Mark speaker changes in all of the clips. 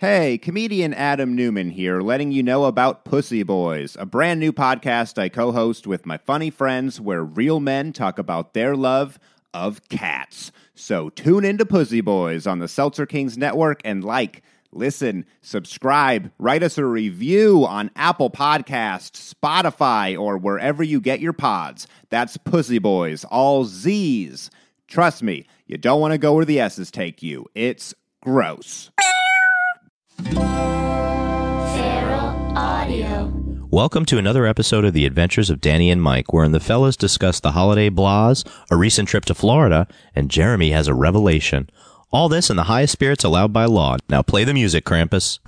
Speaker 1: Hey, comedian Adam Newman here, letting you know about Pussy Boys, a brand new podcast I co host with my funny friends where real men talk about their love of cats. So tune into Pussy Boys on the Seltzer Kings Network and like, listen, subscribe, write us a review on Apple Podcasts, Spotify, or wherever you get your pods. That's Pussy Boys, all Z's. Trust me, you don't want to go where the S's take you. It's gross.
Speaker 2: Feral Audio.
Speaker 3: Welcome to another episode of The Adventures of Danny and Mike, wherein the fellas discuss the holiday blahs, a recent trip to Florida, and Jeremy has a revelation. All this in the highest spirits allowed by law. Now play the music, Krampus.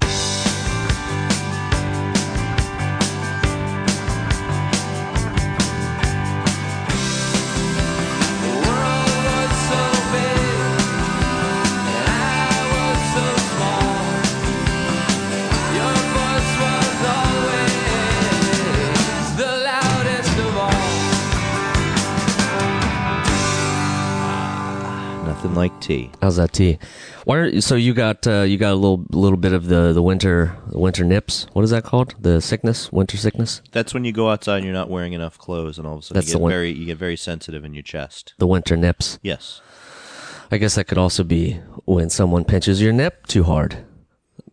Speaker 3: Nothing like tea.
Speaker 4: How's that tea? Why are so you got uh, you got a little little bit of the the winter the winter nips? What is that called? The sickness, winter sickness,
Speaker 3: That's when you go outside and you're not wearing enough clothes, and all of a sudden
Speaker 4: That's
Speaker 3: you
Speaker 4: the
Speaker 3: get
Speaker 4: one-
Speaker 3: very you get very sensitive in your chest.
Speaker 4: the winter nips.
Speaker 3: Yes,
Speaker 4: I guess that could also be when someone pinches your nip too hard.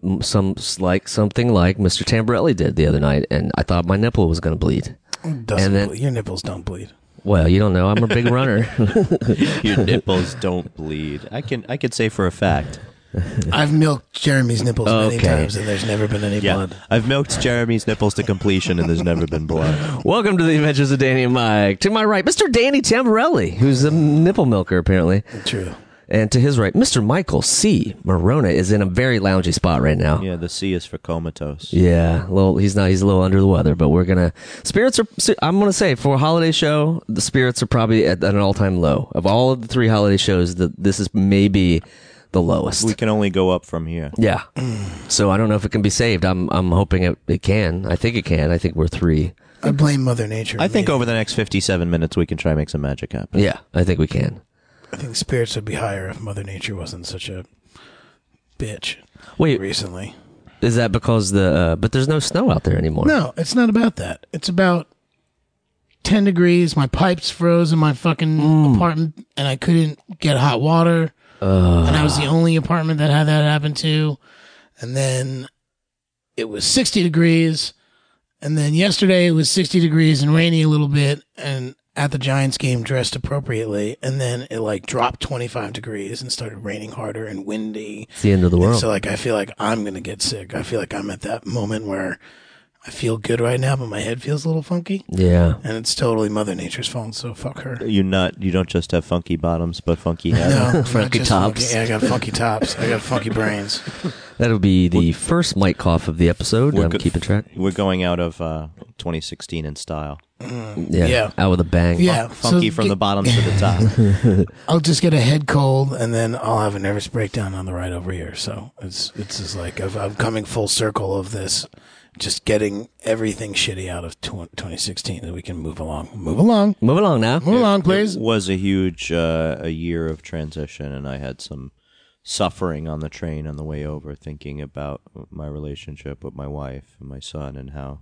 Speaker 4: M- Some s- like something like Mr. Tamborelli did the other night, and I thought my nipple was going to bleed.
Speaker 5: Doesn't
Speaker 4: And then-
Speaker 5: bleed. your nipples don't bleed.
Speaker 4: Well, you don't know. I'm a big runner.
Speaker 3: your nipples don't bleed. I can I could say for a fact.
Speaker 5: I've milked Jeremy's nipples many
Speaker 4: Okay.
Speaker 5: times, and there's never been any
Speaker 3: Yeah,
Speaker 5: blood.
Speaker 3: I've milked Jeremy's nipples to completion, and there's never been blood.
Speaker 4: Welcome to the Adventures of Danny and Mike. To my right, Mr. Danny Tamborelli, who's a nipple milker apparently.
Speaker 5: True.
Speaker 4: And to his right, Mr. Michael C. Morona is in a very loungy spot right now.
Speaker 3: Yeah, the C is for comatose.
Speaker 4: Yeah, a little. He's not. He's a little under the weather, but we're gonna. Spirits are. I'm gonna say for a holiday show, the spirits are probably at, at an all time low. Of all of the three holiday shows, that this is maybe the lowest.
Speaker 3: We can only go up from here.
Speaker 4: yeah. So I don't know if it can be saved. I'm. I'm hoping it, it can. I think it can. I think we're three.
Speaker 5: I blame Mother Nature.
Speaker 3: I think
Speaker 5: Maybe-
Speaker 3: over the next 57 minutes, we can try and make some magic happen.
Speaker 4: Yeah, I think we can.
Speaker 5: I think spirits would be higher if Mother Nature wasn't such a bitch
Speaker 4: Wait,
Speaker 5: recently.
Speaker 4: is that because the? Uh, but there's no snow out there anymore.
Speaker 5: No, it's not about that. It's about ten degrees. My pipes froze in my fucking apartment, and I couldn't get hot water. and I was the only apartment that had that happen to. And then it was sixty degrees. And then yesterday it was sixty degrees and rainy a little bit. And at the Giants game, dressed appropriately. And then it like dropped twenty five degrees and started raining harder and windy.
Speaker 4: It's the end of the
Speaker 5: And
Speaker 4: world.
Speaker 5: So like I feel like I'm gonna get sick. I feel like I'm at that moment where I feel good right now, but my head feels a little funky.
Speaker 4: yeah.
Speaker 5: And it's totally Mother Nature's fault, so fuck her.
Speaker 3: You not you don't just have funky bottoms, but funky head.
Speaker 5: No, not
Speaker 4: Funky
Speaker 5: just
Speaker 4: tops.
Speaker 5: funky- yeah, I got funky tops. I got funky brains.
Speaker 4: That'll be the first Mike cough of the episode.
Speaker 3: We're
Speaker 4: I'm
Speaker 3: good-
Speaker 4: keeping track.
Speaker 3: We're going out of uh, 2016 in style.
Speaker 4: Yeah.
Speaker 5: Yeah.
Speaker 4: Out with a bang.
Speaker 5: Yeah,
Speaker 3: Funky
Speaker 5: so
Speaker 3: from the
Speaker 5: get-
Speaker 3: bottom to the top.
Speaker 5: I'll just get a head cold, and then I'll have a nervous breakdown on the ride over here. So it's it's just like I've, I'm coming full circle of this, just getting everything shitty out of tw- 2016 that we can move along, move along,
Speaker 4: Move along now.
Speaker 5: move along, please.
Speaker 3: It was a huge uh, a year of transition, and I had some suffering on the train on the way over, thinking about my relationship with my wife and my son, and how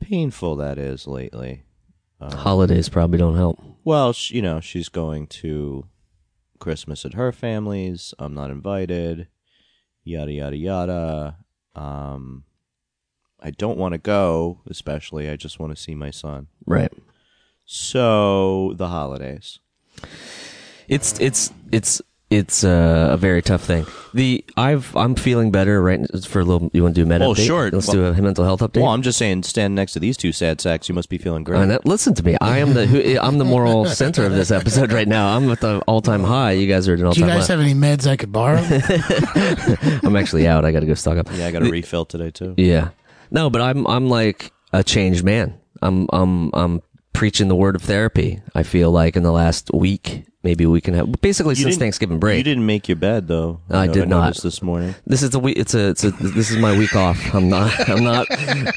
Speaker 3: painful that is lately.
Speaker 4: Holidays probably don't help.
Speaker 3: Well, sh you know, she's going to Christmas at her family's. I'm not invited. Yada yada yada. Um, I don't want to go, especially. I just want to see my son.
Speaker 4: Right.
Speaker 3: So the holidays.
Speaker 4: It's it's it's it's uh, a very tough thing. The I've I'm feeling better right for a little. You want to do a med
Speaker 3: Well,
Speaker 4: update?
Speaker 3: sure.
Speaker 4: Let's do a mental health update.
Speaker 3: Well, I'm just saying, standing next to these two sad sacks, you must be
Speaker 4: I
Speaker 3: feeling great.
Speaker 4: know. Listen to me. I am the who, I'm the moral center of this episode right now. I'm at the all time high. You guys are at an all
Speaker 5: Do you
Speaker 4: time
Speaker 5: guys
Speaker 4: high.
Speaker 5: have any meds I could borrow?
Speaker 4: I'm actually out. I got to go stock up.
Speaker 3: Yeah, I got a refill today too.
Speaker 4: Yeah. No, but I'm I'm like a changed man. I'm I'm I'm preaching the word of therapy. I feel like in the last week, maybe we can have basically since
Speaker 3: didn't-
Speaker 4: Thanksgiving break.
Speaker 3: You didn't make your bed though.
Speaker 4: I did not.
Speaker 3: noticed this morning.
Speaker 4: This is the week. It's a. It's a. This is my week off. I'm not. I'm not.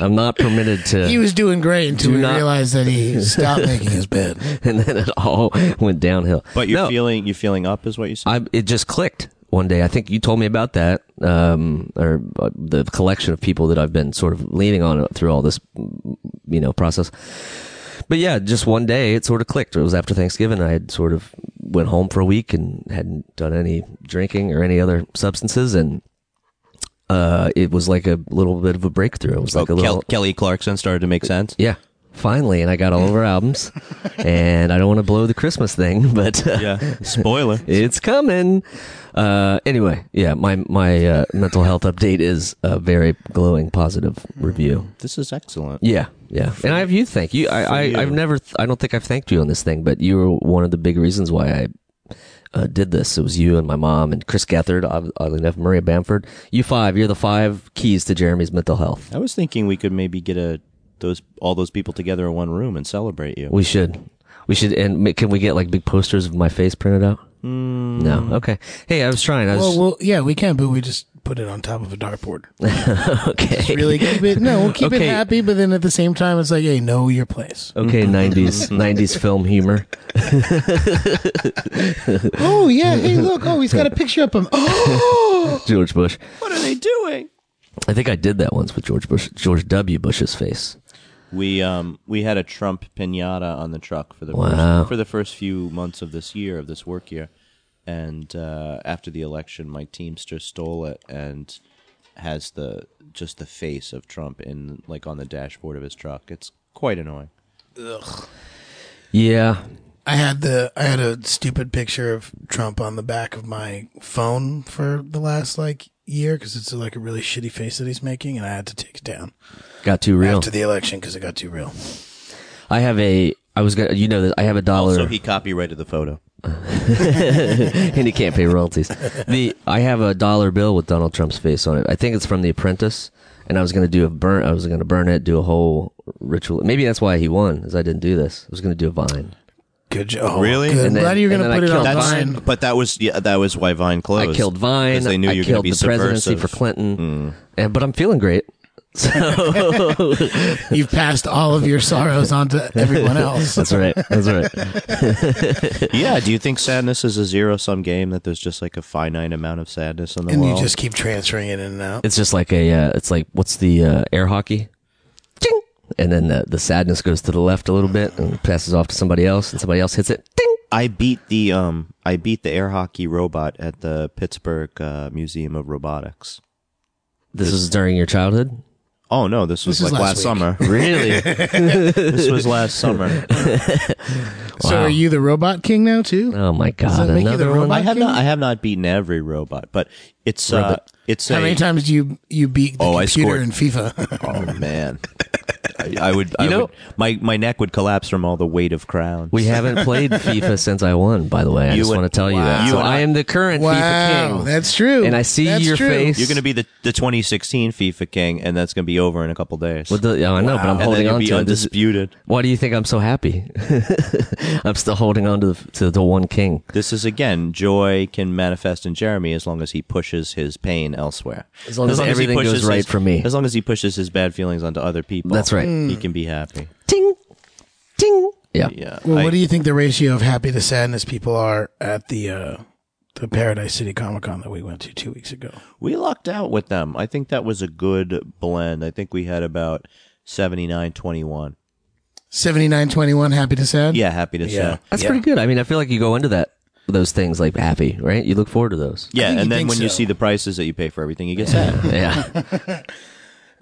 Speaker 4: I'm not permitted to.
Speaker 5: he was doing great until
Speaker 4: Do
Speaker 5: we
Speaker 4: not-
Speaker 5: realized that he stopped making his bed.
Speaker 4: and then it all went downhill.
Speaker 3: But you're
Speaker 4: no,
Speaker 3: feeling you're feeling up, is what you said.
Speaker 4: I. It just clicked. one day. I think you told me about that, um, or uh, the collection of people that I've been sort of leaning on through all this, you know, process. But yeah, just one day it sort of clicked. It was after Thanksgiving. I had sort of went home for a week and hadn't done any drinking or any other substances, and uh, it was like a little bit of a breakthrough. It was like a
Speaker 3: oh,
Speaker 4: little
Speaker 3: Kel- Kelly Clarkson started to make sense.
Speaker 4: yeah. Finally, and I got all of her albums, and I don't want to blow the Christmas thing, but uh,
Speaker 3: Yeah. Spoiler.
Speaker 4: it's coming. Uh, anyway, yeah, my my uh, mental health update is a very glowing, positive review.
Speaker 3: this is excellent.
Speaker 4: Yeah, yeah, and I have you thank you. I, I
Speaker 3: you.
Speaker 4: I've never, th- I don't think I've thanked you on this thing, but you were one of the big reasons why I uh, did this. It was you and my mom and Chris Gethard, ob- oddly enough, Maria Bamford. You five, you're the five keys to Jeremy's mental health.
Speaker 3: I was thinking we could maybe get a those all those people together in one room and celebrate you.
Speaker 4: We should. We should. And ma- can we get like big posters of my face printed out? Mm. No. Okay. Hey, I was trying. I was
Speaker 5: Well, well, yeah, we can, but we just put it on top of a dartboard.
Speaker 4: okay.
Speaker 5: Really keep it. No, we'll keep
Speaker 4: Okay.
Speaker 5: it happy, but then at the same time, it's like, hey, know your place.
Speaker 4: Okay, nineties nineties film humor.
Speaker 5: Oh yeah, hey look, oh he's got a picture of him. Oh,
Speaker 4: George Bush.
Speaker 3: What are they doing?
Speaker 4: I think I did that once with George Bush George W. Bush's face.
Speaker 3: We um we had a Trump pinata on the truck for the
Speaker 4: Wow.
Speaker 3: first, for the first few months of this year of this work year, and uh, after the election, my Teamster stole it and has the just the face of Trump in like on the dashboard of his truck. It's quite annoying.
Speaker 4: Yeah.
Speaker 5: I had the I had a stupid picture of Trump on the back of my phone for the last like year because it's like a really shitty face that he's making, and I had to take it down
Speaker 4: Got too real.
Speaker 5: after the election because it got too real.
Speaker 4: I have a I was gonna you know that I have a dollar
Speaker 3: So he copyrighted the photo.
Speaker 4: and he can't pay royalties. The I have a dollar bill with Donald Trump's face on it. I think it's from The Apprentice, and I was gonna do a burn. I was gonna burn it, do a whole ritual. Maybe that's why he won, is I didn't do this. I was gonna do a vine.
Speaker 5: Good job.
Speaker 3: Really?
Speaker 5: Good.
Speaker 4: And then-
Speaker 5: Glad you're
Speaker 4: and
Speaker 5: gonna
Speaker 4: then
Speaker 5: put
Speaker 4: I
Speaker 5: it on
Speaker 4: killed-
Speaker 3: That's
Speaker 5: Vine.
Speaker 3: but that was yeah that Oh, was why Vine closed.
Speaker 4: I killed Vine.
Speaker 3: 'Because They knew
Speaker 4: I
Speaker 3: you were going to
Speaker 4: killed
Speaker 3: be
Speaker 4: the presidency
Speaker 3: subversive. Hmm.
Speaker 4: for Clinton, and, but I'm feeling great. So
Speaker 5: You've passed all of your sorrows on to everyone else.
Speaker 4: that's right. That's right.
Speaker 3: Yeah, do you think sadness is a zero sum game that there's just like a finite amount of sadness in the
Speaker 5: And you
Speaker 3: world?
Speaker 5: just keep transferring it in and out.
Speaker 4: It's just like a. Uh, it's like what's the uh, air hockey? Ding! And then the, the sadness goes to the left a little bit and passes off to somebody else, and somebody else hits it. Ding!
Speaker 3: I beat the um I beat the air hockey robot at the Pittsburgh uh, Museum of Robotics.
Speaker 4: This was during your childhood.
Speaker 3: Oh no, this was
Speaker 5: This was
Speaker 3: like
Speaker 5: last
Speaker 3: last,
Speaker 5: week.
Speaker 3: summer.
Speaker 4: Really?
Speaker 3: this was last summer.
Speaker 5: So are you the robot king now too?
Speaker 4: Oh my
Speaker 5: Does
Speaker 4: god!
Speaker 5: that make you the
Speaker 4: Another one.
Speaker 5: robot
Speaker 3: I have
Speaker 5: king?
Speaker 3: not I have not beaten every robot, but it's uh
Speaker 4: Ribbit.
Speaker 3: it's
Speaker 5: How
Speaker 3: a,
Speaker 5: many times do you you beat the
Speaker 3: Oh, I
Speaker 5: computer
Speaker 3: scored.
Speaker 5: in FIFA?
Speaker 3: Oh man. I, I would I
Speaker 4: You know-
Speaker 3: would my my neck would collapse from all the weight of crowns.
Speaker 4: We haven't played FIFA since I won. By the way, I
Speaker 3: You
Speaker 4: just
Speaker 3: and-
Speaker 4: want to tell you
Speaker 3: wow.
Speaker 4: that.
Speaker 3: You
Speaker 4: so
Speaker 3: and
Speaker 4: I
Speaker 3: I-
Speaker 4: am the current FIFA
Speaker 5: wow,
Speaker 4: king.
Speaker 5: that's true.
Speaker 4: And I see
Speaker 5: That's
Speaker 4: your
Speaker 5: true.
Speaker 4: face.
Speaker 3: You're going to be the, the 2016 FIFA king, and that's going to be over in a couple days.
Speaker 4: With the, yeah, I know, but I'm
Speaker 3: and then
Speaker 4: holding
Speaker 3: you'll
Speaker 4: on
Speaker 3: be
Speaker 4: to it. This-
Speaker 3: undisputed.
Speaker 4: Why do you think I'm so happy? I'm still holding on to the, to the one king.
Speaker 3: This is again joy can manifest in Jeremy as long as he pushes his pain elsewhere.
Speaker 4: As long as everything goes
Speaker 3: pushes
Speaker 4: right
Speaker 3: his-
Speaker 4: for me.
Speaker 3: As long as he pushes his bad feelings onto other people.
Speaker 4: That's right.
Speaker 3: He can be happy.
Speaker 4: Ting, ting. Yeah.
Speaker 3: Yeah.
Speaker 5: Well,
Speaker 3: I-
Speaker 5: what do you think the ratio of happy to sadness people are at the uh, the Paradise City Comic Con that we went to two weeks ago?
Speaker 3: we lucked out with them. I think that was a good blend. I think we had about 79 21.
Speaker 5: Seventy nine twenty one happy to sad.
Speaker 3: Yeah, happy to
Speaker 5: Yeah.
Speaker 3: say.
Speaker 4: That's pretty good. I mean, I feel like you go into that those things like happy, right? You look forward to those.
Speaker 3: Yeah,
Speaker 5: think you
Speaker 3: and then
Speaker 5: think
Speaker 3: when you
Speaker 5: so.
Speaker 3: see the prices that you pay for everything, you get sad.
Speaker 4: Yeah.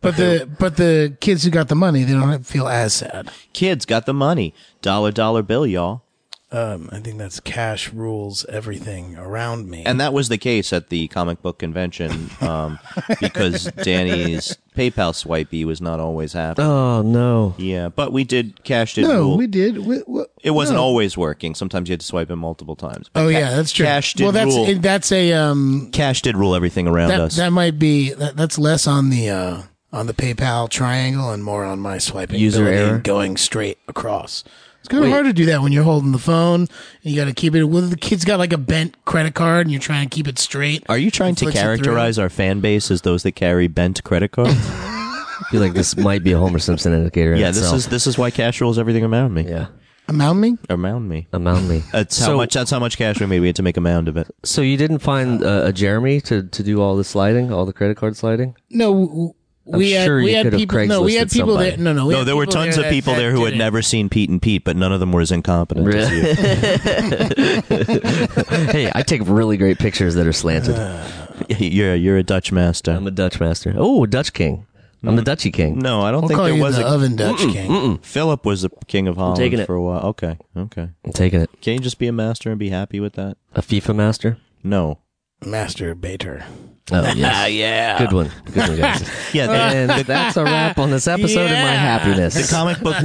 Speaker 5: But the but the kids who got the money, they don't feel as sad.
Speaker 3: Kids got the money. Dollar dollar bill, y'all.
Speaker 5: Um, I think that's cash rules everything around me.
Speaker 3: and that was the case at the comic book convention um, because Danny's PayPal swipey was not always happening.
Speaker 4: oh no.
Speaker 3: Yeah, but we did cashed in
Speaker 5: no,
Speaker 3: rule.
Speaker 5: we did. We, we-
Speaker 3: it wasn't
Speaker 5: no.
Speaker 3: always working. Sometimes you had to swipe it multiple times. But
Speaker 5: Oh
Speaker 3: ca-
Speaker 5: yeah, that's true.
Speaker 3: Cash did
Speaker 5: well, that's
Speaker 3: rule.
Speaker 5: it- that's a um
Speaker 3: cash did rule everything around
Speaker 5: that
Speaker 3: us.
Speaker 5: that might be that, that's less on the uh on the PayPal triangle and more on my swiping
Speaker 4: User
Speaker 5: ability
Speaker 4: error?
Speaker 5: and going straight across. It's kind of hard to do that when you're holding the phone and you got to keep it. Well, the kid's got like a bent credit card and you're trying to keep it straight.
Speaker 3: Are you trying to
Speaker 5: Flicks it through.
Speaker 3: characterize our fan base as those that carry bent credit cards?
Speaker 4: I feel like this might be a Homer Simpson indicator. in
Speaker 3: yeah, this
Speaker 4: itself.
Speaker 3: is this is why cash rules everything around me.
Speaker 4: Yeah.
Speaker 5: A mound me?
Speaker 3: Or mound me.
Speaker 4: A mound me.
Speaker 3: That's how
Speaker 4: So-
Speaker 3: much. That's how much cash we made. We had to make a mound of it.
Speaker 4: So you didn't find uh, a Jeremy to, to do all the sliding, all the credit card sliding?
Speaker 5: No, w- w-
Speaker 4: I'm
Speaker 5: we had
Speaker 4: sure
Speaker 5: we
Speaker 4: you
Speaker 5: had
Speaker 4: could have
Speaker 5: people. No, we had
Speaker 4: Craiglisted
Speaker 5: people
Speaker 4: somebody.
Speaker 5: there. No, no, we
Speaker 3: No,
Speaker 5: had
Speaker 3: there were
Speaker 5: people
Speaker 3: tons of
Speaker 5: that-
Speaker 3: people
Speaker 5: that
Speaker 3: there who had
Speaker 5: did it.
Speaker 3: never seen Pete and Pete, but none of them were as incompetent as you.
Speaker 4: hey, I take really great pictures that are slanted.
Speaker 3: You're you're a Dutch master.
Speaker 4: Uh, I'm a Dutch master. Oh, Dutch king. I'm the Dutchy king.
Speaker 3: no, I don't
Speaker 5: We'll
Speaker 3: think
Speaker 5: call
Speaker 3: there
Speaker 5: you
Speaker 3: was
Speaker 5: the
Speaker 3: a.
Speaker 5: oven Dutch king.
Speaker 3: Philip was the king of Holland
Speaker 4: taking it.
Speaker 3: for a while. Okay, okay.
Speaker 4: I'm taking it.
Speaker 3: Can you just be a master and be happy with that?
Speaker 4: A FIFA master.
Speaker 3: No.
Speaker 5: Master Bater.
Speaker 4: Oh yes. yeah. Good one. Good one, guys.
Speaker 3: Yeah,
Speaker 4: and that's a wrap on this episode of my
Speaker 5: Yeah.
Speaker 4: happiness.
Speaker 3: the, the comic book uh,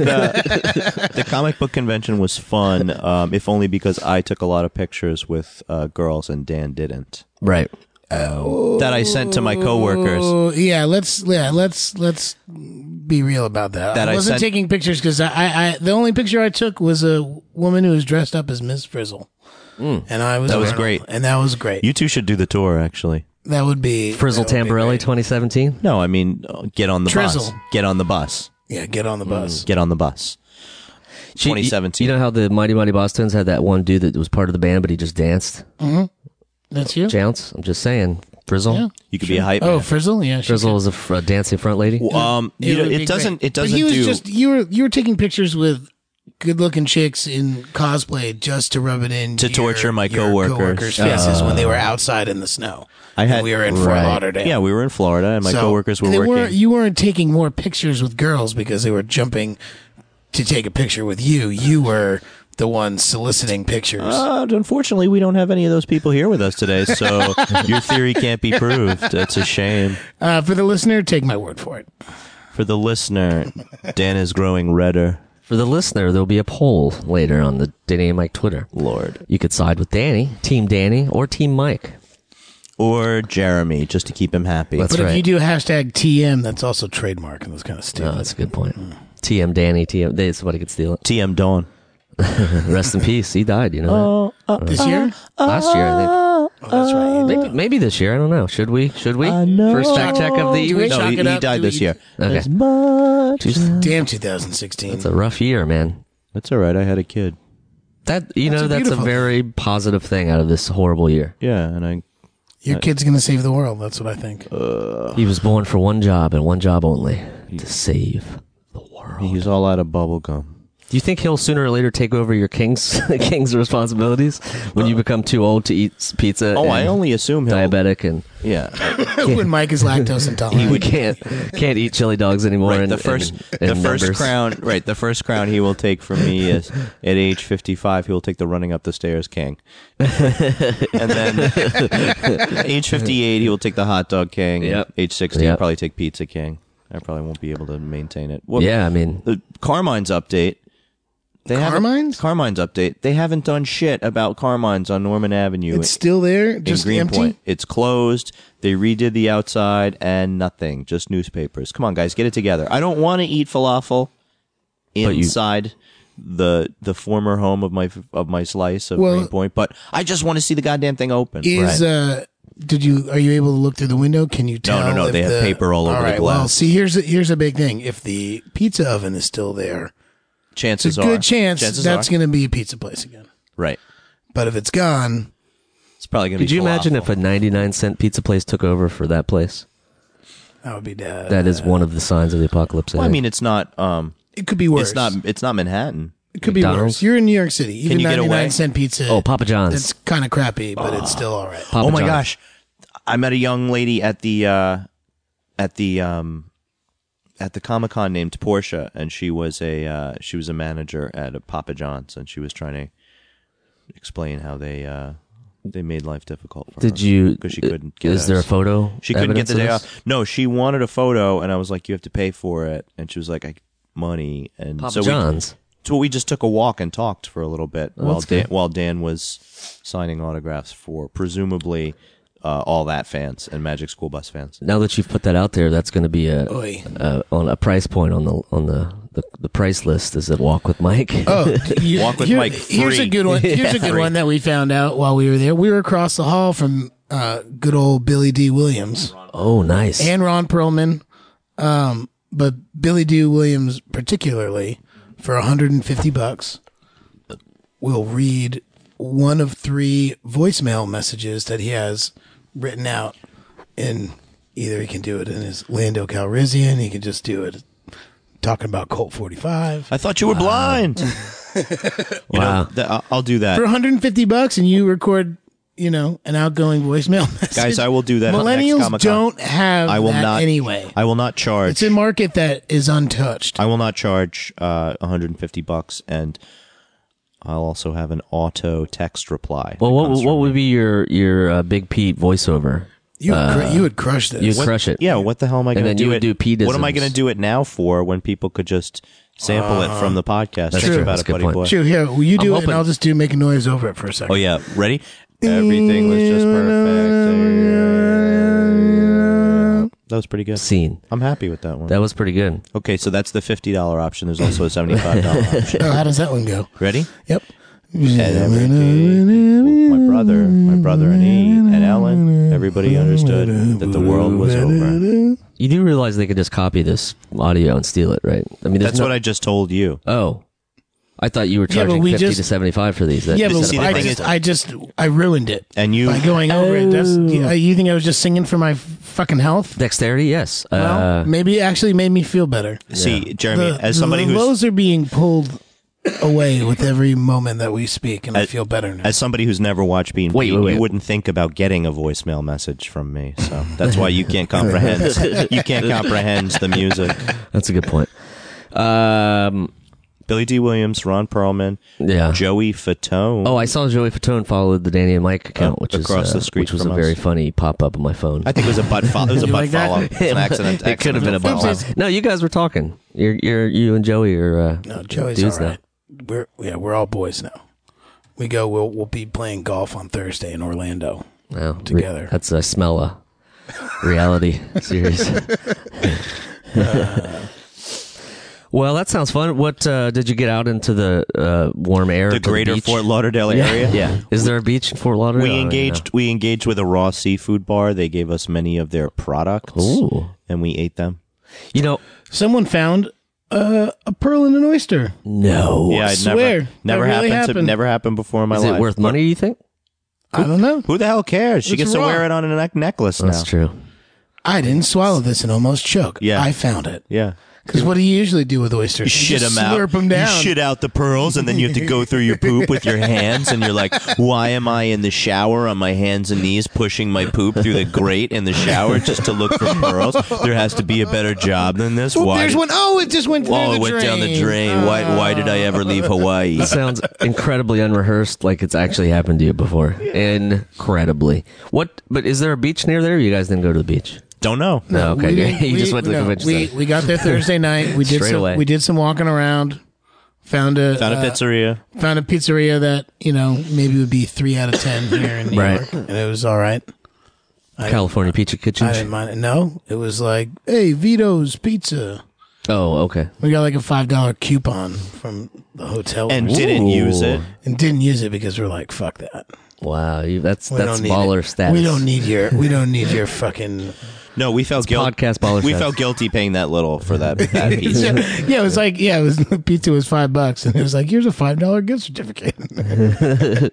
Speaker 3: the comic book convention was fun, um, if only because I took a lot of pictures with uh, girls and Dan didn't.
Speaker 4: right.
Speaker 3: That I sent to my coworkers.
Speaker 5: Oh yeah, let's yeah let's let's be real about that.
Speaker 3: That I
Speaker 5: I wasn't
Speaker 3: sent-
Speaker 5: taking pictures because I, I I the only picture I took was a woman who was dressed up as Miss Frizzle, and I was
Speaker 3: Hmm. That was
Speaker 5: Arnold,
Speaker 3: great.
Speaker 5: and that was great.
Speaker 3: You two should do the tour, actually.
Speaker 5: that would be
Speaker 4: Frizzle
Speaker 5: that would be
Speaker 4: Tamborelli
Speaker 5: great.
Speaker 4: 2017.
Speaker 3: No, I mean uh, get on the bus.
Speaker 5: Trizzle.
Speaker 3: Get on the bus.
Speaker 5: Yeah, get on the
Speaker 3: Hmm.
Speaker 5: bus.
Speaker 3: Get on the bus.
Speaker 4: She- you-
Speaker 3: 2017.
Speaker 4: You know how the Mighty Mighty Bostons had that one dude that was part of the band, but he just danced?
Speaker 5: That's you.
Speaker 4: Jounce. I'm just saying. Frizzle.
Speaker 5: Yeah.
Speaker 3: You could be a hype.
Speaker 5: Oh,
Speaker 3: man.
Speaker 5: Frizzle. Yeah, she
Speaker 4: Frizzle was a, fr- a dancing front lady.
Speaker 3: um, you know,
Speaker 5: would
Speaker 3: it
Speaker 5: be
Speaker 3: doesn't.
Speaker 5: great.
Speaker 3: It doesn't
Speaker 5: But he was
Speaker 3: do.
Speaker 5: just you were you were taking pictures with good looking chicks in cosplay just to rub it in
Speaker 3: To torture my
Speaker 5: your
Speaker 3: coworkers. Uh.
Speaker 5: coworkers' faces when they were outside in the snow.
Speaker 3: I had-
Speaker 5: we were in Fort
Speaker 4: Right.
Speaker 5: Lauderdale.
Speaker 3: yeah, we were in Florida, and my
Speaker 5: So-
Speaker 3: coworkers were
Speaker 5: and they
Speaker 3: working.
Speaker 5: Weren't, you weren't taking more pictures with girls because they were jumping to take a picture with you. You were the one soliciting pictures.
Speaker 3: Uh, unfortunately, we don't have any of those people here with us today, so your theory can't be proved. That's a shame.
Speaker 5: Uh, for the listener, take my word for it.
Speaker 3: For the listener, Dan is growing redder.
Speaker 4: For the listener, there'll be a poll later on the Danny and Mike Twitter.
Speaker 3: Lord.
Speaker 4: You could side with Danny, Team Danny, or Team Mike.
Speaker 3: Or Jeremy, just to keep him happy.
Speaker 4: That's
Speaker 5: But
Speaker 4: right.
Speaker 5: if you do hashtag TM, that's also trademark and that's kind of
Speaker 4: No,
Speaker 5: stupid.
Speaker 4: Oh, that's a good point.
Speaker 5: Hmm.
Speaker 4: TM Danny, TM. They, somebody could steal it.
Speaker 3: TM Dawn.
Speaker 4: Rest in peace. He died, you know.
Speaker 3: Uh-huh.
Speaker 5: this year?
Speaker 4: that? Last year, I
Speaker 5: Oh, that's right.
Speaker 4: think. Maybe, maybe this year. I don't know. Should we? Should we? First fact check of the evening.
Speaker 5: Wait,
Speaker 3: No,
Speaker 5: Chalk
Speaker 3: he,
Speaker 5: it
Speaker 3: he
Speaker 5: up
Speaker 3: died
Speaker 5: to
Speaker 3: this
Speaker 5: each-
Speaker 3: year.
Speaker 4: Okay.
Speaker 3: As much.
Speaker 4: Jeez,
Speaker 5: Damn 2016.
Speaker 4: It's a rough year, man.
Speaker 3: That's all right. I had a kid.
Speaker 4: That you
Speaker 5: a
Speaker 4: know, that's a
Speaker 5: beautiful-
Speaker 4: very positive thing out of this horrible year.
Speaker 3: Yeah, and I.
Speaker 5: Your kid's going to save the world. That's what I think.
Speaker 3: Uh,
Speaker 4: He was born for one job and one job only: to save the world.
Speaker 3: He's all out of bubble gum.
Speaker 4: Do you think he'll sooner or later take over your king's king's responsibilities when you become too old to eat s- pizza?
Speaker 3: Uh, Oh, I
Speaker 4: and
Speaker 3: only assume he'll.
Speaker 4: diabetic and
Speaker 3: Yeah.
Speaker 5: when Mike is lactose intolerant.
Speaker 4: he can't can't eat chili dogs anymore.
Speaker 3: Right,
Speaker 4: in-
Speaker 3: the first,
Speaker 4: in-
Speaker 3: the
Speaker 4: in
Speaker 3: first
Speaker 4: numbers.
Speaker 3: crown, right? The first crown he will take from me is at age fifty-five. He will take the running up the stairs king, and then age fifty-eight he will take the hot dog king.
Speaker 4: Yep.
Speaker 3: Age sixty he'll
Speaker 4: Yep.
Speaker 3: probably take pizza king. I probably won't be able to maintain it. Well,
Speaker 4: Yeah, I mean,
Speaker 3: The Carmine's update. They haven't-
Speaker 5: Carmine's?
Speaker 3: Carmine's update. They haven't done shit about Carmine's on Norman Avenue.
Speaker 5: it's still there, just
Speaker 3: in
Speaker 5: empty.
Speaker 3: Greenpoint. It's closed. They redid the outside and nothing, just newspapers. Come on, guys, get it together. I don't want to eat falafel
Speaker 4: But you-
Speaker 3: inside the the former home of my of my slice of
Speaker 5: Well-
Speaker 3: Greenpoint, but I just want to see the goddamn thing open.
Speaker 5: Is uh, did you are you able to look through the window? Can you tell?
Speaker 3: no, no,
Speaker 5: if
Speaker 3: they have
Speaker 5: the-
Speaker 3: paper all over the
Speaker 5: Well,
Speaker 3: glass.
Speaker 5: see, here's a, here's a big thing. If the pizza oven is still there,
Speaker 3: chances
Speaker 5: it's a
Speaker 3: are
Speaker 5: good chance
Speaker 3: chances
Speaker 5: that's
Speaker 3: are-
Speaker 5: going to be a pizza place again.
Speaker 3: right.
Speaker 5: But if it's gone,
Speaker 3: It's probably going to be.
Speaker 4: could you imagine if a
Speaker 3: falafel.
Speaker 4: ninety nine cent pizza place took over for that place?
Speaker 5: that would be dead.
Speaker 4: That is one of the signs of the apocalypse.
Speaker 3: Well, I
Speaker 4: think.
Speaker 3: mean, it's not. Um,
Speaker 5: it could be worse.
Speaker 3: it's not. It's not Manhattan.
Speaker 5: It could be
Speaker 4: McDonald's?
Speaker 5: worse. You're in New York City. Even
Speaker 3: you get away?
Speaker 5: 99 cent pizza.
Speaker 4: oh, Papa John's.
Speaker 5: It's kind of crappy, but it's still all right.
Speaker 4: Papa
Speaker 3: oh my
Speaker 4: John's.
Speaker 3: gosh, I met a young lady at the uh, at the um, at the Comic Con named Portia, and she was a uh, she was a manager at a Papa John's, and she was trying to explain how they uh, they made life difficult for her.
Speaker 4: Did you?
Speaker 3: because she couldn't get
Speaker 4: Is there a
Speaker 3: us.
Speaker 4: photo?
Speaker 3: She couldn't
Speaker 4: evidence
Speaker 3: get the
Speaker 4: of
Speaker 3: day
Speaker 4: this?
Speaker 3: off. No, she wanted a photo, and I was like, "You have to pay for it." And she was like, "I money." And
Speaker 4: Papa
Speaker 3: so we-
Speaker 4: John's.
Speaker 3: so we just took a walk and talked for a little bit while
Speaker 4: Oh, that's
Speaker 3: Dan,
Speaker 4: good.
Speaker 3: while Dan was signing autographs for presumably uh, all that fans and Magic School Bus fans.
Speaker 4: now that you've put that out there, that's going to be a
Speaker 5: Oy.
Speaker 4: uh, on a price point on the on the, the, the price list. Is it Walk with Mike?
Speaker 5: Oh, you-
Speaker 3: Walk with
Speaker 5: here-
Speaker 3: Mike
Speaker 5: Here's a
Speaker 3: free.
Speaker 5: good one. Here's a good one that we found out while we were there. We were across the hall from uh, good old Billy D. Williams
Speaker 4: oh, nice.
Speaker 5: and Ron Perlman, um, but Billy D. Williams particularly for 150 bucks. will read one of three voicemail messages that he has written out in either he can do it in his Lando Calrissian, he can just do it talking about Colt 45.
Speaker 3: I thought you were blind. you
Speaker 4: Wow.
Speaker 3: know, th- I'll- I'll do that.
Speaker 5: For 150 bucks and you record, you know, an outgoing voicemail message.
Speaker 3: Guys, I will do that at next
Speaker 5: Millennials
Speaker 3: Comic-Con.
Speaker 5: don't have
Speaker 3: I will
Speaker 5: that
Speaker 3: not
Speaker 5: anyway.
Speaker 3: I will not charge.
Speaker 5: It's a market that is untouched.
Speaker 3: I will not charge uh, 150 bucks, and I'll also have an auto text reply.
Speaker 4: Well,
Speaker 3: that
Speaker 4: what,
Speaker 3: comes
Speaker 4: what
Speaker 3: from
Speaker 4: would be your your uh, Big Pete voiceover?
Speaker 5: You would,
Speaker 3: Uh,
Speaker 5: cru- you would crush this.
Speaker 4: You crush it.
Speaker 3: it. yeah. What the hell am I going to
Speaker 4: then
Speaker 3: do?
Speaker 4: you would
Speaker 3: it?
Speaker 4: do pedisms.
Speaker 3: What am I going to do it now for when people could just sample it from the podcast? That's
Speaker 4: true.
Speaker 3: about
Speaker 4: Ah. That's a
Speaker 3: it,
Speaker 4: good
Speaker 3: buddy
Speaker 4: point.
Speaker 3: boy.
Speaker 5: Sure, here, will you do it
Speaker 4: hoping-
Speaker 5: and I'll just do make a noise over it for a second.
Speaker 3: Oh yeah, ready? Everything was just perfect. That was pretty good.
Speaker 4: Scene.
Speaker 3: I'm happy with that one.
Speaker 4: That was pretty good.
Speaker 3: okay, so that's the fifty dollar option. There's also a seventy five dollar option.
Speaker 5: Oh, how does that one go?
Speaker 3: Ready?
Speaker 5: Yep.
Speaker 3: And every day, my brother, my brother, and he, and Ellen, everybody understood that the world was over.
Speaker 4: You do realize they could just copy this audio and steal it, right? I mean, there's
Speaker 3: That's
Speaker 4: no,
Speaker 3: what I just told you.
Speaker 4: Oh, I thought you were
Speaker 5: Yeah, but
Speaker 4: charging
Speaker 5: we
Speaker 4: fifty to
Speaker 5: just-
Speaker 4: seventy-five for these. That-
Speaker 5: Yeah,
Speaker 3: Just
Speaker 5: but
Speaker 3: see, the
Speaker 5: I
Speaker 3: thing
Speaker 5: just,
Speaker 3: is-
Speaker 5: I just, I ruined it
Speaker 3: And you,
Speaker 5: by going over it. That's you, you think I was just singing for my f- fucking
Speaker 3: Uh,
Speaker 5: health?
Speaker 4: dexterity. Yes.
Speaker 5: Well,
Speaker 4: uh,
Speaker 5: maybe it actually made me feel better.
Speaker 3: see, Jeremy,
Speaker 5: The-
Speaker 3: as somebody
Speaker 5: the
Speaker 3: who's
Speaker 5: lows are being pulled away with every moment that we speak, and I feel better now.
Speaker 3: as somebody who's never watched Bean,
Speaker 4: Wait,
Speaker 3: Pete,
Speaker 4: wait, wait.
Speaker 3: you wouldn't think about getting a voicemail message from me. So that's why you can't comprehend. you can't comprehend the music.
Speaker 4: that's a good point. Um,
Speaker 3: Billy D. Williams, Ron Perlman,
Speaker 4: yeah.
Speaker 3: Joey Fatone.
Speaker 4: Oh, I saw Joey Fatone followed the Danny and Mike account,
Speaker 3: Oh,
Speaker 4: which is
Speaker 3: across
Speaker 4: uh,
Speaker 3: the street
Speaker 4: which was
Speaker 3: from
Speaker 4: a very
Speaker 3: us.
Speaker 4: funny pop up on my phone.
Speaker 3: I think it was a butt follow. It was a
Speaker 5: You
Speaker 3: butt
Speaker 5: like that?
Speaker 3: follow. It's an accident.
Speaker 4: it could have been a
Speaker 3: accidental
Speaker 4: butt
Speaker 3: follow.
Speaker 4: follow. No, you guys were talking. You're, you're you and Joey are. Uh,
Speaker 5: no, Joey's
Speaker 4: dudes
Speaker 5: all right. We're yeah, we're all boys now. We go. We'll we'll be playing golf on Thursday in Orlando.
Speaker 4: now. No,
Speaker 5: Together.
Speaker 4: that's I smell a reality series. Uh, well, that sounds fun. What uh, did you get out into the uh, warm air?
Speaker 3: The
Speaker 4: to
Speaker 3: greater
Speaker 4: beach?
Speaker 3: Fort Lauderdale area.
Speaker 4: Yeah. Is there a beach in Fort Lauderdale? Oh, I
Speaker 3: We
Speaker 4: don't
Speaker 3: engaged. We engaged with a raw seafood bar. They gave us many of their products,
Speaker 4: know. Ooh.
Speaker 3: and we ate them.
Speaker 4: You know,
Speaker 5: Someone found uh, a pearl in an oyster.
Speaker 4: no.
Speaker 3: yeah,
Speaker 5: I
Speaker 3: I'd
Speaker 5: swear, that
Speaker 3: never, never
Speaker 5: really
Speaker 3: happened. To,
Speaker 5: happened.
Speaker 3: never happened before in my
Speaker 4: Is
Speaker 3: life.
Speaker 4: it worth money? You think?
Speaker 5: I don't know.
Speaker 3: Who the hell cares? She
Speaker 5: It's
Speaker 3: gets
Speaker 5: raw.
Speaker 3: to wear it on a neck necklace now.
Speaker 4: That's true.
Speaker 5: I didn't swallow this and almost choke.
Speaker 3: Yeah.
Speaker 5: I found it.
Speaker 3: Yeah.
Speaker 5: Because what do you usually do with oysters?
Speaker 3: You shit
Speaker 5: just
Speaker 3: them out.
Speaker 5: Slurp them down.
Speaker 3: You shit out the pearls, and then you have to go through your poop with your hands, and you're like, "Why am I in the shower on my hands and knees, pushing my poop through the grate in the shower just to look for pearls? There has to be a better job than this.
Speaker 5: Oh,
Speaker 3: why?
Speaker 5: there's
Speaker 3: did-
Speaker 5: one. Oh, it just went through
Speaker 3: Oh,
Speaker 5: the
Speaker 3: it went
Speaker 5: drain.
Speaker 3: down the drain. Why? Why did I ever leave Hawaii?
Speaker 4: Sounds incredibly unrehearsed, like it's actually happened to you before. Incredibly. What? But is there a beach near there? You guys didn't go to the beach.
Speaker 3: Don't know.
Speaker 4: No. Okay. good.
Speaker 5: We didn't-
Speaker 4: you
Speaker 5: we-
Speaker 4: just went to the
Speaker 5: no,
Speaker 4: convention.
Speaker 5: We,
Speaker 4: center.
Speaker 5: we got there Thursday night. We did
Speaker 4: Straight
Speaker 5: some.
Speaker 4: away.
Speaker 5: We did some walking around. Found a
Speaker 3: Found
Speaker 5: uh,
Speaker 3: a pizzeria.
Speaker 5: found a pizzeria that you know maybe would be three out of ten here in New
Speaker 4: Right.
Speaker 5: York, and it was all right.
Speaker 4: California Pizza
Speaker 5: I didn't
Speaker 4: Kitchen.
Speaker 5: mind it. No, it was like, hey, Vito's Pizza.
Speaker 4: Oh, okay.
Speaker 5: We got like a five dollar coupon from the hotel,
Speaker 3: And didn't use it.
Speaker 5: and didn't use it because we're like, fuck that.
Speaker 4: Wow, you, that's that's
Speaker 5: don't need
Speaker 4: baller
Speaker 5: it.
Speaker 4: status.
Speaker 5: We don't need your. We don't need your fucking.
Speaker 3: No, we felt guilty.
Speaker 4: podcast baller
Speaker 3: We
Speaker 4: status.
Speaker 3: felt guilty paying that little for that that piece.
Speaker 5: Yeah, it was like yeah, it was pizza was five bucks, and it was like here's a five dollar gift certificate.
Speaker 3: But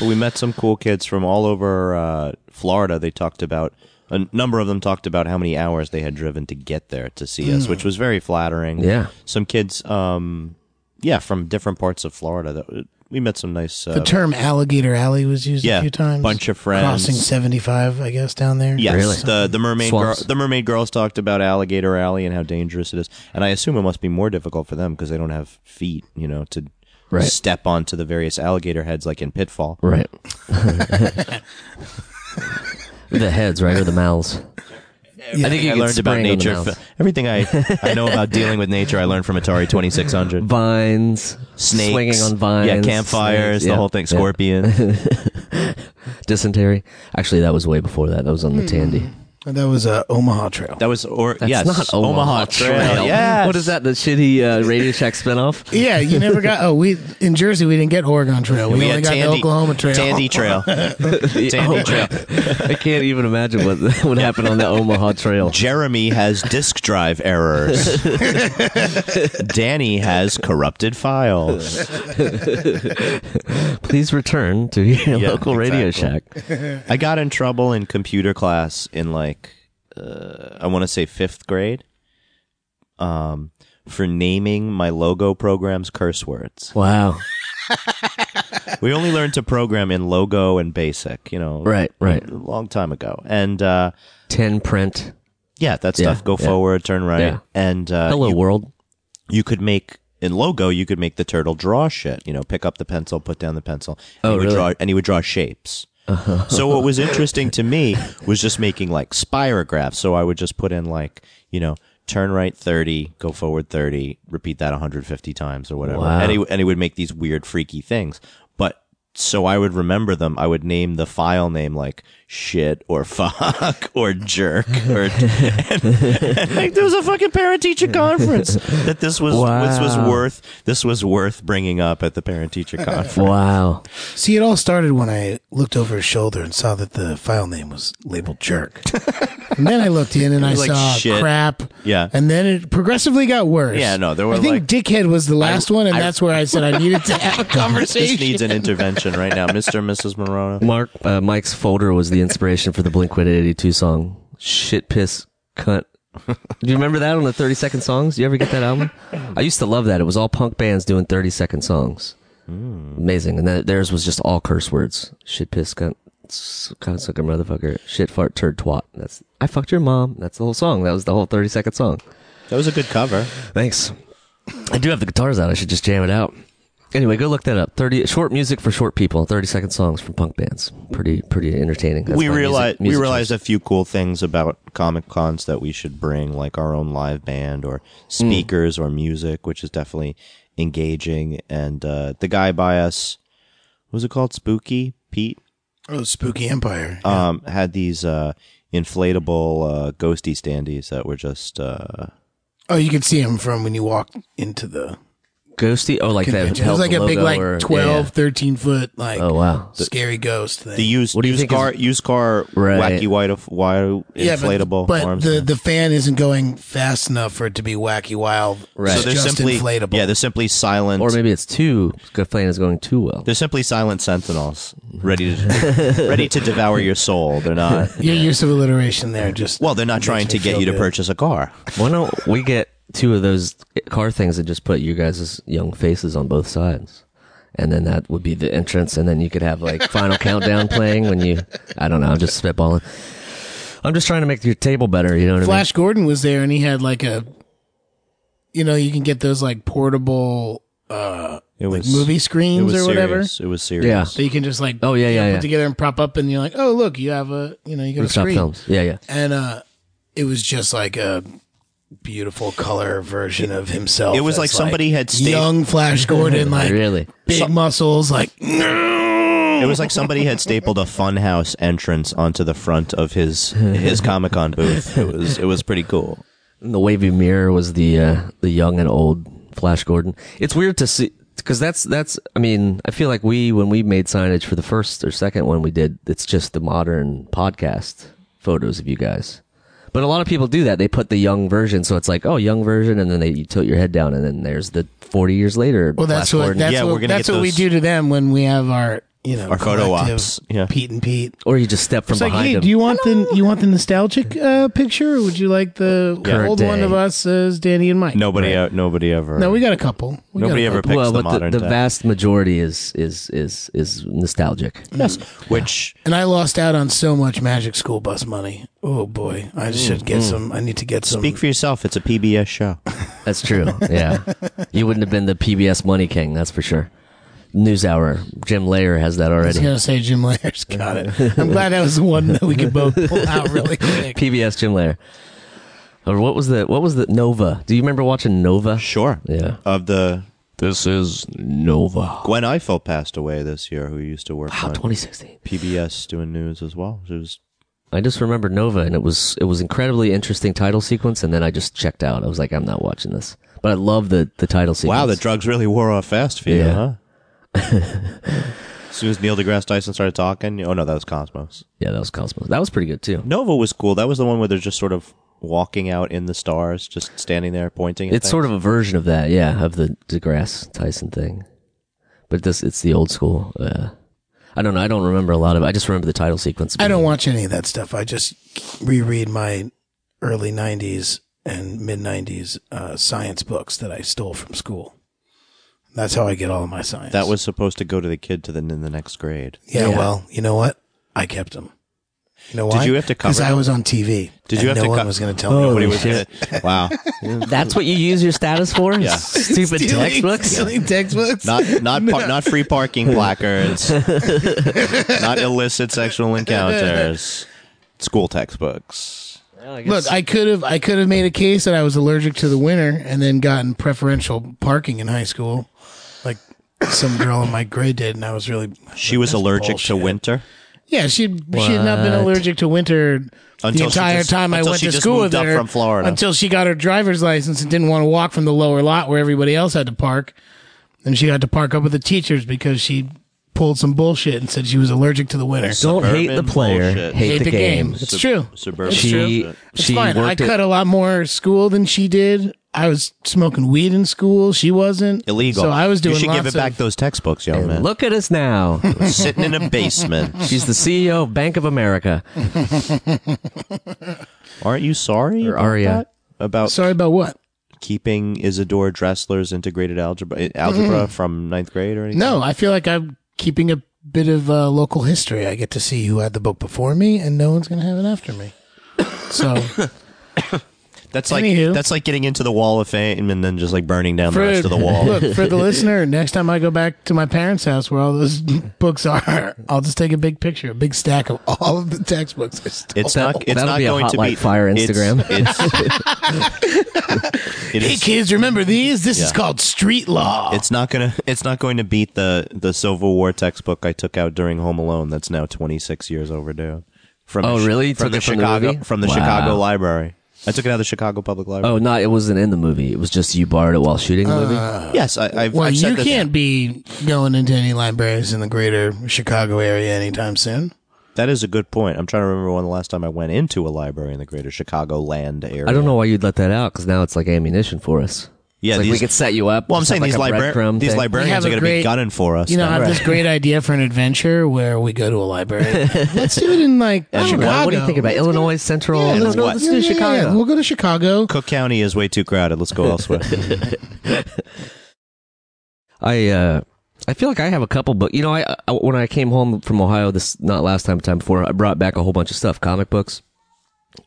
Speaker 3: we met some cool kids from all over uh, Florida. They talked about a number of them talked about how many hours they had driven to get there to see us, which was very flattering.
Speaker 4: Mm. Yeah.
Speaker 3: some kids, um, yeah, from different parts of Florida. That uh, we met some nice. Uh,
Speaker 5: The term alligator alley was used
Speaker 3: yeah,
Speaker 5: a few times.
Speaker 3: bunch of friends.
Speaker 5: crossing seventy five, I guess, down there.
Speaker 3: Yes,
Speaker 4: Really?
Speaker 3: the the mermaid girl,
Speaker 4: Swamps.
Speaker 3: the mermaid girls talked about alligator alley and how dangerous it is, and I assume it must be more difficult for them because they don't have feet, you know, to
Speaker 4: Right.
Speaker 3: step onto the various alligator heads like in Pitfall.
Speaker 4: Right. the heads, right, or the mouths. I think you
Speaker 3: I
Speaker 4: can
Speaker 3: learned about
Speaker 4: spring on the
Speaker 3: nature.
Speaker 4: mouth.
Speaker 3: f- Everything I, I know about dealing with nature, I learned from Atari 2600.
Speaker 4: Vines,
Speaker 3: Snakes.
Speaker 4: swinging on vines,
Speaker 3: Yeah, campfires,
Speaker 4: snakes,
Speaker 3: the
Speaker 4: yeah,
Speaker 3: whole thing.
Speaker 4: yeah.
Speaker 3: Scorpion.
Speaker 5: Hmm.
Speaker 4: dysentery. Actually, that was way before that. That was on the Tandy.
Speaker 5: That was uh, Omaha Trail.
Speaker 3: That was or
Speaker 4: That's
Speaker 3: yes,
Speaker 4: not Omaha, Trail.
Speaker 3: Yes.
Speaker 4: What is that? The shitty uh, Radio Shack spinoff?
Speaker 5: yeah, you never got. Oh, we in Jersey we didn't get Oregon Trail. We,
Speaker 3: We
Speaker 5: only
Speaker 3: had
Speaker 5: got
Speaker 3: Tandy,
Speaker 5: the Oklahoma Trail.
Speaker 3: Tandy Trail, Tandy
Speaker 4: Oh,
Speaker 3: Trail.
Speaker 4: I can't even imagine what would happen on the Omaha Trail.
Speaker 3: Jeremy has disk drive errors. Danny has corrupted files.
Speaker 4: Please return to your
Speaker 3: Yeah,
Speaker 4: local Radio Shack.
Speaker 3: exactly. I got in trouble in computer class in like uh, I want to say fifth grade, um, for naming my logo program's curse words.
Speaker 4: Wow.
Speaker 3: we only learned to program in Logo and Basic, you know,
Speaker 4: Right, right.
Speaker 3: a long time ago, and uh,
Speaker 4: Ten print.
Speaker 3: yeah, that
Speaker 4: Yeah,
Speaker 3: stuff. go
Speaker 4: yeah.
Speaker 3: forward, turn right,
Speaker 4: Yeah.
Speaker 3: and uh,
Speaker 4: Hello,
Speaker 3: you,
Speaker 4: world.
Speaker 3: you could make. In logo, you could make the turtle draw shit. You know, pick up the pencil, put down the pencil, and,
Speaker 4: Oh,
Speaker 3: he, would
Speaker 4: really?
Speaker 3: draw, and he would draw shapes. so what was interesting to me was just making like spirographs. So I would just put in like, you know, turn right 30, go forward 30, repeat that 150 times or whatever.
Speaker 4: Wow.
Speaker 3: And, he, and he would make these weird freaky things. But so I would remember them. I would name the file name like shit or fuck or jerk or and, and, like there was a fucking parent teacher conference that this was this was
Speaker 4: Wow.
Speaker 3: worth this was worth bringing up at the parent teacher conference.
Speaker 4: Wow.
Speaker 5: See, it all started when I looked over his shoulder and saw that the file name was labeled jerk. and then I looked in and I
Speaker 3: was like,
Speaker 5: saw
Speaker 3: shit.
Speaker 5: crap.
Speaker 3: Yeah.
Speaker 5: And then it progressively got worse.
Speaker 3: Yeah, no, there were
Speaker 5: I think
Speaker 3: like-
Speaker 5: dickhead was the last one, and
Speaker 3: I-
Speaker 5: that's where I said I needed to have a conversation.
Speaker 3: This needs an intervention right now, Mr. and Mrs. Morona.
Speaker 4: Mark uh, Mike's folder was the inspiration for the Blink 182 song "Shit Piss Cunt." Do you remember that on the 30 second songs? Do you ever get that album? I used to love that. It was all punk bands doing 30 second songs. Amazing. And that, theirs was just all curse words: shit, piss, cunt, s- cunt, sucker, motherfucker, shit, fart, turd, twat. That's I fucked your mom. That's the whole song. That was the whole 30 second song.
Speaker 3: That was a good cover.
Speaker 4: Thanks. I do have the guitars out. I should just jam it out. Anyway, go look that up. Thirty short music for short people. Thirty second songs from punk bands. Pretty pretty entertaining. That's
Speaker 3: we
Speaker 4: my music-
Speaker 3: realized
Speaker 4: music
Speaker 3: we
Speaker 4: choice.
Speaker 3: realized a few cool things about comic cons that we should bring, like our own live band or speakers or music, which is definitely engaging. And uh, the guy by us, what was it called? Spooky Pete
Speaker 5: oh, spooky empire.
Speaker 3: um, had these uh, inflatable uh, ghosty standees that were just uh,
Speaker 5: oh, you could see him from when you walked into the
Speaker 4: ghosty. Oh, like that.
Speaker 5: convention. It was like a big,
Speaker 4: logo
Speaker 5: like
Speaker 4: or-
Speaker 5: 12, 13 foot, like
Speaker 4: yeah. Oh wow.
Speaker 5: scary ghost thing.
Speaker 3: the used
Speaker 4: What do you
Speaker 3: used
Speaker 4: think is-
Speaker 3: car used car
Speaker 4: Right.
Speaker 3: wacky white of- wild
Speaker 5: Yeah, but-
Speaker 3: inflatable
Speaker 5: but,
Speaker 3: arms.
Speaker 5: the, the fan isn't going fast enough for it to be wacky wild.
Speaker 4: Right.
Speaker 5: It's
Speaker 3: so they're
Speaker 5: just
Speaker 3: simply
Speaker 5: inflatable.
Speaker 3: yeah they're simply silent
Speaker 4: Or maybe it's too. Plane is going too well.
Speaker 3: They're simply silent sentinels, ready to ready to devour your soul. They're not.
Speaker 5: Your use of alliteration there just
Speaker 3: Well, they're not trying
Speaker 5: me
Speaker 3: to get
Speaker 5: feel
Speaker 3: you to
Speaker 5: good.
Speaker 3: purchase a car.
Speaker 4: Why don't we get two of those car things and just put you guys' young faces on both sides? And then that would be the entrance, and then you could have like final countdown playing when you. I don't know. I'm just spitballing. I'm just trying to make your table better. You know what
Speaker 5: Flash Gordon was there and he had like a you know, you can get those like portable uh
Speaker 3: It was
Speaker 5: movie
Speaker 3: It
Speaker 5: screens
Speaker 3: was
Speaker 5: or whatever.
Speaker 3: serious.
Speaker 5: So
Speaker 3: It was serious.
Speaker 5: you can just like
Speaker 4: Oh, yeah,
Speaker 5: you know,
Speaker 4: yeah,
Speaker 5: put
Speaker 4: yeah.
Speaker 5: together and prop up and you're like, Oh look, you have a you know, you
Speaker 4: I mean?
Speaker 5: got a
Speaker 4: Stop
Speaker 5: screen.
Speaker 4: films. Yeah, yeah.
Speaker 5: And uh it was just like a beautiful color version of himself.
Speaker 3: It was
Speaker 5: as,
Speaker 3: like somebody had sta-
Speaker 5: young Flash Gordon, like
Speaker 4: Really?
Speaker 5: big muscles, like
Speaker 3: It was like somebody had stapled a funhouse entrance onto the front of his his Comic Con booth. It was it was pretty cool.
Speaker 4: And the wavy mirror was the uh, the young and old Flash Gordon. It's weird to see because that's that's. I mean, I feel like we when we made signage for the first or second one we did, it's just the modern podcast photos of you guys. But a lot of people do that. They put the young version, so it's like, oh, young version, and then they you tilt your head down, and then there's the forty years later.
Speaker 5: Well, that's
Speaker 4: Flash
Speaker 5: what
Speaker 4: Gordon.
Speaker 5: that's
Speaker 3: Yeah,
Speaker 5: what,
Speaker 3: we're gonna
Speaker 5: that's
Speaker 3: get
Speaker 5: what we
Speaker 3: those-
Speaker 5: do to them when we have our you know
Speaker 3: Our photo
Speaker 5: collective
Speaker 3: ops. Yeah.
Speaker 5: Pete and Pete.
Speaker 4: or you just step from
Speaker 5: It's like,
Speaker 4: behind
Speaker 5: hey,
Speaker 4: them.
Speaker 5: do you want the you want the nostalgic uh, picture, or would you like the
Speaker 4: Current
Speaker 5: old one
Speaker 4: day.
Speaker 5: of us as Danny and Mike?
Speaker 3: Nobody e- nobody ever.
Speaker 5: No, we got a couple. We got
Speaker 3: nobody
Speaker 5: a
Speaker 3: ever
Speaker 5: couple.
Speaker 3: picks
Speaker 4: well,
Speaker 3: the
Speaker 4: but
Speaker 3: modern.
Speaker 4: the,
Speaker 3: tech.
Speaker 4: vast majority is is is is nostalgic.
Speaker 3: yes, which
Speaker 5: And I lost out on so much Magic School Bus money. Oh boy, I should get some. I need to get some.
Speaker 3: Mm-hmm. speak for yourself. It's a PBS show.
Speaker 4: That's true. Yeah. you wouldn't have been the PBS money king, that's for sure. Newshour, Jim Layer has that
Speaker 5: I was
Speaker 4: already.
Speaker 5: gonna say Jim Lair's got it. I'm glad that was the one that we could both pull out really quick.
Speaker 4: PBS Jim Layer. Or what was the what was the Nova? Do you remember watching Nova?
Speaker 3: Sure.
Speaker 4: Yeah.
Speaker 3: Of the
Speaker 4: This is Nova.
Speaker 3: Gwen
Speaker 5: Ah,
Speaker 3: Eiffel passed away this year, who used to work
Speaker 4: Wow,
Speaker 3: on
Speaker 4: 2016.
Speaker 3: PBS doing news as well. She was
Speaker 4: I just remember Nova, and it was it was incredibly interesting title sequence, and then I just checked out. I was like, I'm not watching this. But I love the the title sequence.
Speaker 3: Wow, the drugs really wore off fast for you,
Speaker 4: Yeah.
Speaker 3: huh? as soon as Neil deGrasse Tyson started talking, oh no, that was Cosmos.
Speaker 4: yeah, that was Cosmos. That was pretty good too.
Speaker 3: Nova was cool. That was the one where they're just sort of walking out in the stars, just standing there pointing. At
Speaker 4: It's sort of a version of that, yeah, of the DeGrasse Tyson thing. But this it's the old school. Uh, I don't know. I don't remember a lot of. it. I just remember the title sequence.
Speaker 5: I don't watch any of that stuff. I just reread my early 90s and mid 90s uh, science books that I stole from school. That's how I get all of my science.
Speaker 3: that was supposed to go to the kid to the in the next grade.
Speaker 5: yeah,
Speaker 4: Yeah.
Speaker 5: Well, you know what? I kept them. You know
Speaker 3: Did
Speaker 5: why?
Speaker 3: you have to cover
Speaker 5: Because I
Speaker 3: them?
Speaker 5: was on TV.
Speaker 3: Did
Speaker 5: and
Speaker 3: you have
Speaker 5: no
Speaker 3: to
Speaker 5: one
Speaker 3: co-
Speaker 5: was going to tell
Speaker 3: Nobody
Speaker 5: me.
Speaker 3: was gonna- wow,
Speaker 4: That's what you use your status for?
Speaker 3: Yeah.
Speaker 4: Stupid textbooks.
Speaker 5: Stealing textbooks.
Speaker 3: not not par- not free parking placards, not illicit sexual encounters, school textbooks.
Speaker 5: Look, I could have I could have made a case that I was allergic to the winter and then gotten preferential parking in high school, like some girl in my grade did, and I was really
Speaker 3: She was
Speaker 5: That's
Speaker 3: allergic to
Speaker 5: bullshit.
Speaker 3: winter
Speaker 5: Yeah, she she had not been
Speaker 4: What?
Speaker 5: allergic to winter the
Speaker 3: Until she
Speaker 5: entire
Speaker 3: just-
Speaker 5: time I
Speaker 3: until
Speaker 5: went
Speaker 3: she
Speaker 5: to
Speaker 3: just
Speaker 5: school
Speaker 3: moved
Speaker 5: with
Speaker 3: up
Speaker 5: her
Speaker 3: from Florida.
Speaker 5: until she got her driver's license and didn't want to walk from the lower lot where everybody else had to park, and she had to park up with the teachers because she pulled some bullshit and said she was allergic to the winter.
Speaker 4: don't hate the
Speaker 3: Suburban
Speaker 4: player,
Speaker 3: bullshit.
Speaker 4: hate, the, game.
Speaker 5: It's true.
Speaker 3: suburban.
Speaker 5: It's true.
Speaker 4: She
Speaker 5: It's
Speaker 4: she
Speaker 5: fine. I
Speaker 4: worked
Speaker 5: cut
Speaker 4: at,
Speaker 5: a lot more school than she did. I was smoking weed in school. She wasn't
Speaker 3: Illegal.
Speaker 5: So I was doing.
Speaker 3: You should
Speaker 5: lots
Speaker 3: give it
Speaker 5: of-
Speaker 3: back those textbooks, young man.
Speaker 4: Look at us now.
Speaker 3: sitting in a basement.
Speaker 4: She's the CEO of Bank of America.
Speaker 3: Aren't you sorry?
Speaker 4: Or
Speaker 3: about
Speaker 4: Aria.
Speaker 3: that? About
Speaker 5: Sorry about what?
Speaker 3: keeping Isidore Dressler's integrated algebra eh, algebra from ninth grade or anything?
Speaker 5: No, I feel like I'm keeping a bit of uh, local history. I get to see who had the book before me, and no one's going to have it after me. So,
Speaker 3: That's like
Speaker 5: Anywho.
Speaker 3: that's like getting into the Wall of Fame and then just like burning down the rest
Speaker 5: for,
Speaker 3: of the wall.
Speaker 5: look for the listener. Next time I go back to my parents' house where all those books are, I'll just take a big picture, a big stack of all of the textbooks. I stole.
Speaker 3: It's not. It's
Speaker 4: That'll
Speaker 3: not
Speaker 4: be a
Speaker 3: going
Speaker 4: Hot
Speaker 3: to be
Speaker 4: Light Fire
Speaker 3: it's-
Speaker 4: Instagram.
Speaker 3: It's, it
Speaker 5: Hey
Speaker 3: is-
Speaker 5: kids, remember these? This is
Speaker 3: Yeah.
Speaker 5: called street law.
Speaker 3: It's not gonna. It's not going to beat the the Civil War textbook I took out during Home Alone. That's now twenty six years overdue. From
Speaker 4: Oh,
Speaker 3: the Chi-
Speaker 4: really? You took
Speaker 3: From the
Speaker 4: it from the
Speaker 3: Chicago
Speaker 4: movie?
Speaker 3: from the
Speaker 4: Wow.
Speaker 3: Chicago Library. I took it out of the Chicago Public Library.
Speaker 4: Oh, no, it wasn't in the movie. It was just you borrowed it while shooting the movie.
Speaker 3: yes, I, I've,
Speaker 5: well,
Speaker 3: I've said
Speaker 5: you
Speaker 3: this-
Speaker 5: can't be going into any libraries in the greater Chicago area anytime soon.
Speaker 3: That is a good point. I'm trying to remember when the last time I went into a library in the greater Chicago land area.
Speaker 4: I don't know why you'd let that out because now it's like ammunition for us.
Speaker 3: Yeah,
Speaker 4: It's like we
Speaker 3: these-
Speaker 4: could set you up.
Speaker 3: Well, I'm
Speaker 4: just have
Speaker 3: saying
Speaker 4: like
Speaker 3: these,
Speaker 4: a
Speaker 3: libra-
Speaker 4: breadcrumb
Speaker 3: these
Speaker 4: thing.
Speaker 5: We
Speaker 3: librarians
Speaker 5: have
Speaker 3: are
Speaker 5: a
Speaker 3: going to be
Speaker 5: great-
Speaker 3: gunning for us.
Speaker 5: You know, I
Speaker 3: now.
Speaker 5: have this great idea for an adventure where we go to a library. Let's do it in like
Speaker 3: And
Speaker 5: Chicago.
Speaker 3: Chicago.
Speaker 4: What do you think about Illinois Central?
Speaker 5: Yeah,
Speaker 4: Illinois-
Speaker 5: let's go,
Speaker 3: what?
Speaker 5: let's do Chicago. We'll go to Chicago.
Speaker 3: Cook County is way too crowded. Let's go elsewhere.
Speaker 4: I uh, I feel like I have a couple, but you know, I, I when I came home from Ohio this not last time, time before, I brought back a whole bunch of stuff, comic books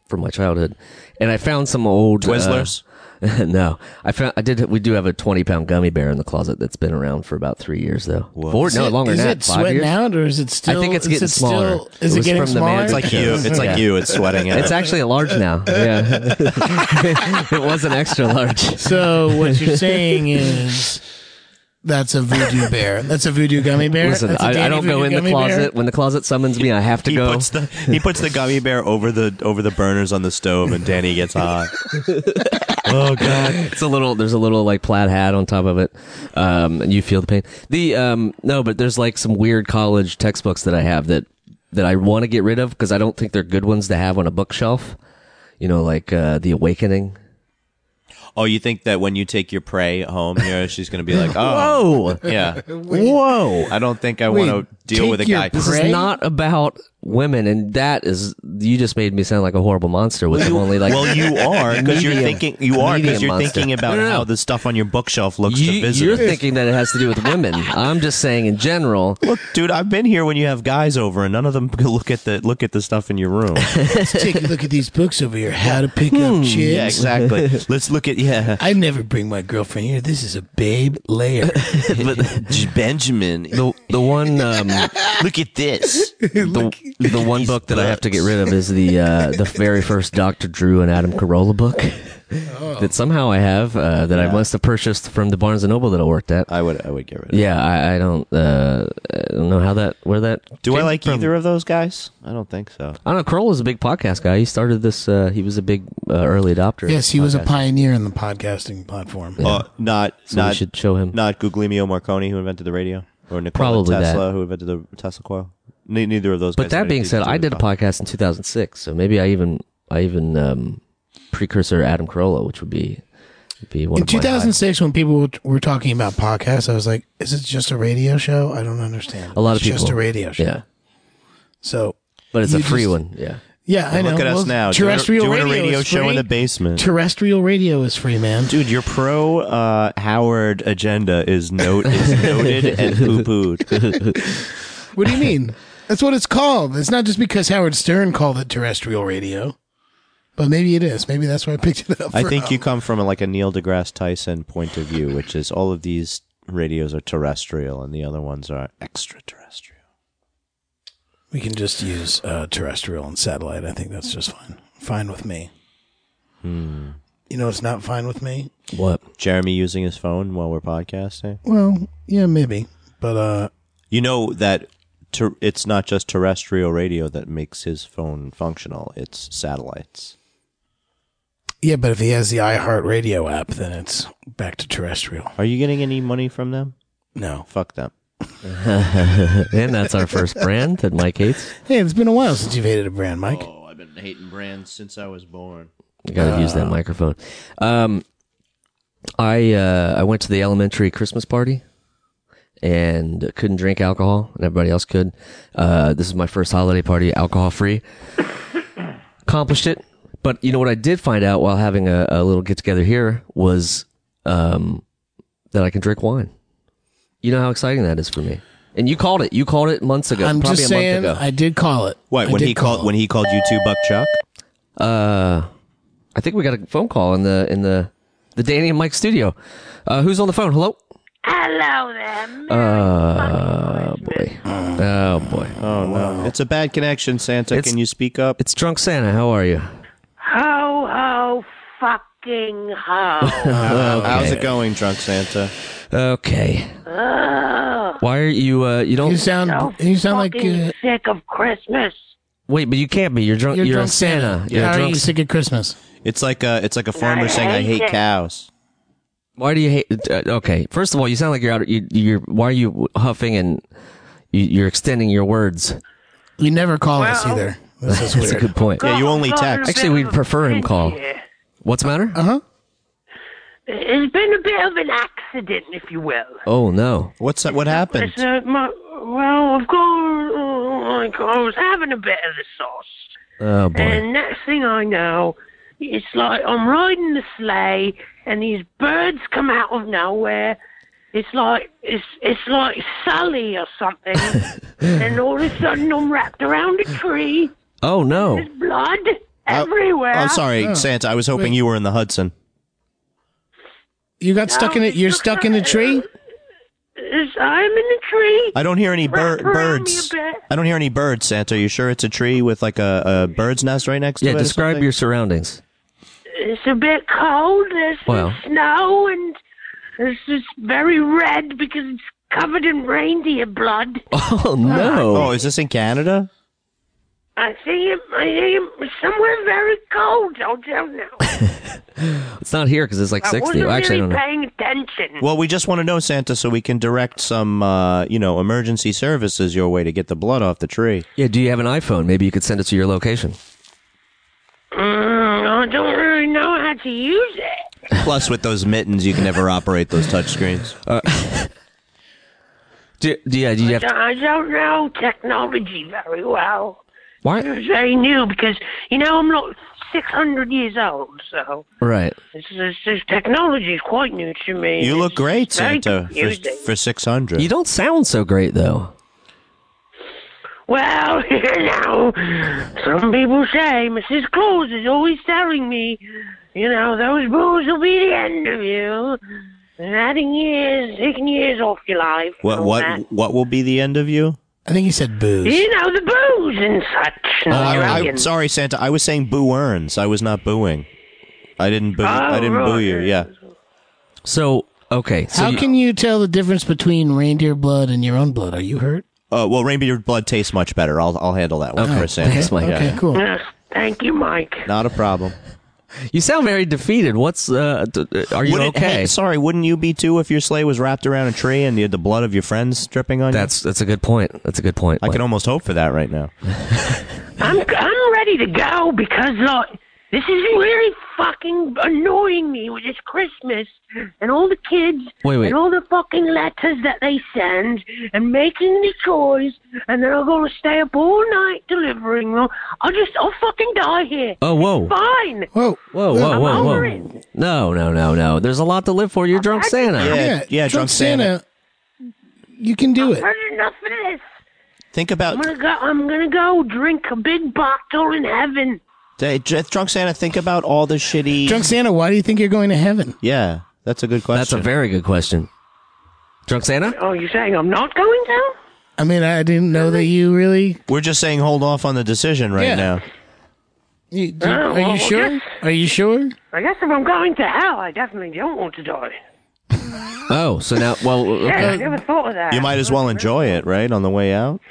Speaker 4: from my childhood, and I found some old uh,
Speaker 3: Twizzlers.
Speaker 4: no, I found I did. We do have a twenty pound gummy bear in the closet that's been around for about three years though. Four,
Speaker 5: Is
Speaker 4: no
Speaker 5: it-
Speaker 4: longer
Speaker 5: Is
Speaker 4: than
Speaker 5: it
Speaker 4: that. Five
Speaker 5: sweating
Speaker 4: years.
Speaker 5: out, or is it still?
Speaker 4: I think it's
Speaker 5: is
Speaker 4: getting
Speaker 5: it
Speaker 4: smaller.
Speaker 5: Still, is
Speaker 4: It
Speaker 5: it,
Speaker 4: was
Speaker 5: getting
Speaker 4: from the
Speaker 5: smaller?
Speaker 4: man-
Speaker 3: It's like you. It's like
Speaker 4: Yeah.
Speaker 3: you. It's sweating out.
Speaker 4: It's actually a large now. Yeah, it was an extra large.
Speaker 5: so what you're saying is that's a voodoo bear. That's a voodoo gummy bear.
Speaker 4: Listen,
Speaker 5: That's a
Speaker 4: I, I
Speaker 5: Danny
Speaker 4: don't go
Speaker 5: voodoo
Speaker 4: in the
Speaker 5: gummy
Speaker 4: closet
Speaker 5: bear?
Speaker 4: when the closet summons me. I have to
Speaker 3: he
Speaker 4: go.
Speaker 3: puts the he puts the gummy bear over the over the burners on the stove, and Danny gets hot. oh God!
Speaker 4: it's a little. There's a little like plaid hat on top of it, um, and you feel the pain. The um, no, but there's like some weird college textbooks that I have that that I want to get rid of because I don't think they're good ones to have on a bookshelf. You know, like uh, the Awakening.
Speaker 3: Oh, you think that when you take your prey home here, she's gonna be like, oh,
Speaker 4: Oh,
Speaker 3: yeah,
Speaker 4: whoa!
Speaker 3: I don't think I want to deal
Speaker 5: take
Speaker 3: with a
Speaker 5: your
Speaker 3: guy.
Speaker 5: prey-
Speaker 4: This is
Speaker 5: Pray?
Speaker 4: not about women, and that is you just made me sound like a horrible monster with only like
Speaker 3: Well, you are because you're
Speaker 4: Medium-
Speaker 3: thinking you are
Speaker 4: medium
Speaker 3: because you're
Speaker 4: monster.
Speaker 3: thinking about
Speaker 4: No, no, no.
Speaker 3: how the stuff on your bookshelf looks to
Speaker 4: you,
Speaker 3: visitors.
Speaker 4: you're thinking that it has to do with women. I'm just saying in general.
Speaker 3: Look, dude, I've been here when you have guys over, and none of them could look at the look at the stuff in your room.
Speaker 5: Take a look at these books over here. How to pick
Speaker 4: Hmm,
Speaker 5: up chicks.
Speaker 3: yeah, exactly. Let's look at yeah,
Speaker 5: I never bring my girlfriend here. This is a babe layer.
Speaker 3: Benjamin.
Speaker 4: The, the one um,
Speaker 3: Look at this.
Speaker 4: the, the one book that I have to get rid of is the uh, the very first Dr. Drew and Adam Carolla book.
Speaker 5: Oh.
Speaker 4: that somehow I have uh, that I must have purchased from the Barnes and Noble that I worked at.
Speaker 3: I would I would get rid of. it.
Speaker 4: yeah, I, I don't uh, I don't know how that where that.
Speaker 3: Do I
Speaker 4: came
Speaker 3: like
Speaker 4: from.
Speaker 3: either of those guys? I don't think so.
Speaker 4: I don't know. Kroll was a big podcast guy. He started this. Uh, he was a big uh, early adopter.
Speaker 5: Yes, he was a pioneer in the podcasting platform.
Speaker 3: Uh, not
Speaker 4: So we
Speaker 3: not
Speaker 4: should show him.
Speaker 3: not Guglielmo Marconi who invented the radio or Nikola
Speaker 4: Probably that.
Speaker 3: Tesla who invented the Tesla coil. Ne- neither of those.
Speaker 4: But
Speaker 3: guys
Speaker 4: that
Speaker 3: had
Speaker 4: being
Speaker 3: anything
Speaker 4: said,
Speaker 3: to do
Speaker 4: I
Speaker 3: with
Speaker 4: did a
Speaker 3: coffee.
Speaker 4: podcast in 2006, so maybe I even I even um, precursor Adam Carolla, which would be would be one
Speaker 5: In
Speaker 4: of my
Speaker 5: 2006, when people were- were talking about podcasts, I was like, "Is it just a radio show? I don't understand."
Speaker 4: high- a lot
Speaker 5: it's
Speaker 4: of people
Speaker 5: just a radio show.
Speaker 4: Yeah,
Speaker 5: So
Speaker 4: but it's
Speaker 5: You
Speaker 4: a free
Speaker 5: just-
Speaker 4: one. Yeah,
Speaker 5: yeah, I know.
Speaker 3: Look at
Speaker 5: Well,
Speaker 3: us now. doing a-
Speaker 5: Terrestrial
Speaker 3: doing a
Speaker 5: radio,
Speaker 3: radio
Speaker 5: is
Speaker 3: show
Speaker 5: free.
Speaker 3: in the basement.
Speaker 5: Terrestrial radio is free, man.
Speaker 3: Dude, your pro uh, Howard agenda is note is noted and poo pooed.
Speaker 5: What do you mean? That's what it's called. It's not just because Howard Stern called it terrestrial radio, but maybe it is. Maybe that's why I picked it up.
Speaker 3: I
Speaker 5: for-
Speaker 3: think you come from like a Neil deGrasse Tyson point of view, which is all of these radios are terrestrial and the other ones are extraterrestrial.
Speaker 5: we can just use uh, terrestrial and satellite. I think that's just fine. Fine with me.
Speaker 4: Hmm.
Speaker 5: You know, it's not fine with me.
Speaker 4: what?
Speaker 3: Jeremy using his phone while we're podcasting.
Speaker 5: Well, yeah, maybe, but uh,
Speaker 3: You know that ter- it's not just terrestrial radio that makes his phone functional; it's satellites.
Speaker 5: yeah, but if he has the iHeartRadio app, then it's back to terrestrial.
Speaker 3: Are you getting any money from them?
Speaker 5: No.
Speaker 3: Fuck them.
Speaker 4: And that's our first brand that Mike hates.
Speaker 5: Hey, it's been a while since you've hated a brand, Mike.
Speaker 3: Oh, I've been hating brands since I was born.
Speaker 4: You got to use that microphone. Um, I uh, I went to the elementary Christmas party and couldn't drink alcohol, and everybody else could. Uh, this is my first holiday party, alcohol free. Accomplished it, but you know what I did find out while having a, a little get together here was um, that I can drink wine. You know how exciting that is for me. And you called it. You called it months ago.
Speaker 5: I'm
Speaker 4: probably
Speaker 5: just
Speaker 4: a month
Speaker 5: saying,
Speaker 4: ago.
Speaker 5: I did call it.
Speaker 3: What
Speaker 5: I
Speaker 3: when
Speaker 5: did
Speaker 3: he called
Speaker 5: call it.
Speaker 3: when he called you two Buck Chuck?
Speaker 4: Uh, I think we got a phone call in the in the the Danny and Mike studio. Uh, who's on the phone? Hello.
Speaker 2: Hello there, Merry
Speaker 4: Oh boy. Oh boy.
Speaker 5: Uh.
Speaker 3: Oh no, it's a bad connection, Santa.
Speaker 4: It's-
Speaker 3: Can you speak up?
Speaker 4: It's drunk Santa. How are you?
Speaker 2: Ho ho fucking ho.
Speaker 3: How's it going, drunk Santa?
Speaker 4: Okay. Why are you? Uh, you
Speaker 5: You
Speaker 4: don't
Speaker 5: sound. you sound like
Speaker 2: fucking
Speaker 5: uh,
Speaker 2: sick of Christmas.
Speaker 4: wait, but you can't be. You're drunk.
Speaker 5: you're,
Speaker 4: You're,
Speaker 5: drunk
Speaker 4: a Santa. You're a
Speaker 5: How are
Speaker 4: drunk.
Speaker 5: you sick of Christmas?
Speaker 3: It's like a it's like a farmer saying, "I hate
Speaker 2: hate it."
Speaker 3: cows."
Speaker 4: Why do you hate? Uh, okay. First of all, you sound like you're out. You, you're. Why are you huffing and you, you're extending your words?
Speaker 5: You never call us
Speaker 2: Well-
Speaker 5: either. This is
Speaker 4: That's a
Speaker 5: weird.
Speaker 4: good point.
Speaker 3: Yeah, you only
Speaker 2: Got a
Speaker 3: text.
Speaker 2: bit
Speaker 4: Actually, we
Speaker 2: of a
Speaker 4: prefer him
Speaker 2: pinch
Speaker 4: call.
Speaker 2: here.
Speaker 4: What's the matter?
Speaker 5: Uh huh.
Speaker 2: It's been a bit of an accident, if you will.
Speaker 4: Oh no.
Speaker 3: What's what happened?
Speaker 2: It's, uh, my, well, of course, oh I was having a bit of the sauce.
Speaker 4: Oh boy.
Speaker 2: And next thing I know, it's like I'm riding the sleigh, and these birds come out of nowhere. It's like it's it's like Sally or something, and all of a sudden I'm wrapped around a tree.
Speaker 4: Oh no.
Speaker 2: Blood everywhere.
Speaker 3: I'm Oh, sorry, Santa. I was hoping you were in the Hudson.
Speaker 5: You got stuck in it.
Speaker 2: it
Speaker 5: You're
Speaker 2: looks
Speaker 5: stuck in a
Speaker 2: like-
Speaker 5: tree.
Speaker 2: It's- I'm in the tree.
Speaker 3: I don't hear any bir-
Speaker 2: Wrap around me
Speaker 3: birds.
Speaker 2: a bit.
Speaker 3: I don't hear any birds, Santa. Are you sure it's a tree with like a, a bird's nest right next
Speaker 4: Yeah.
Speaker 3: to it? or
Speaker 4: Describe
Speaker 3: something?
Speaker 4: your surroundings.
Speaker 2: It's a bit cold. There's some
Speaker 4: Well.
Speaker 2: snow, and it's just very red because it's covered in reindeer blood.
Speaker 4: Oh no.
Speaker 3: Oh, is this in Canada?
Speaker 2: I see him. I see him somewhere very cold. I don't know.
Speaker 4: It's not here because it's like
Speaker 2: I
Speaker 4: 60.
Speaker 2: wasn't
Speaker 4: Well, actually, I don't
Speaker 2: really
Speaker 4: know.
Speaker 2: paying attention.
Speaker 3: Well, we just want to know, Santa, so we can direct some, uh, you know, emergency services your way to get the blood off the tree.
Speaker 4: Yeah, do you have an iPhone? Maybe you could send it to your location.
Speaker 2: Mm, I don't really know how to use it.
Speaker 3: Plus, with those mittens, you can never operate those touch screens.
Speaker 4: Do, do, yeah, do you have
Speaker 2: I don't know technology very well.
Speaker 4: why?
Speaker 2: It's very new because you know I'm not 600 years old, so
Speaker 4: Right.
Speaker 2: this, this, this technology is quite new to me.
Speaker 3: You look
Speaker 2: It's
Speaker 3: great,
Speaker 2: very
Speaker 3: Santa, for,
Speaker 2: confusing.
Speaker 3: for six hundred.
Speaker 4: You don't sound so great though.
Speaker 2: Well, you know, some people say Mrs. Claus is always telling me, you know, those booze will be the end of you. And adding years, taking years off your life. and
Speaker 3: What
Speaker 2: all
Speaker 3: what
Speaker 2: that.
Speaker 3: what will be the end of you?
Speaker 5: I think he said booze.
Speaker 2: You know, the booze and such. and
Speaker 4: Oh,
Speaker 3: I, I,
Speaker 2: dragons.
Speaker 3: sorry, Santa. I was saying boo earns. I was not booing. I didn't boo. I didn't boo you.
Speaker 2: Oh, right.
Speaker 3: Yeah.
Speaker 4: So okay, so
Speaker 5: How
Speaker 4: you-
Speaker 5: can you tell the difference between reindeer blood and your own blood? Are you hurt?
Speaker 3: Uh, well, reindeer blood tastes much better. I'll I'll handle that one, Chris.
Speaker 4: thanks, Mike.
Speaker 3: Yeah.
Speaker 5: Okay, cool.
Speaker 2: Ugh, Thank you, Mike.
Speaker 3: Not a problem.
Speaker 4: you sound very defeated. What's uh, d- d- are you
Speaker 3: Wouldn't-
Speaker 4: okay?
Speaker 3: hey, sorry, wouldn't you be too if your sleigh was wrapped around a tree and you had the blood of your friends dripping on
Speaker 4: that's that's a good point. That's a good point.
Speaker 3: you? I
Speaker 4: Mike.
Speaker 3: can almost hope for that right now.
Speaker 2: I'm I'm ready to go because like this is really fucking annoying me with this Christmas and all the kids
Speaker 4: Wait, wait.
Speaker 2: and all the fucking letters that they send and making the chores and then I'm gonna stay up all night delivering them. I'll just I'll fucking die here.
Speaker 4: oh whoa.
Speaker 2: Fine.
Speaker 5: Whoa.
Speaker 4: Whoa, whoa,
Speaker 2: I'm
Speaker 4: whoa, whoa.
Speaker 2: over it.
Speaker 4: No, no, no, no. There's a lot to live for. You're drunk Santa.
Speaker 3: Yeah, yeah, drunk Santa.
Speaker 5: You can do it.
Speaker 2: I've had enough of this.
Speaker 3: Think about
Speaker 2: I'm gonna go I'm gonna go drink a big bottle in heaven.
Speaker 3: Hey, Dr- drunk Santa. Think about all the shitty.
Speaker 5: Drunk Santa, why do you think you're going to heaven?
Speaker 3: yeah, that's a good question.
Speaker 4: That's a very good question. Drunk Santa?
Speaker 2: Oh, you're saying I'm not going to?
Speaker 5: I mean, I didn't know that you really.
Speaker 3: We're just saying hold off on the decision right
Speaker 5: Yeah.
Speaker 3: now.
Speaker 5: You, do-
Speaker 2: Oh,
Speaker 5: are
Speaker 2: well,
Speaker 5: you sure?
Speaker 2: yes.
Speaker 5: Are you sure?
Speaker 2: I guess if I'm going to hell, I definitely don't want to die.
Speaker 4: Oh, so now, well,
Speaker 2: Yeah, I
Speaker 4: okay.
Speaker 2: never thought of that.
Speaker 3: You might as well enjoy it, right? On the way out.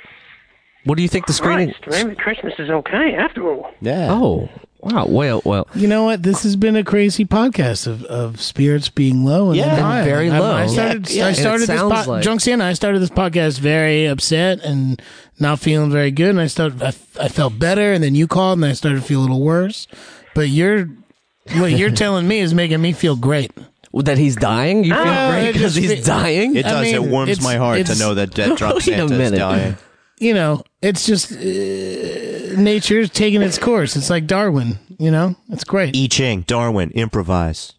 Speaker 4: What do you think the screening?
Speaker 2: Christ, maybe Christmas is okay after all.
Speaker 3: Yeah.
Speaker 4: Oh, wow. Well, well.
Speaker 5: You know what? This has been a crazy podcast of, of spirits being low and
Speaker 3: Yeah.
Speaker 5: then high.
Speaker 4: And very
Speaker 5: I-
Speaker 4: low.
Speaker 5: I started.
Speaker 3: Yeah, yeah.
Speaker 5: I
Speaker 3: And it
Speaker 5: started this
Speaker 4: sounds
Speaker 5: po-
Speaker 4: like-
Speaker 5: Drunk Santa. I started this podcast very upset and not feeling very good. And I started. I, f- I felt better, and then you called, and I started to feel a little worse. But you're. What you're telling me is making me feel great.
Speaker 4: That he's dying? You feel
Speaker 2: Oh,
Speaker 5: Ah,
Speaker 4: great
Speaker 5: it
Speaker 4: because
Speaker 5: just
Speaker 4: he's
Speaker 5: fe-
Speaker 4: dying?
Speaker 3: It
Speaker 5: I
Speaker 3: does. it
Speaker 5: mean,
Speaker 3: warms
Speaker 5: it's-
Speaker 3: my heart to
Speaker 5: it's-
Speaker 3: know that, that drunk
Speaker 4: Wait a
Speaker 3: Santa is
Speaker 4: minute.
Speaker 3: dying.
Speaker 5: You know, it's just uh, nature's taking its course. It's like Darwin. You know, it's great.
Speaker 3: I Ching, Darwin, improvise.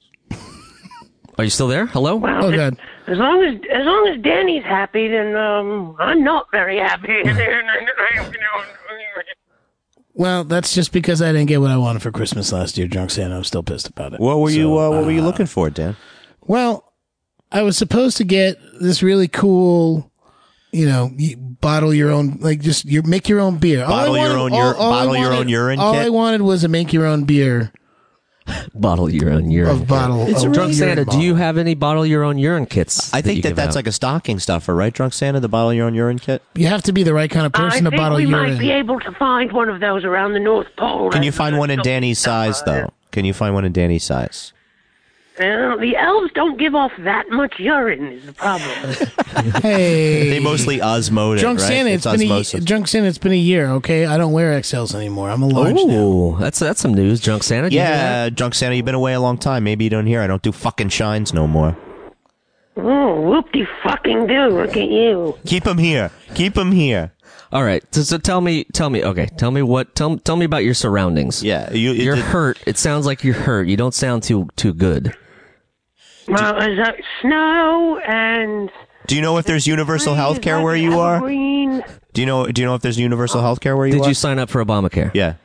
Speaker 4: Are you still there? Hello?
Speaker 2: Well,
Speaker 5: Oh
Speaker 2: as-
Speaker 5: God.
Speaker 2: As long as as long as Danny's happy, then um, I'm not very happy.
Speaker 5: Well, that's just because I didn't get what I wanted for Christmas last year, Drunk Santa. I'm still pissed about it.
Speaker 3: What were you? Uh, what were you looking for, Dan?
Speaker 5: Well, I was supposed to get this really cool, you know, you bottle your own, like just your make your own beer. All I
Speaker 3: Bottle your
Speaker 5: wanted-
Speaker 3: own
Speaker 5: all-
Speaker 3: ur-
Speaker 5: all I
Speaker 3: bottle your
Speaker 5: wanted-
Speaker 3: own urine
Speaker 5: All
Speaker 3: kit?
Speaker 5: I wanted was a make your own beer
Speaker 4: Bottle your own urine.
Speaker 5: of bottle. of
Speaker 4: Drunk
Speaker 5: urine
Speaker 4: Santa, do
Speaker 5: bottle.
Speaker 4: you have any bottle your own urine kits?
Speaker 3: I think
Speaker 4: you
Speaker 3: that
Speaker 4: give
Speaker 3: that's
Speaker 4: out?
Speaker 3: like a stocking stuffer, right? Drunk Santa, the bottle your own urine kit.
Speaker 5: You have to be the right kind of
Speaker 2: I
Speaker 5: person
Speaker 2: think
Speaker 5: to bottle
Speaker 2: we
Speaker 5: urine.
Speaker 2: might be able to find one of those around the North Pole.
Speaker 3: Can you find one in Danny's size though? Can you find one in Danny's size?
Speaker 2: Uh, the elves don't give off that much urine. Is the problem?
Speaker 5: hey,
Speaker 3: They mostly osmote it,
Speaker 5: Drunk
Speaker 3: right?
Speaker 5: Santa.
Speaker 3: it's
Speaker 5: it's been a,
Speaker 3: osmosis.
Speaker 5: Drunk Santa. It's been a year. Okay, I don't wear XLs anymore. I'm a large. now.
Speaker 4: Ooh, that's, that's some news, Drunk Santa. Do you hear that?
Speaker 3: yeah, drunk Santa, you've been away a long time. Maybe you don't hear. I don't do fucking shines no more.
Speaker 2: oh, whoop de fucking do! Look at you.
Speaker 3: Keep him here. Keep him here.
Speaker 4: All right. So, so tell me, tell me, okay, tell me what, tell, tell me about your surroundings.
Speaker 3: Yeah, you. it-
Speaker 4: You're
Speaker 3: it-
Speaker 4: hurt. It sounds like you're hurt. You don't sound too too good.
Speaker 2: Well, is that snow and
Speaker 3: do you know if there's universal health care where you are?
Speaker 2: Green.
Speaker 3: Do you know? Do you know if there's universal health care where you
Speaker 4: Did
Speaker 3: are?
Speaker 4: you sign up for Obamacare?
Speaker 3: yeah.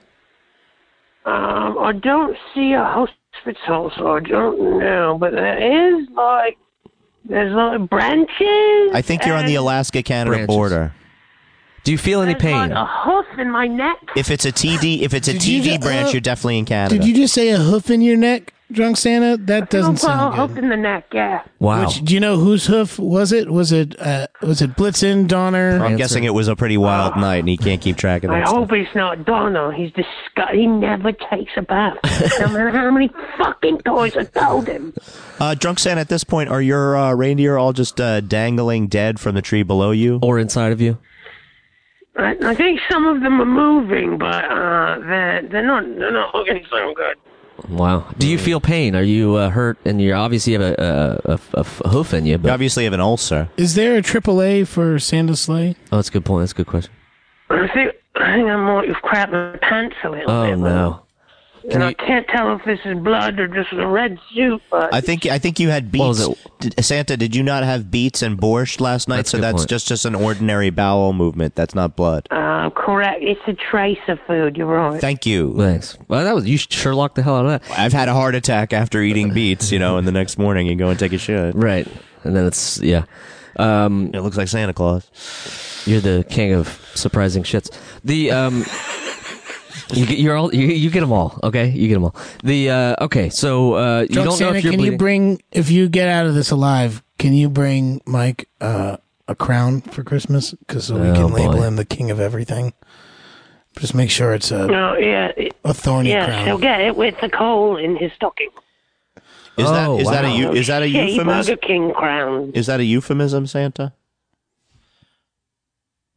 Speaker 2: Um, I don't see a hospital, so I don't know. But there is like there's like branches.
Speaker 3: I think you're on the Alaska Canada
Speaker 4: Branches.
Speaker 3: border.
Speaker 4: Do you feel any
Speaker 2: there's like
Speaker 4: pain?
Speaker 2: a hoof in my neck.
Speaker 3: If it's a TD, if it's a
Speaker 5: Did you
Speaker 3: TD
Speaker 5: ju-
Speaker 3: branch,
Speaker 5: uh,
Speaker 3: you're definitely in Canada.
Speaker 5: Did you just say a hoof in your neck, Drunk Santa? That
Speaker 2: Don't
Speaker 5: doesn't
Speaker 2: put a
Speaker 5: sound good.
Speaker 2: hoof in the neck. Yeah.
Speaker 4: Wow.
Speaker 5: Which, do you know whose hoof was it? Was it uh, was it Blitzen Donner?
Speaker 3: I'm guessing it was a pretty wild night, and he can't keep track of
Speaker 2: Uh, I
Speaker 3: that. stuff.
Speaker 2: hope he's not Donna. He's disgust. He never takes a bath. no matter how many fucking toys I told him.
Speaker 3: Uh, drunk Santa, at this point, are your uh, reindeer all just uh, dangling dead from the tree below you?
Speaker 4: or inside of you?
Speaker 2: I, I think some of them are moving, but uh, they're they're not they're not looking so good.
Speaker 4: Wow. Do you feel pain? Are you uh, hurt? And you obviously have a a, a, a hoof in you.
Speaker 3: You
Speaker 4: But
Speaker 3: obviously have an ulcer.
Speaker 5: Is there a AAA for Santa Sleigh?
Speaker 4: oh, that's a good point. That's a good question.
Speaker 2: I think I think I might have crapped my pants a little
Speaker 4: Oh
Speaker 2: bit.
Speaker 4: no.
Speaker 2: and I can't tell if this is blood or just a red soup. But
Speaker 3: I think I think you had beets.
Speaker 4: was it?
Speaker 3: Did- Santa, did you not have beets and borscht last night?
Speaker 4: That's a
Speaker 3: so
Speaker 4: good
Speaker 3: that's
Speaker 4: point.
Speaker 3: just just an ordinary bowel movement. That's not blood.
Speaker 2: uh, correct, it's a trace of food. You're right.
Speaker 3: Thank you.
Speaker 4: Thanks. Well, that was you Sherlock the hell out of that.
Speaker 3: I've had a heart attack after eating beets, you know, and the next morning you go and take a shit.
Speaker 4: Right. And then it's yeah. Um,
Speaker 3: It looks like Santa Claus.
Speaker 4: you're the king of surprising shits. The um, You get you're all you, you get them all. Okay, you get them all. The uh, okay, so uh, you
Speaker 5: Drunk
Speaker 4: don't know
Speaker 5: Santa,
Speaker 4: if you're
Speaker 5: can
Speaker 4: bleeding.
Speaker 5: you bring if you get out of this alive? Can you bring Mike uh, a crown for Christmas? Because so we
Speaker 4: Oh,
Speaker 5: can label
Speaker 4: boy.
Speaker 5: him the king of everything. Just make sure it's a,
Speaker 2: No, yeah, it-
Speaker 5: a thorny
Speaker 2: yeah. He'll
Speaker 5: crown.
Speaker 2: get it with the coal in his stocking.
Speaker 3: Is that
Speaker 4: Oh,
Speaker 3: is that a
Speaker 4: wow.
Speaker 3: eu- is that a
Speaker 2: Shitty Burger
Speaker 3: euphemism?
Speaker 2: King crown.
Speaker 3: Is that a euphemism, Santa?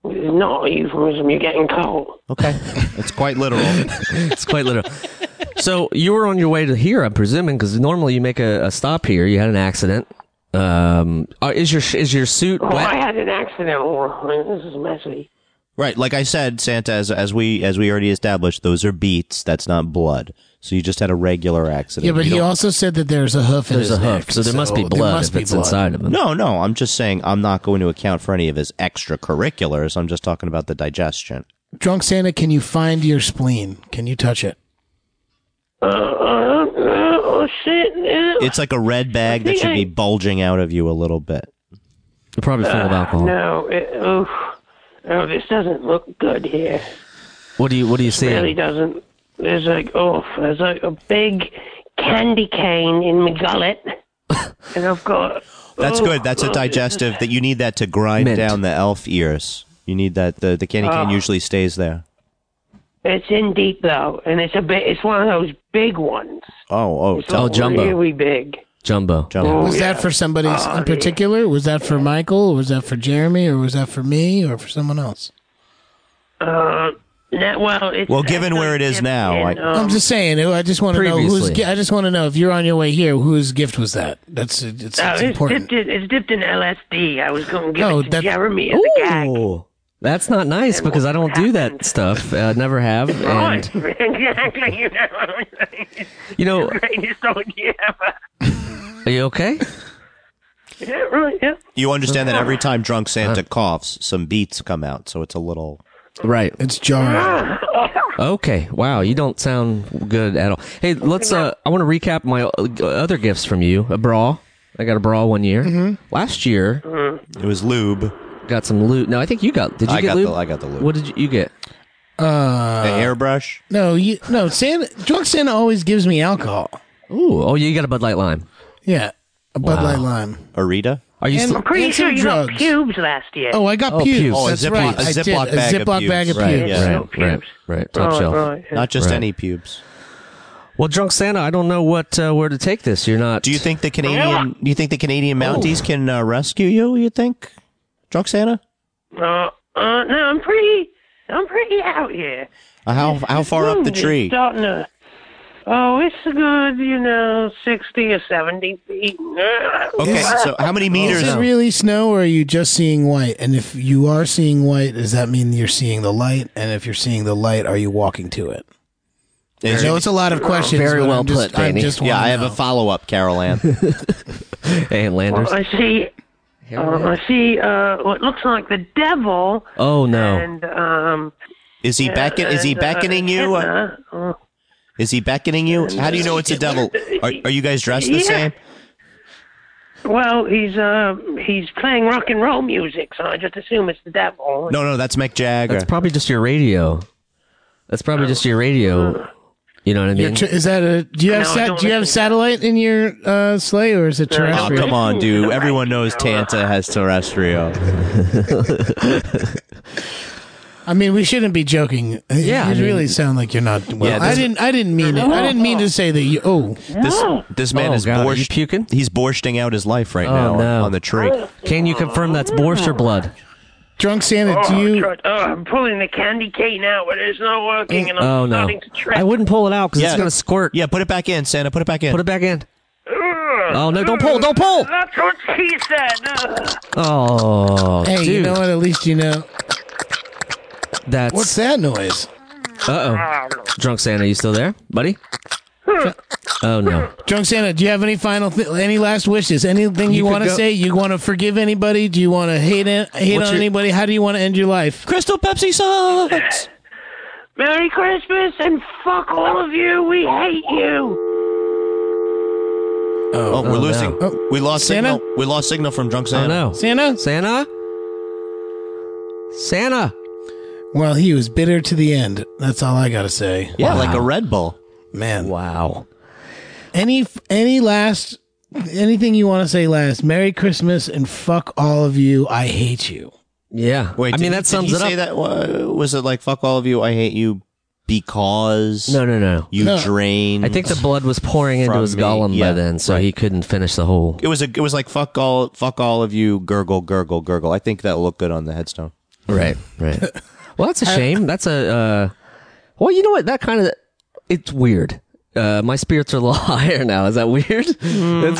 Speaker 2: Not a euphemism. You're getting coal.
Speaker 3: Okay, it's quite literal.
Speaker 4: it's quite literal. So you were on your way to here, I'm presuming, because normally you make a, a stop here. You had an accident. Um, uh, is your is your suit
Speaker 2: Oh, I
Speaker 4: wet?
Speaker 2: had an accident. All right. This is messy.
Speaker 3: right, like I said, Santa, as as we as we already established, those are beats. That's not blood. So you just had a regular accident.
Speaker 5: Yeah, but
Speaker 3: You
Speaker 5: he
Speaker 3: don't-
Speaker 5: also said that there's a hoof in
Speaker 4: There's
Speaker 5: his
Speaker 4: a hoof,
Speaker 5: neck,
Speaker 4: so there must be
Speaker 5: there
Speaker 4: blood
Speaker 5: must
Speaker 4: if
Speaker 5: be
Speaker 4: it's
Speaker 5: blood.
Speaker 4: inside of him.
Speaker 3: No, no. I'm just saying I'm not going to account for any of his extracurriculars. I'm just talking about the digestion.
Speaker 5: Drunk Santa, can you find your spleen? Can you touch it?
Speaker 2: Uh, uh, uh, shit. Uh,
Speaker 3: It's like a red bag that should be bulging out of you a little bit.
Speaker 4: You're probably full of alcohol.
Speaker 2: Uh, no. It, oh, oh, this doesn't look good here.
Speaker 4: What do you What do you see?
Speaker 2: really doesn't. There's like oh, there's like a big candy cane in my gullet, and I've got.
Speaker 3: That's
Speaker 2: oh,
Speaker 3: good. That's a
Speaker 2: God, this is-
Speaker 3: digestive that you need that to grind
Speaker 4: Mint.
Speaker 3: down the elf ears. You need that. The, the candy
Speaker 5: Ah.
Speaker 3: cane usually stays there.
Speaker 2: It's in deep though, and it's a bit. It's one of those big ones.
Speaker 3: Oh, oh.
Speaker 2: It's like
Speaker 4: jumbo.
Speaker 2: Really big.
Speaker 4: Jumbo.
Speaker 3: Jumbo.
Speaker 5: Was that for somebody
Speaker 4: Oh,
Speaker 5: in particular? Was that for Michael? Or was that for Jeremy? Or was that for me? Or for someone else?
Speaker 2: Now, well, it's,
Speaker 3: Well, given
Speaker 2: it's
Speaker 3: where it is
Speaker 2: dipped
Speaker 3: now,
Speaker 2: in,
Speaker 3: I-
Speaker 2: um,
Speaker 5: I'm just saying. I just want to know who's.
Speaker 4: Previously.
Speaker 5: I just want to know if you're on your way here. Whose gift was that? That's it's, it's
Speaker 2: oh, it's
Speaker 5: important.
Speaker 2: dipped in. It's dipped in LSD. I was going to give
Speaker 3: Oh,
Speaker 5: No,
Speaker 2: it to
Speaker 5: that's-
Speaker 2: Jeremy at the gag.
Speaker 4: Ooh, that's not nice because I don't do that stuff. Uh, never have. And
Speaker 2: Right. exactly. You know what I'm saying?
Speaker 4: you know,
Speaker 2: Greatest idea ever.
Speaker 4: are you okay?
Speaker 2: Yeah, right. Yeah.
Speaker 3: You understand that every time drunk Santa coughs, some beats come out, so it's a little.
Speaker 4: Right.
Speaker 5: It's jarring.
Speaker 4: Ah. Okay. Wow. You don't sound good at all. Hey, let's. Uh, I want to recap my uh, other gifts from you. A bra. I got a bra one year.
Speaker 3: Mm-hmm.
Speaker 4: Last year,
Speaker 3: It was lube.
Speaker 4: got some loot. No, I think you got. Did you
Speaker 3: I
Speaker 4: get
Speaker 3: got
Speaker 4: loot?
Speaker 3: the I got the lube.
Speaker 4: What did you, you get?
Speaker 3: the
Speaker 5: Uh-huh.
Speaker 3: airbrush.
Speaker 5: No, you no. Santa drunk Santa always gives me alcohol.
Speaker 4: Ooh. Oh, you got a Bud Light lime.
Speaker 5: Yeah, a Bud Light lime.
Speaker 3: Arita.
Speaker 4: Are you?
Speaker 5: And-
Speaker 4: sl-
Speaker 2: I'm pretty
Speaker 5: And some
Speaker 2: sure you
Speaker 5: drugs.
Speaker 2: got pubes last year.
Speaker 5: Oh, I got
Speaker 4: Oh,
Speaker 5: pubes.
Speaker 4: pubes. Oh,
Speaker 3: a
Speaker 5: That's
Speaker 3: Ziploc-
Speaker 5: right.
Speaker 3: a
Speaker 5: I did.
Speaker 3: Ziploc bag
Speaker 5: a
Speaker 3: of
Speaker 5: Ziploc
Speaker 3: pubes.
Speaker 5: bag of
Speaker 3: Right,
Speaker 5: pubes.
Speaker 3: yeah.
Speaker 4: right, right,
Speaker 2: pubes.
Speaker 4: right. Top
Speaker 2: right,
Speaker 4: shelf.
Speaker 2: right.
Speaker 3: Not just
Speaker 4: Right.
Speaker 3: any pubes.
Speaker 4: Well, drunk Santa, I don't know what uh, where to take this. You're not.
Speaker 3: Do you think the Canadian? Do you think the Canadian Mounties can uh, rescue you? You think, drunk Santa?
Speaker 2: Uh, uh, no, I'm pretty, I'm pretty out here.
Speaker 3: Uh, How how far up the
Speaker 2: Wounded,
Speaker 3: tree?
Speaker 2: Starting to, oh, it's a good, you know, sixty or seventy feet.
Speaker 3: Okay, so how many meters?
Speaker 5: Is it
Speaker 4: No.
Speaker 5: really snow, or are you just seeing white? And if you are seeing white, does that mean you're seeing the light? And if you're seeing the light, are you walking to it?
Speaker 3: Is
Speaker 5: I know it's a lot of questions.
Speaker 4: Very
Speaker 5: but
Speaker 4: well
Speaker 5: I'm just,
Speaker 4: put,
Speaker 5: I'm
Speaker 4: Danny.
Speaker 5: just
Speaker 3: yeah,
Speaker 5: wanna
Speaker 3: I have
Speaker 5: know.
Speaker 3: a follow up, Carol Ann.
Speaker 4: Hey, Landers.
Speaker 2: I see, uh, I see, uh, what looks like the devil
Speaker 4: Oh no.
Speaker 2: and um.
Speaker 3: Is he beckon? Is he
Speaker 2: and, uh,
Speaker 3: beckoning you? Uh,
Speaker 2: Hitler. Uh,
Speaker 3: Is he beckoning you? How do you know it's a devil? Are, are you guys dressed the
Speaker 2: Yeah.
Speaker 3: same?
Speaker 2: well, he's uh, he's playing rock and roll music, so I just assume it's the devil.
Speaker 3: No, no, that's Mick Jagger.
Speaker 4: That's probably just your radio. That's probably just your radio. You know what I
Speaker 5: Your
Speaker 4: mean?
Speaker 5: tr- is that a? Do you have
Speaker 2: No, I
Speaker 5: sat,
Speaker 2: don't
Speaker 5: do you have
Speaker 2: think-
Speaker 5: satellite in your uh, sleigh, or is it
Speaker 3: Oh,
Speaker 5: terrestrial?
Speaker 3: come on, dude. Everyone knows Tanta has terrestrial.
Speaker 5: I mean, we shouldn't be joking.
Speaker 4: Yeah,
Speaker 5: Yeah,
Speaker 4: I
Speaker 5: you
Speaker 4: mean-
Speaker 5: really sound like you're not. Well,
Speaker 3: Yeah,
Speaker 5: I
Speaker 3: this-
Speaker 5: didn't. I didn't mean it. I didn't mean to say that you. Oh,
Speaker 3: This this man
Speaker 4: Oh,
Speaker 3: is
Speaker 4: God, are
Speaker 3: borscht.
Speaker 4: you puking?
Speaker 3: He's borshting out his life right
Speaker 4: Oh,
Speaker 3: now on-
Speaker 4: no.
Speaker 3: on the tree.
Speaker 4: Can you confirm that's Borster blood?
Speaker 5: drunk Santa.
Speaker 2: Oh,
Speaker 5: do you?
Speaker 2: tr- oh, I'm pulling the candy cane out, but it's not working, and I'm
Speaker 4: Oh no.
Speaker 2: starting to trip.
Speaker 4: I wouldn't pull it out because
Speaker 3: Yeah.
Speaker 4: it's gonna squirt.
Speaker 3: Yeah, put it back in, Santa. Put it back in.
Speaker 4: Put it back in. Oh no! Don't
Speaker 2: Ugh.
Speaker 4: pull! Don't pull!
Speaker 2: That's what she said. Ugh.
Speaker 4: Oh,
Speaker 5: Hey,
Speaker 4: dude,
Speaker 5: you know what? At least you know
Speaker 4: that's
Speaker 5: what's that noise.
Speaker 4: Uh oh, drunk Santa, you still there, buddy? oh no!
Speaker 5: Drunk Santa, do you have any final, th- any last wishes? Anything you,
Speaker 4: You could
Speaker 5: want to
Speaker 4: go-
Speaker 5: say? You want to forgive anybody? Do you want to hate an- hate
Speaker 4: What's
Speaker 5: on
Speaker 4: your-
Speaker 5: anybody? How do you want to end your life?
Speaker 3: Crystal Pepsi sucks.
Speaker 2: Merry Christmas and fuck all of you. We hate you.
Speaker 3: Oh, we're
Speaker 4: no.
Speaker 3: losing.
Speaker 5: Oh.
Speaker 3: We lost
Speaker 5: Santa?
Speaker 3: signal. We lost signal from drunk
Speaker 4: Oh
Speaker 3: Santa.
Speaker 4: no!
Speaker 5: Santa?
Speaker 4: Santa, Santa,
Speaker 5: Well, he was bitter to the end. That's all I gotta say.
Speaker 3: Yeah, like a Red Bull.
Speaker 5: Man,
Speaker 4: Wow.
Speaker 5: any any last anything you want to say last? Merry Christmas and fuck all of you. I hate you.
Speaker 4: Yeah. I mean,
Speaker 3: did-
Speaker 4: that
Speaker 3: did
Speaker 4: sums
Speaker 3: he
Speaker 4: it up.
Speaker 3: Say that, wa- was it like fuck all of you? I hate you because
Speaker 4: No, no, no.
Speaker 3: you
Speaker 5: No.
Speaker 3: drained.
Speaker 4: I think the blood was pouring into
Speaker 3: From
Speaker 4: his
Speaker 3: me,
Speaker 4: golem by
Speaker 3: yeah,
Speaker 4: then, so he couldn't finish the whole.
Speaker 3: it was a, it was like fuck all fuck all of you gurgle gurgle gurgle. I think that looked good on the headstone.
Speaker 4: Right, right. well, that's a shame. That's a. Uh, well, you know what? That kind of. It's weird. Uh, my spirits are a little higher now. Is that weird? It's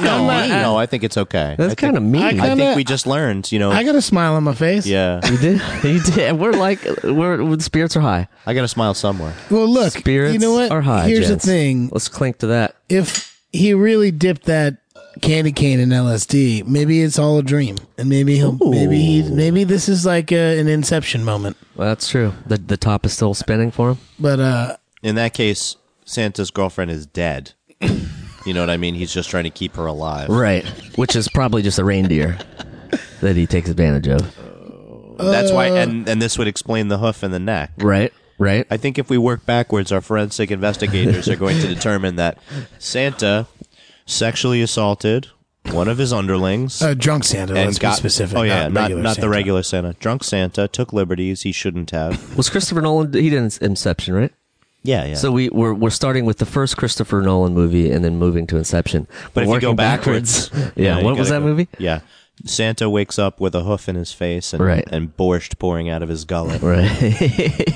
Speaker 3: No, I,
Speaker 4: kinda-
Speaker 3: no, I think it's okay.
Speaker 4: That's
Speaker 3: I think-
Speaker 4: kind of mean.
Speaker 5: Hmm. I
Speaker 3: I
Speaker 5: Kinda-
Speaker 3: think we just learned. You know.
Speaker 5: I got a smile on my face.
Speaker 3: yeah,
Speaker 4: you did. You did. We're like, we're, we're spirits are high.
Speaker 3: I got to smile somewhere.
Speaker 5: Well, look,
Speaker 4: Spirits
Speaker 5: you know what?
Speaker 4: are high.
Speaker 5: Here's
Speaker 4: gents.
Speaker 5: the thing:
Speaker 4: Let's clink to that.
Speaker 5: if he really dipped that candy cane in LSD, maybe it's all a dream, and maybe he'll, maybe he, maybe this is like a, an inception moment.
Speaker 4: Well, that's true. The the top is still spinning for him.
Speaker 5: But uh,
Speaker 3: In that case, Santa's girlfriend is dead. you know what I mean? He's just trying to keep her alive.
Speaker 4: Right. Which is probably just a reindeer that he takes advantage of.
Speaker 3: That's why, and and this would explain the hoof and the neck.
Speaker 4: Right. Right.
Speaker 3: I think if we work backwards, our forensic investigators are going to determine that Santa sexually assaulted one of his underlings.
Speaker 5: uh drunk Santa.
Speaker 3: and
Speaker 5: let's
Speaker 3: got,
Speaker 5: be specific.
Speaker 3: Oh yeah, not not,
Speaker 5: Santa.
Speaker 3: the regular Santa. Drunk Santa took liberties he shouldn't have.
Speaker 4: Was Christopher Nolan? He didn't Inception, right?
Speaker 3: yeah, yeah.
Speaker 4: So we we're, we're starting with the first Christopher Nolan movie and then moving to Inception.
Speaker 3: but if
Speaker 4: We're
Speaker 3: you go
Speaker 4: working
Speaker 3: backwards,
Speaker 4: yeah.
Speaker 3: you
Speaker 4: What was
Speaker 3: gotta
Speaker 4: that
Speaker 3: go-
Speaker 4: movie?
Speaker 3: Yeah, Santa wakes up with a hoof in his face and
Speaker 4: Right.
Speaker 3: and borscht pouring out of his gullet.
Speaker 4: Right.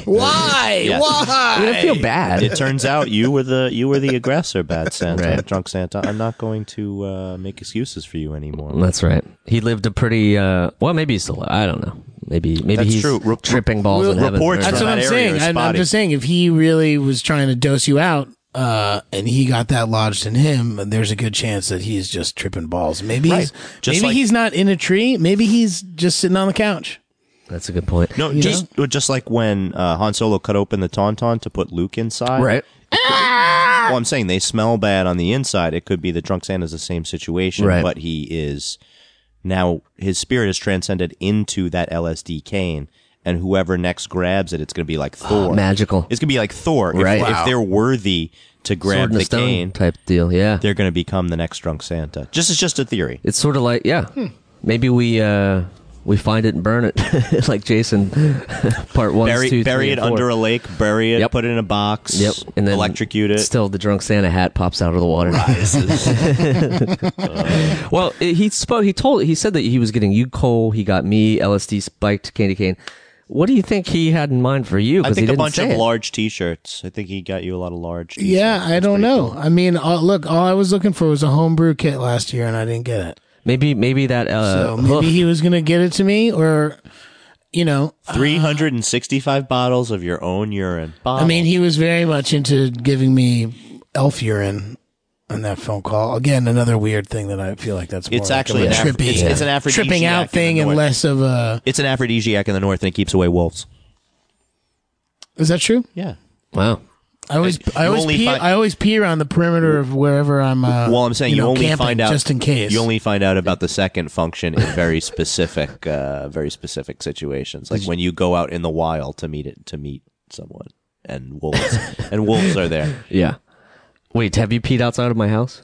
Speaker 5: Why?
Speaker 3: Yes.
Speaker 4: I, mean, I
Speaker 5: Why?
Speaker 4: feel bad.
Speaker 3: It turns out you were the you were the aggressor, bad Santa,
Speaker 4: Right.
Speaker 3: drunk Santa. I'm not going to uh, make excuses for you anymore.
Speaker 4: That's right. He lived a pretty uh, well. Maybe he's still. I don't know. Maybe maybe
Speaker 3: That's
Speaker 4: he's
Speaker 3: true. Re-
Speaker 4: tripping balls in heaven.
Speaker 3: reports
Speaker 4: Right.
Speaker 5: That's
Speaker 3: from
Speaker 5: what
Speaker 3: that
Speaker 5: I'm
Speaker 3: area
Speaker 5: saying.
Speaker 3: is
Speaker 5: I'm, I'm
Speaker 3: spotty.
Speaker 5: just saying if he really was trying to dose you out. Uh, and he got that lodged in him. There's a good chance that he's just tripping balls. Maybe he's
Speaker 3: Just
Speaker 5: maybe
Speaker 3: like-
Speaker 5: he's not in a tree. Maybe he's just sitting on the couch.
Speaker 4: That's a good point.
Speaker 3: No, just just like when uh, Han Solo cut open the tauntaun to put Luke inside.
Speaker 4: Right.
Speaker 3: Well, I'm saying they smell bad on the inside. It could be the drunk Santa's the same situation,
Speaker 4: Right.
Speaker 3: but he is now his spirit is transcended into that LSD cane, and whoever next grabs it, it's going to be like Thor.
Speaker 4: Ah, Magical.
Speaker 3: It's going to be like Thor. If-
Speaker 4: Right.
Speaker 3: If,
Speaker 4: Wow.
Speaker 3: they're worthy to grab
Speaker 4: Sword in
Speaker 3: the
Speaker 4: the stone
Speaker 3: cane,
Speaker 4: type deal. Yeah.
Speaker 3: they're going to become the next drunk Santa. Just it's just a theory.
Speaker 4: It's sort of like yeah. Maybe we uh, we find it and burn it like Jason part one.
Speaker 3: Bury,
Speaker 4: two,
Speaker 3: bury
Speaker 4: three,
Speaker 3: it
Speaker 4: and four.
Speaker 3: under a lake. Bury it.
Speaker 4: Yep.
Speaker 3: Put it in a box.
Speaker 4: Yep, and then
Speaker 3: electrocute it.
Speaker 4: Still, the drunk Santa hat pops out of the water.
Speaker 3: Uh.
Speaker 4: well, i- he spoke. He told. He said that he was getting you coal. He got me LSD spiked candy cane. What do you think he had in mind for you?
Speaker 3: I
Speaker 4: 'Cause he
Speaker 3: think a
Speaker 4: didn't
Speaker 3: bunch
Speaker 4: say
Speaker 3: of
Speaker 4: it.
Speaker 3: large T-shirts. I think he got you a lot of large. T-shirts.
Speaker 5: Yeah, I don't know. I mean, all, look, all I was looking for was a homebrew kit last year, and I didn't get it.
Speaker 4: Maybe, maybe that. Uh,
Speaker 5: So maybe
Speaker 4: hoof-
Speaker 5: he was gonna get it to me, or you know,
Speaker 3: Three hundred and sixty-five bottles of your own urine.
Speaker 5: I mean, he was very much into giving me elf urine on that phone call. Again, another weird thing that I feel like that's more
Speaker 3: It's
Speaker 5: like
Speaker 3: actually
Speaker 5: a
Speaker 3: an Afro-
Speaker 5: trippy,
Speaker 3: it's- it's an aphrodisiac
Speaker 5: tripping
Speaker 3: in
Speaker 5: out
Speaker 3: the
Speaker 5: thing, and
Speaker 3: north.
Speaker 5: less of a.
Speaker 3: it's an aphrodisiac in the north, and it keeps away wolves.
Speaker 5: Is that true?
Speaker 3: Yeah.
Speaker 4: wow.
Speaker 5: I always, I
Speaker 3: You
Speaker 5: always,
Speaker 3: only
Speaker 5: pee,
Speaker 3: find-
Speaker 5: I always pee around the perimeter of wherever I'm. Uh,
Speaker 3: Well, I'm saying you,
Speaker 5: know,
Speaker 3: only
Speaker 5: camping,
Speaker 3: find out
Speaker 5: just in case.
Speaker 3: You only find out about the second function in very specific, uh, very specific situations, like when you go out in the wild to meet it to meet someone, and wolves and wolves are there
Speaker 4: Yeah. Wait, have you peed outside of my house?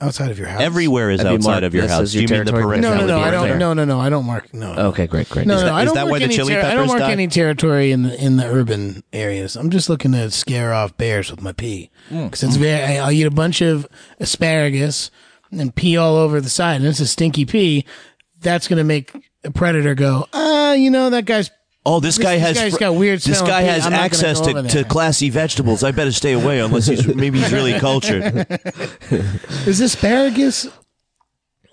Speaker 5: outside of your house.
Speaker 3: everywhere. Is
Speaker 4: That'd be
Speaker 3: outside
Speaker 4: marked.
Speaker 3: of your
Speaker 4: This
Speaker 3: house?
Speaker 4: is
Speaker 3: Do
Speaker 4: your
Speaker 3: you mean the
Speaker 4: territory.
Speaker 3: perimeter?
Speaker 5: No,
Speaker 4: That
Speaker 5: no,
Speaker 4: would
Speaker 5: no.
Speaker 4: be
Speaker 5: I
Speaker 4: right
Speaker 5: don't.
Speaker 4: there.
Speaker 5: No, no, no. I don't mark. No.
Speaker 4: Okay, great, great.
Speaker 5: No,
Speaker 4: Is
Speaker 5: no,
Speaker 4: that-
Speaker 5: I
Speaker 3: is
Speaker 5: don't
Speaker 3: that
Speaker 5: mark
Speaker 3: why the
Speaker 5: any
Speaker 3: Chili
Speaker 5: terri- I don't
Speaker 3: Peppers
Speaker 5: mark
Speaker 3: died?
Speaker 5: any territory in the in the urban areas. I'm just looking to scare off bears with my pee
Speaker 3: Hmm.
Speaker 5: because it's very. I- I'll eat a bunch of asparagus and pee all over the side, and it's a stinky pee. That's gonna make a predator go. Ah, you know that guy's.
Speaker 3: Oh, this, guy
Speaker 5: this
Speaker 3: has
Speaker 5: guy's got weird
Speaker 3: This
Speaker 5: smelling
Speaker 3: guy
Speaker 5: pee.
Speaker 3: has
Speaker 5: I'm not gonna
Speaker 3: access
Speaker 5: go
Speaker 3: to,
Speaker 5: over
Speaker 3: to
Speaker 5: there.
Speaker 3: classy vegetables. I better stay away unless he's maybe he's really cultured.
Speaker 5: Is asparagus?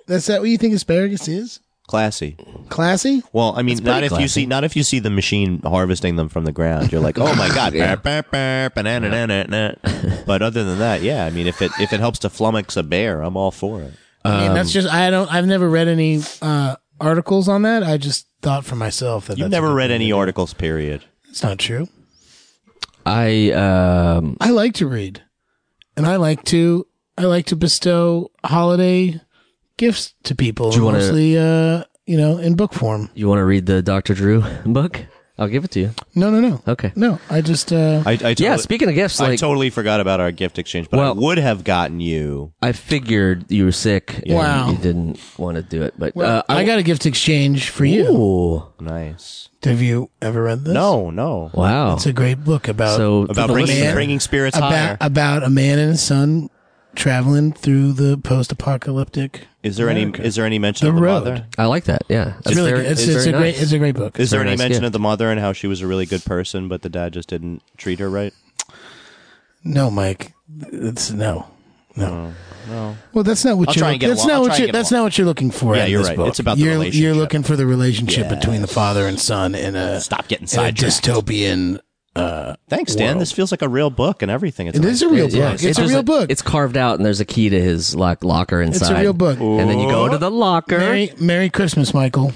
Speaker 5: That's that what you think asparagus is?
Speaker 3: classy.
Speaker 5: Classy?
Speaker 3: Well, I mean, not
Speaker 4: pretty
Speaker 3: if you see not if you see the machine harvesting them from the ground. You're like, oh my god, Bah, bah, bah, banana, na, na, na. But other than that, yeah. I mean, if it if it helps to flummox a bear, I'm all for it.
Speaker 5: I mean,
Speaker 3: Um,
Speaker 5: that's just. I don't. I've never read any uh, articles on that. I just thought for myself that
Speaker 3: You've
Speaker 5: that's
Speaker 3: never read any articles, period.
Speaker 5: It's not true.
Speaker 4: I um
Speaker 5: I like to read, and I like to I like to bestow holiday gifts to people,
Speaker 4: you wanna-
Speaker 5: mostly uh, you know in book form.
Speaker 4: you want to read the Dr. Drew book? I'll give it to you.
Speaker 5: No, no, no.
Speaker 4: Okay.
Speaker 5: No, I just uh,
Speaker 3: I, I totally,
Speaker 4: yeah. Speaking of gifts,
Speaker 3: I
Speaker 4: like
Speaker 3: totally forgot about our gift exchange, but I
Speaker 4: Well-
Speaker 3: would have gotten you.
Speaker 4: I figured you were sick. and
Speaker 5: Wow.
Speaker 4: You didn't want to do it, but
Speaker 5: well,
Speaker 4: uh,
Speaker 5: I, got a gift exchange for you.
Speaker 4: Ooh,
Speaker 3: Nice.
Speaker 5: Have you ever read this?
Speaker 3: No, no.
Speaker 4: wow.
Speaker 5: It's a great book about
Speaker 4: so to
Speaker 3: About
Speaker 4: the
Speaker 3: bringing
Speaker 4: listener-
Speaker 3: bringing spirits higher.
Speaker 5: about about a man and his son traveling through the post-apocalyptic.
Speaker 3: Is there any is there any mention
Speaker 5: The
Speaker 3: of the
Speaker 5: road.
Speaker 3: mother?
Speaker 4: I like that. Yeah,
Speaker 5: It's really good. It's, it's,
Speaker 4: very
Speaker 5: a great
Speaker 4: nice.
Speaker 5: it's a great book.
Speaker 3: Is there
Speaker 4: Very
Speaker 3: any
Speaker 4: nice
Speaker 3: mention
Speaker 4: gift.
Speaker 3: of the mother and how she was a really good person, but the dad just didn't treat her right?
Speaker 5: no, Mike. It's no. No.
Speaker 3: No.
Speaker 5: Well, that's not what
Speaker 3: I'll
Speaker 5: you're.
Speaker 3: try and get
Speaker 5: that's
Speaker 3: along-
Speaker 5: not
Speaker 3: I'll try
Speaker 5: what
Speaker 3: and
Speaker 5: you.
Speaker 3: get
Speaker 5: That's
Speaker 3: along.
Speaker 5: not what you're looking for.
Speaker 3: Yeah,
Speaker 5: in
Speaker 3: you're
Speaker 5: this
Speaker 3: right.
Speaker 5: Book.
Speaker 3: It's about the
Speaker 5: you're, You're
Speaker 3: relationship.
Speaker 5: looking for the relationship between the father and son in a
Speaker 3: Stop getting
Speaker 5: in a
Speaker 3: sidetracked.
Speaker 5: dystopian.
Speaker 3: Thanks, Dan.
Speaker 5: world.
Speaker 3: This feels like a real book and everything. It's
Speaker 5: It
Speaker 3: like-
Speaker 5: is a real
Speaker 4: Yeah,
Speaker 5: book. It's a
Speaker 4: just
Speaker 5: real
Speaker 4: like-
Speaker 5: book.
Speaker 4: It's carved out, and there's a key to his lock, locker inside.
Speaker 5: It's a real book.
Speaker 4: And then you go to the locker.
Speaker 5: Merry Merry Christmas, Michael.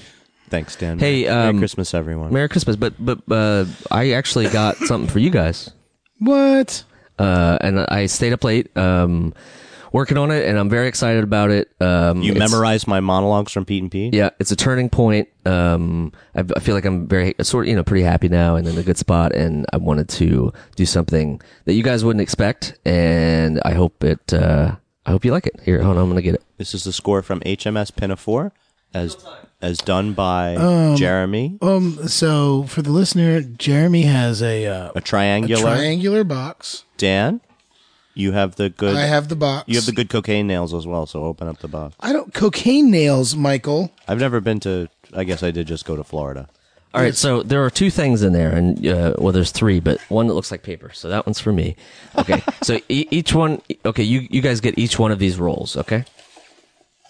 Speaker 3: Thanks, Dan.
Speaker 4: Hey,
Speaker 3: Merry
Speaker 4: um,
Speaker 3: Christmas, everyone.
Speaker 4: Merry Christmas. But but uh, I actually got something for you guys.
Speaker 5: What?
Speaker 4: uh, and I stayed up late um, working on it, and I'm very excited about it. Um,
Speaker 3: you
Speaker 4: it's-
Speaker 3: memorized my monologues from Pete and P.
Speaker 4: Yeah, it's a turning point. Um, I, I feel like I'm very sort of you know pretty happy now and in a good spot, and I wanted to do something that you guys wouldn't expect, and I hope it. Uh, I hope you like it. Here, hold on, I'm gonna get it.
Speaker 3: This is the score from HMS Pinafore, as as done by Jeremy.
Speaker 5: Um. So for the listener, Jeremy has a, uh,
Speaker 3: A
Speaker 5: a
Speaker 3: triangular.
Speaker 5: triangular box.
Speaker 3: Dan, you have the good.
Speaker 5: I have the box.
Speaker 3: You have the good cocaine nails as well. So open up the box.
Speaker 5: I don't cocaine nails, Michael.
Speaker 3: I've never been to. I guess I did just go to Florida.
Speaker 4: All right, so there are two things in there, and uh, well, there's three, but one that looks like paper. So that one's for me. Okay, so e- each one. Okay, you you guys get each one of these rolls. Okay.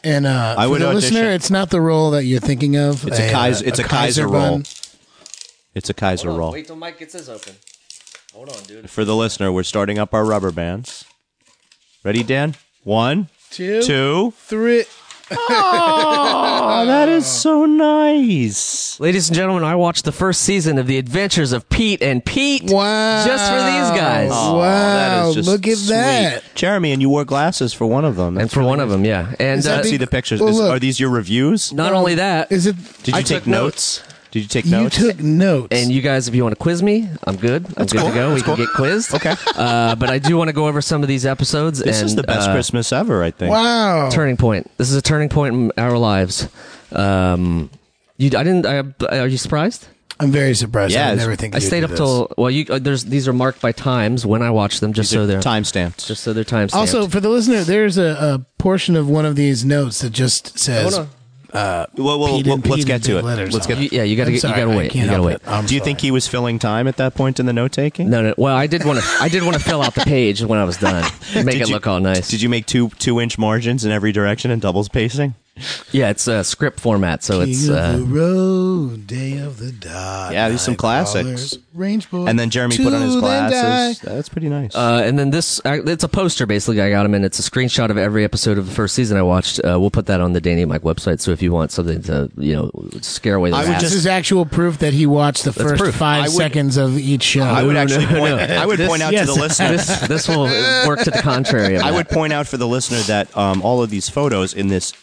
Speaker 5: And uh,
Speaker 3: I
Speaker 5: for
Speaker 3: would
Speaker 5: the
Speaker 3: audition-
Speaker 5: listener, it's not the roll that you're thinking of.
Speaker 3: It's a Kaiser.
Speaker 5: uh,
Speaker 3: it's a, Kaiser, roll.
Speaker 5: bun.
Speaker 3: It's a Kaiser roll.
Speaker 4: till Mike gets his open. Hold on, dude.
Speaker 3: For the listener, we're starting up our rubber bands. Ready, Dan? One,
Speaker 5: Two,
Speaker 3: two.
Speaker 5: three.
Speaker 3: Oh, that is so nice.
Speaker 4: Ladies and gentlemen, I watched the first season of The Adventures of Pete and Pete.
Speaker 5: Wow.
Speaker 4: Just for these guys.
Speaker 5: Wow. Oh, Look at
Speaker 3: sweet.
Speaker 5: that.
Speaker 3: Jeremy. And you wore glasses for one of them.
Speaker 4: And
Speaker 3: That's-
Speaker 4: for one of them, yeah. And
Speaker 5: that
Speaker 4: uh,
Speaker 5: big?
Speaker 3: see the pictures.
Speaker 5: Well,
Speaker 3: Is-
Speaker 5: look.
Speaker 3: are these your reviews?
Speaker 4: not only that,
Speaker 5: Is it?
Speaker 3: Did you
Speaker 5: I
Speaker 3: take
Speaker 5: took notes.
Speaker 3: notes? Did you take
Speaker 5: You
Speaker 3: notes?
Speaker 5: took notes.
Speaker 4: and you guys, if you want to quiz me, I'm good. I'm good to go. we can get quizzed. Okay. Uh, but I do want to go over some of these episodes.
Speaker 3: this is
Speaker 4: and,
Speaker 3: the best
Speaker 4: uh,
Speaker 3: Christmas ever, I think.
Speaker 5: wow.
Speaker 4: turning point. This is a turning point in our lives. Um, you, I didn't. I, are you surprised?
Speaker 5: I'm very surprised.
Speaker 3: Yeah,
Speaker 5: I would
Speaker 3: it's-
Speaker 5: never think
Speaker 4: I
Speaker 5: you'd
Speaker 4: stayed
Speaker 5: do
Speaker 4: up
Speaker 5: this.
Speaker 4: till well. You, uh, there's these are marked by times when I watch them, just so they're
Speaker 3: time stamped.
Speaker 4: just so they're time.
Speaker 5: Also, for the listener, there's a, a portion of one of these notes that just says.
Speaker 4: Hold on.
Speaker 3: well, well,
Speaker 5: Pete
Speaker 3: well,
Speaker 5: and Pete
Speaker 3: let's
Speaker 5: in
Speaker 3: get to
Speaker 5: big
Speaker 3: it.
Speaker 5: letters
Speaker 3: Let's
Speaker 5: on
Speaker 3: get.
Speaker 5: it.
Speaker 4: You- yeah, you gotta
Speaker 5: I'm
Speaker 4: get- you
Speaker 5: sorry,
Speaker 4: gotta
Speaker 5: I
Speaker 4: wait.
Speaker 5: can't
Speaker 4: You gotta
Speaker 5: help
Speaker 4: wait.
Speaker 5: it. I'm
Speaker 3: Do you think
Speaker 5: sorry.
Speaker 3: he was filling time at that point in the note taking?
Speaker 4: No, no. Well, I did want to. I did want to fill out the page when I was done, make it
Speaker 3: you-
Speaker 4: look all nice.
Speaker 3: Did you make two two inch margins in every direction and double spacing?
Speaker 4: yeah, it's uh, script format, so it's
Speaker 5: King of the
Speaker 4: uh,
Speaker 5: road, day of the dog.
Speaker 3: Yeah, these some
Speaker 5: night
Speaker 3: classics.
Speaker 5: crawlers, Range boy.
Speaker 3: And then Jeremy put on his
Speaker 5: till they
Speaker 3: glasses.
Speaker 5: die.
Speaker 3: That's pretty nice.
Speaker 4: uh, and then this. uh, It's a poster basically. I got him, and it's a screenshot of every episode of the first season I watched. Uh, we'll put that on the Danny and Mike website. So if you want something to you know scare away the
Speaker 3: I would
Speaker 4: rats.
Speaker 5: This
Speaker 3: just-
Speaker 5: is actual proof that he watched the first
Speaker 4: proof.
Speaker 5: five
Speaker 3: I would-
Speaker 5: seconds of each show.
Speaker 3: I would
Speaker 4: no,
Speaker 3: actually
Speaker 4: no,
Speaker 3: point,
Speaker 4: no.
Speaker 3: I would
Speaker 4: This-
Speaker 3: point out to the listener.
Speaker 4: this this will work to the contrary. of
Speaker 3: I
Speaker 4: that.
Speaker 3: would point out for the listener that um, all of these photos in this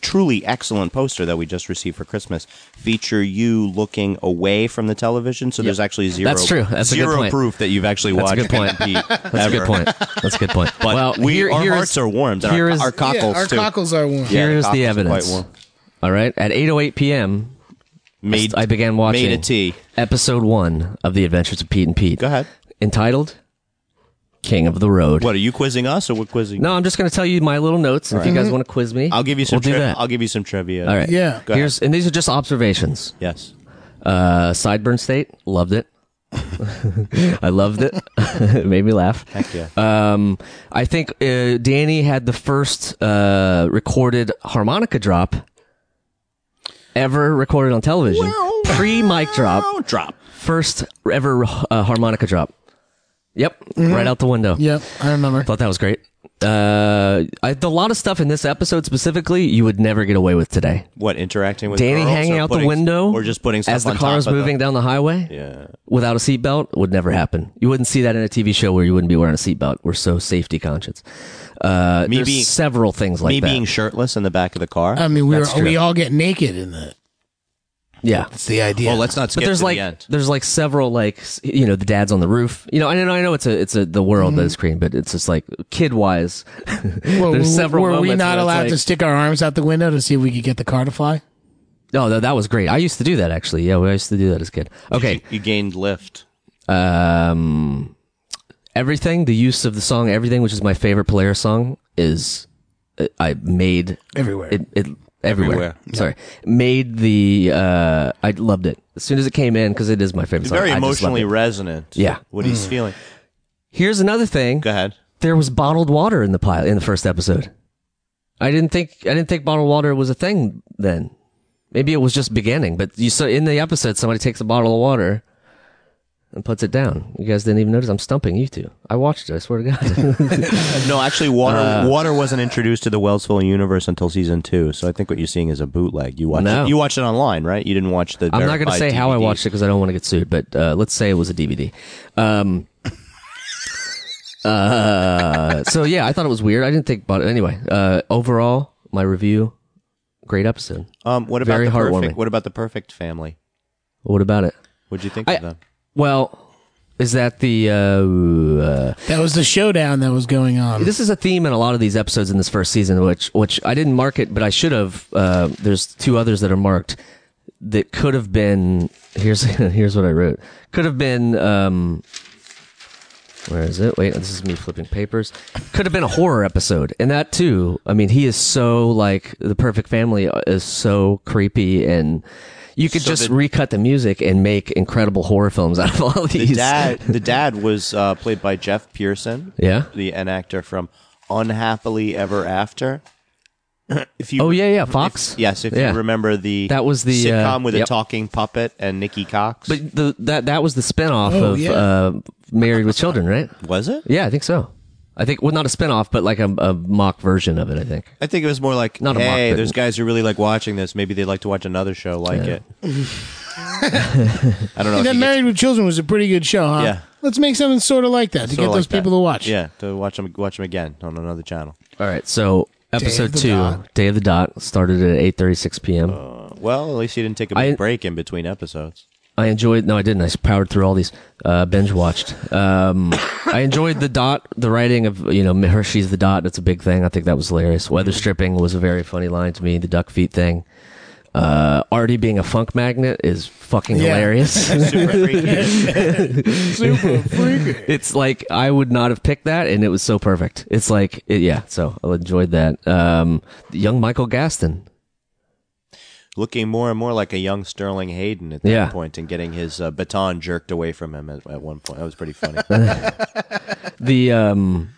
Speaker 3: truly excellent poster that we just received for Christmas feature you looking away from the television. So there's actually zero.
Speaker 4: That's true. That's a good
Speaker 3: zero
Speaker 4: point.
Speaker 3: proof that you've actually
Speaker 4: That's a
Speaker 3: watched.
Speaker 4: good point.
Speaker 3: Pete
Speaker 4: That's a good point. That's a good point.
Speaker 3: But
Speaker 4: well,
Speaker 3: we,
Speaker 4: here,
Speaker 3: our
Speaker 4: here
Speaker 3: hearts
Speaker 4: is-
Speaker 3: are warmed. and
Speaker 4: here
Speaker 3: Our,
Speaker 4: is-
Speaker 3: our
Speaker 5: yeah,
Speaker 3: cockles
Speaker 5: our
Speaker 3: too.
Speaker 5: cockles are warm.
Speaker 3: Yeah,
Speaker 4: Here is the
Speaker 3: cockles are quite
Speaker 4: evidence.
Speaker 3: warm.
Speaker 4: All right, at 8:08 p.m.
Speaker 3: Made,
Speaker 4: I began watching
Speaker 3: Made a tea.
Speaker 4: episode one of The Adventures of Pete and Pete.
Speaker 3: Go ahead.
Speaker 4: Entitled King of the Road.
Speaker 3: What are you quizzing us or we're quizzing?
Speaker 4: No, I'm just going to tell you my little notes. and If you guys want to quiz me,
Speaker 3: Mm-hmm. I'll give you some.
Speaker 4: We'll do
Speaker 3: tri-
Speaker 4: that.
Speaker 3: I'll give you some trivia.
Speaker 4: All right.
Speaker 5: Yeah.
Speaker 3: Go ahead.
Speaker 4: Here's and these are just observations.
Speaker 3: Yes.
Speaker 4: Uh, Sideburn State loved it. I loved it. it made me laugh.
Speaker 3: Heck yeah.
Speaker 4: Um, I think uh, Danny had the first uh, recorded harmonica drop ever recorded on television. Pre mic drop,
Speaker 3: Don't Oh, drop.
Speaker 4: first ever uh, harmonica drop. Yep, right out the window.
Speaker 5: Yep, I remember.
Speaker 4: Thought that was great. Uh, I, a lot of stuff in this episode specifically you would never get away with today.
Speaker 3: What interacting with
Speaker 4: Danny
Speaker 3: girls
Speaker 4: hanging
Speaker 3: or
Speaker 4: out
Speaker 3: putting-
Speaker 4: the window,
Speaker 3: or just putting stuff
Speaker 4: as the
Speaker 3: on
Speaker 4: car
Speaker 3: top
Speaker 4: is
Speaker 3: of the-
Speaker 4: moving down the highway
Speaker 3: yeah.
Speaker 4: without a seatbelt would never happen. You wouldn't see that in a TV show where you wouldn't be wearing a seatbelt. We're so safety conscious. Uh,
Speaker 3: Me
Speaker 4: there's
Speaker 3: being-
Speaker 4: several things like
Speaker 3: me
Speaker 4: that. Um,
Speaker 3: being shirtless in the back of the car.
Speaker 5: I mean, we were,
Speaker 4: That's true.
Speaker 5: we all get naked in the
Speaker 4: Yeah.
Speaker 5: That's the idea.
Speaker 3: Well, let's not skip
Speaker 4: But there's
Speaker 3: to
Speaker 4: like
Speaker 3: the end.
Speaker 4: there's like several like s- you know the dad's on the roof you know I know I know it's a it's a the world that is green but it's just like kid wise
Speaker 5: Mm-hmm. Well,
Speaker 4: there's
Speaker 5: were-
Speaker 4: several
Speaker 5: Oh, Were we
Speaker 4: moments
Speaker 5: not
Speaker 4: where it's
Speaker 5: allowed to
Speaker 4: like-
Speaker 5: stick our arms out the window to see if we could get the car to fly?
Speaker 4: oh, no no, that was great I used to do that actually yeah I used to do that as a kid okay
Speaker 3: You gained lift.
Speaker 4: um, everything the use of the song everything which is my favorite player song is uh, i made
Speaker 5: Everywhere.
Speaker 4: it, it everywhere,
Speaker 3: Everywhere.
Speaker 4: sorry made the uh i loved it as soon as it came in because it is my favorite
Speaker 3: It's
Speaker 4: song
Speaker 3: very
Speaker 4: I just loved
Speaker 3: emotionally
Speaker 4: it.
Speaker 3: resonant.
Speaker 4: Yeah. Mm.
Speaker 3: What he's feeling.
Speaker 4: here's another thing
Speaker 3: Go ahead.
Speaker 4: there was bottled water in the pilot in the first episode i didn't think i didn't think bottled water was a thing then maybe it was just beginning but you saw in the episode somebody takes a bottle of water and puts it down. You guys didn't even notice. I'm stumping you two. I watched it. I swear to God.
Speaker 3: No, actually, water
Speaker 4: Uh,
Speaker 3: water wasn't introduced to the Wellsville universe until season two. So I think what you're seeing is a bootleg. You watched
Speaker 4: No.
Speaker 3: it, you watched it online, right? You didn't watch the.
Speaker 4: I'm not going to
Speaker 3: verified
Speaker 4: say how I
Speaker 3: DVD.
Speaker 4: watched it because I don't want to get sued, but uh, let's say it was a DVD. Um, uh, so yeah, I thought it was weird. I didn't think about it anyway. Uh, overall, my review, great episode.
Speaker 3: Um, what about
Speaker 4: Very
Speaker 3: the perfect?
Speaker 4: heartwarming.
Speaker 3: What about the perfect family?
Speaker 4: What about it?
Speaker 3: What'd you think
Speaker 4: I-
Speaker 3: of them?
Speaker 4: Well, is that the? Uh, uh,
Speaker 5: That was the showdown that was going on.
Speaker 4: this is a theme in a lot of these episodes in this first season, which which I didn't mark it, but I should have. Uh, there's two others that are marked that could have been. Here's here's what I wrote. Could have been. Um, where is it? Wait, this is me flipping papers. Could have been a horror episode, and that too. I mean, he is so like the perfect family uh, is so creepy, and you could
Speaker 3: So
Speaker 4: just
Speaker 3: the-
Speaker 4: recut the music and make incredible horror films out of all
Speaker 3: The
Speaker 4: these.
Speaker 3: dad, the dad was uh, played by Jeff Pearson,
Speaker 4: Yeah.
Speaker 3: the an actor from Unhappily Ever After. if you,
Speaker 4: Oh yeah, yeah, Fox.
Speaker 3: yes, if
Speaker 4: Yeah.
Speaker 3: you remember the
Speaker 4: That was the, uh,
Speaker 3: sitcom with a
Speaker 4: yep.
Speaker 3: talking puppet and Nikki Cox.
Speaker 4: But the, that that was the spinoff
Speaker 5: Oh,
Speaker 4: of
Speaker 5: yeah.
Speaker 4: uh, Married with Children, right?
Speaker 3: was it?
Speaker 4: Yeah, I think so. I think well, not a spinoff, but like a, a mock version of it. I think.
Speaker 3: I think it was more like,
Speaker 4: Not a mock,
Speaker 3: hey,
Speaker 4: but-
Speaker 3: there's guys who really like watching this. Maybe they'd like to watch another show like it. I don't know. if
Speaker 5: that
Speaker 3: you
Speaker 5: Married with Children was a pretty good show, huh?
Speaker 3: Yeah.
Speaker 5: Let's make something sort of like that to
Speaker 3: get- sorta
Speaker 5: get those
Speaker 3: like that.
Speaker 5: people to watch.
Speaker 3: Yeah, to watch them watch them again on another channel.
Speaker 4: All right, so episode
Speaker 5: the
Speaker 4: two,
Speaker 5: Dot.
Speaker 4: Day of the Dot, started at eight thirty six p.m.
Speaker 3: Oh. Well, at least you didn't take a
Speaker 4: I-
Speaker 3: big break in between episodes.
Speaker 4: I enjoyed. No, I didn't. I just powered through all these. Uh, binge watched. Um, I enjoyed the dot, the writing of you know Hershey's the dot. That's a big thing. I think that was hilarious. Weather stripping was a very funny line to me. The duck feet thing. Uh, Artie being a funk magnet is fucking
Speaker 5: Yeah.
Speaker 4: hilarious.
Speaker 5: Super freaky.
Speaker 4: it's like I would not have picked that, and it was so perfect. It's like, it, yeah. So I enjoyed that. Um, young Michael Gaston.
Speaker 3: Looking more and more like a young Sterling Hayden at that
Speaker 4: Yeah.
Speaker 3: point and getting his uh, baton jerked away from him at, at one point. That was pretty funny.
Speaker 4: The um,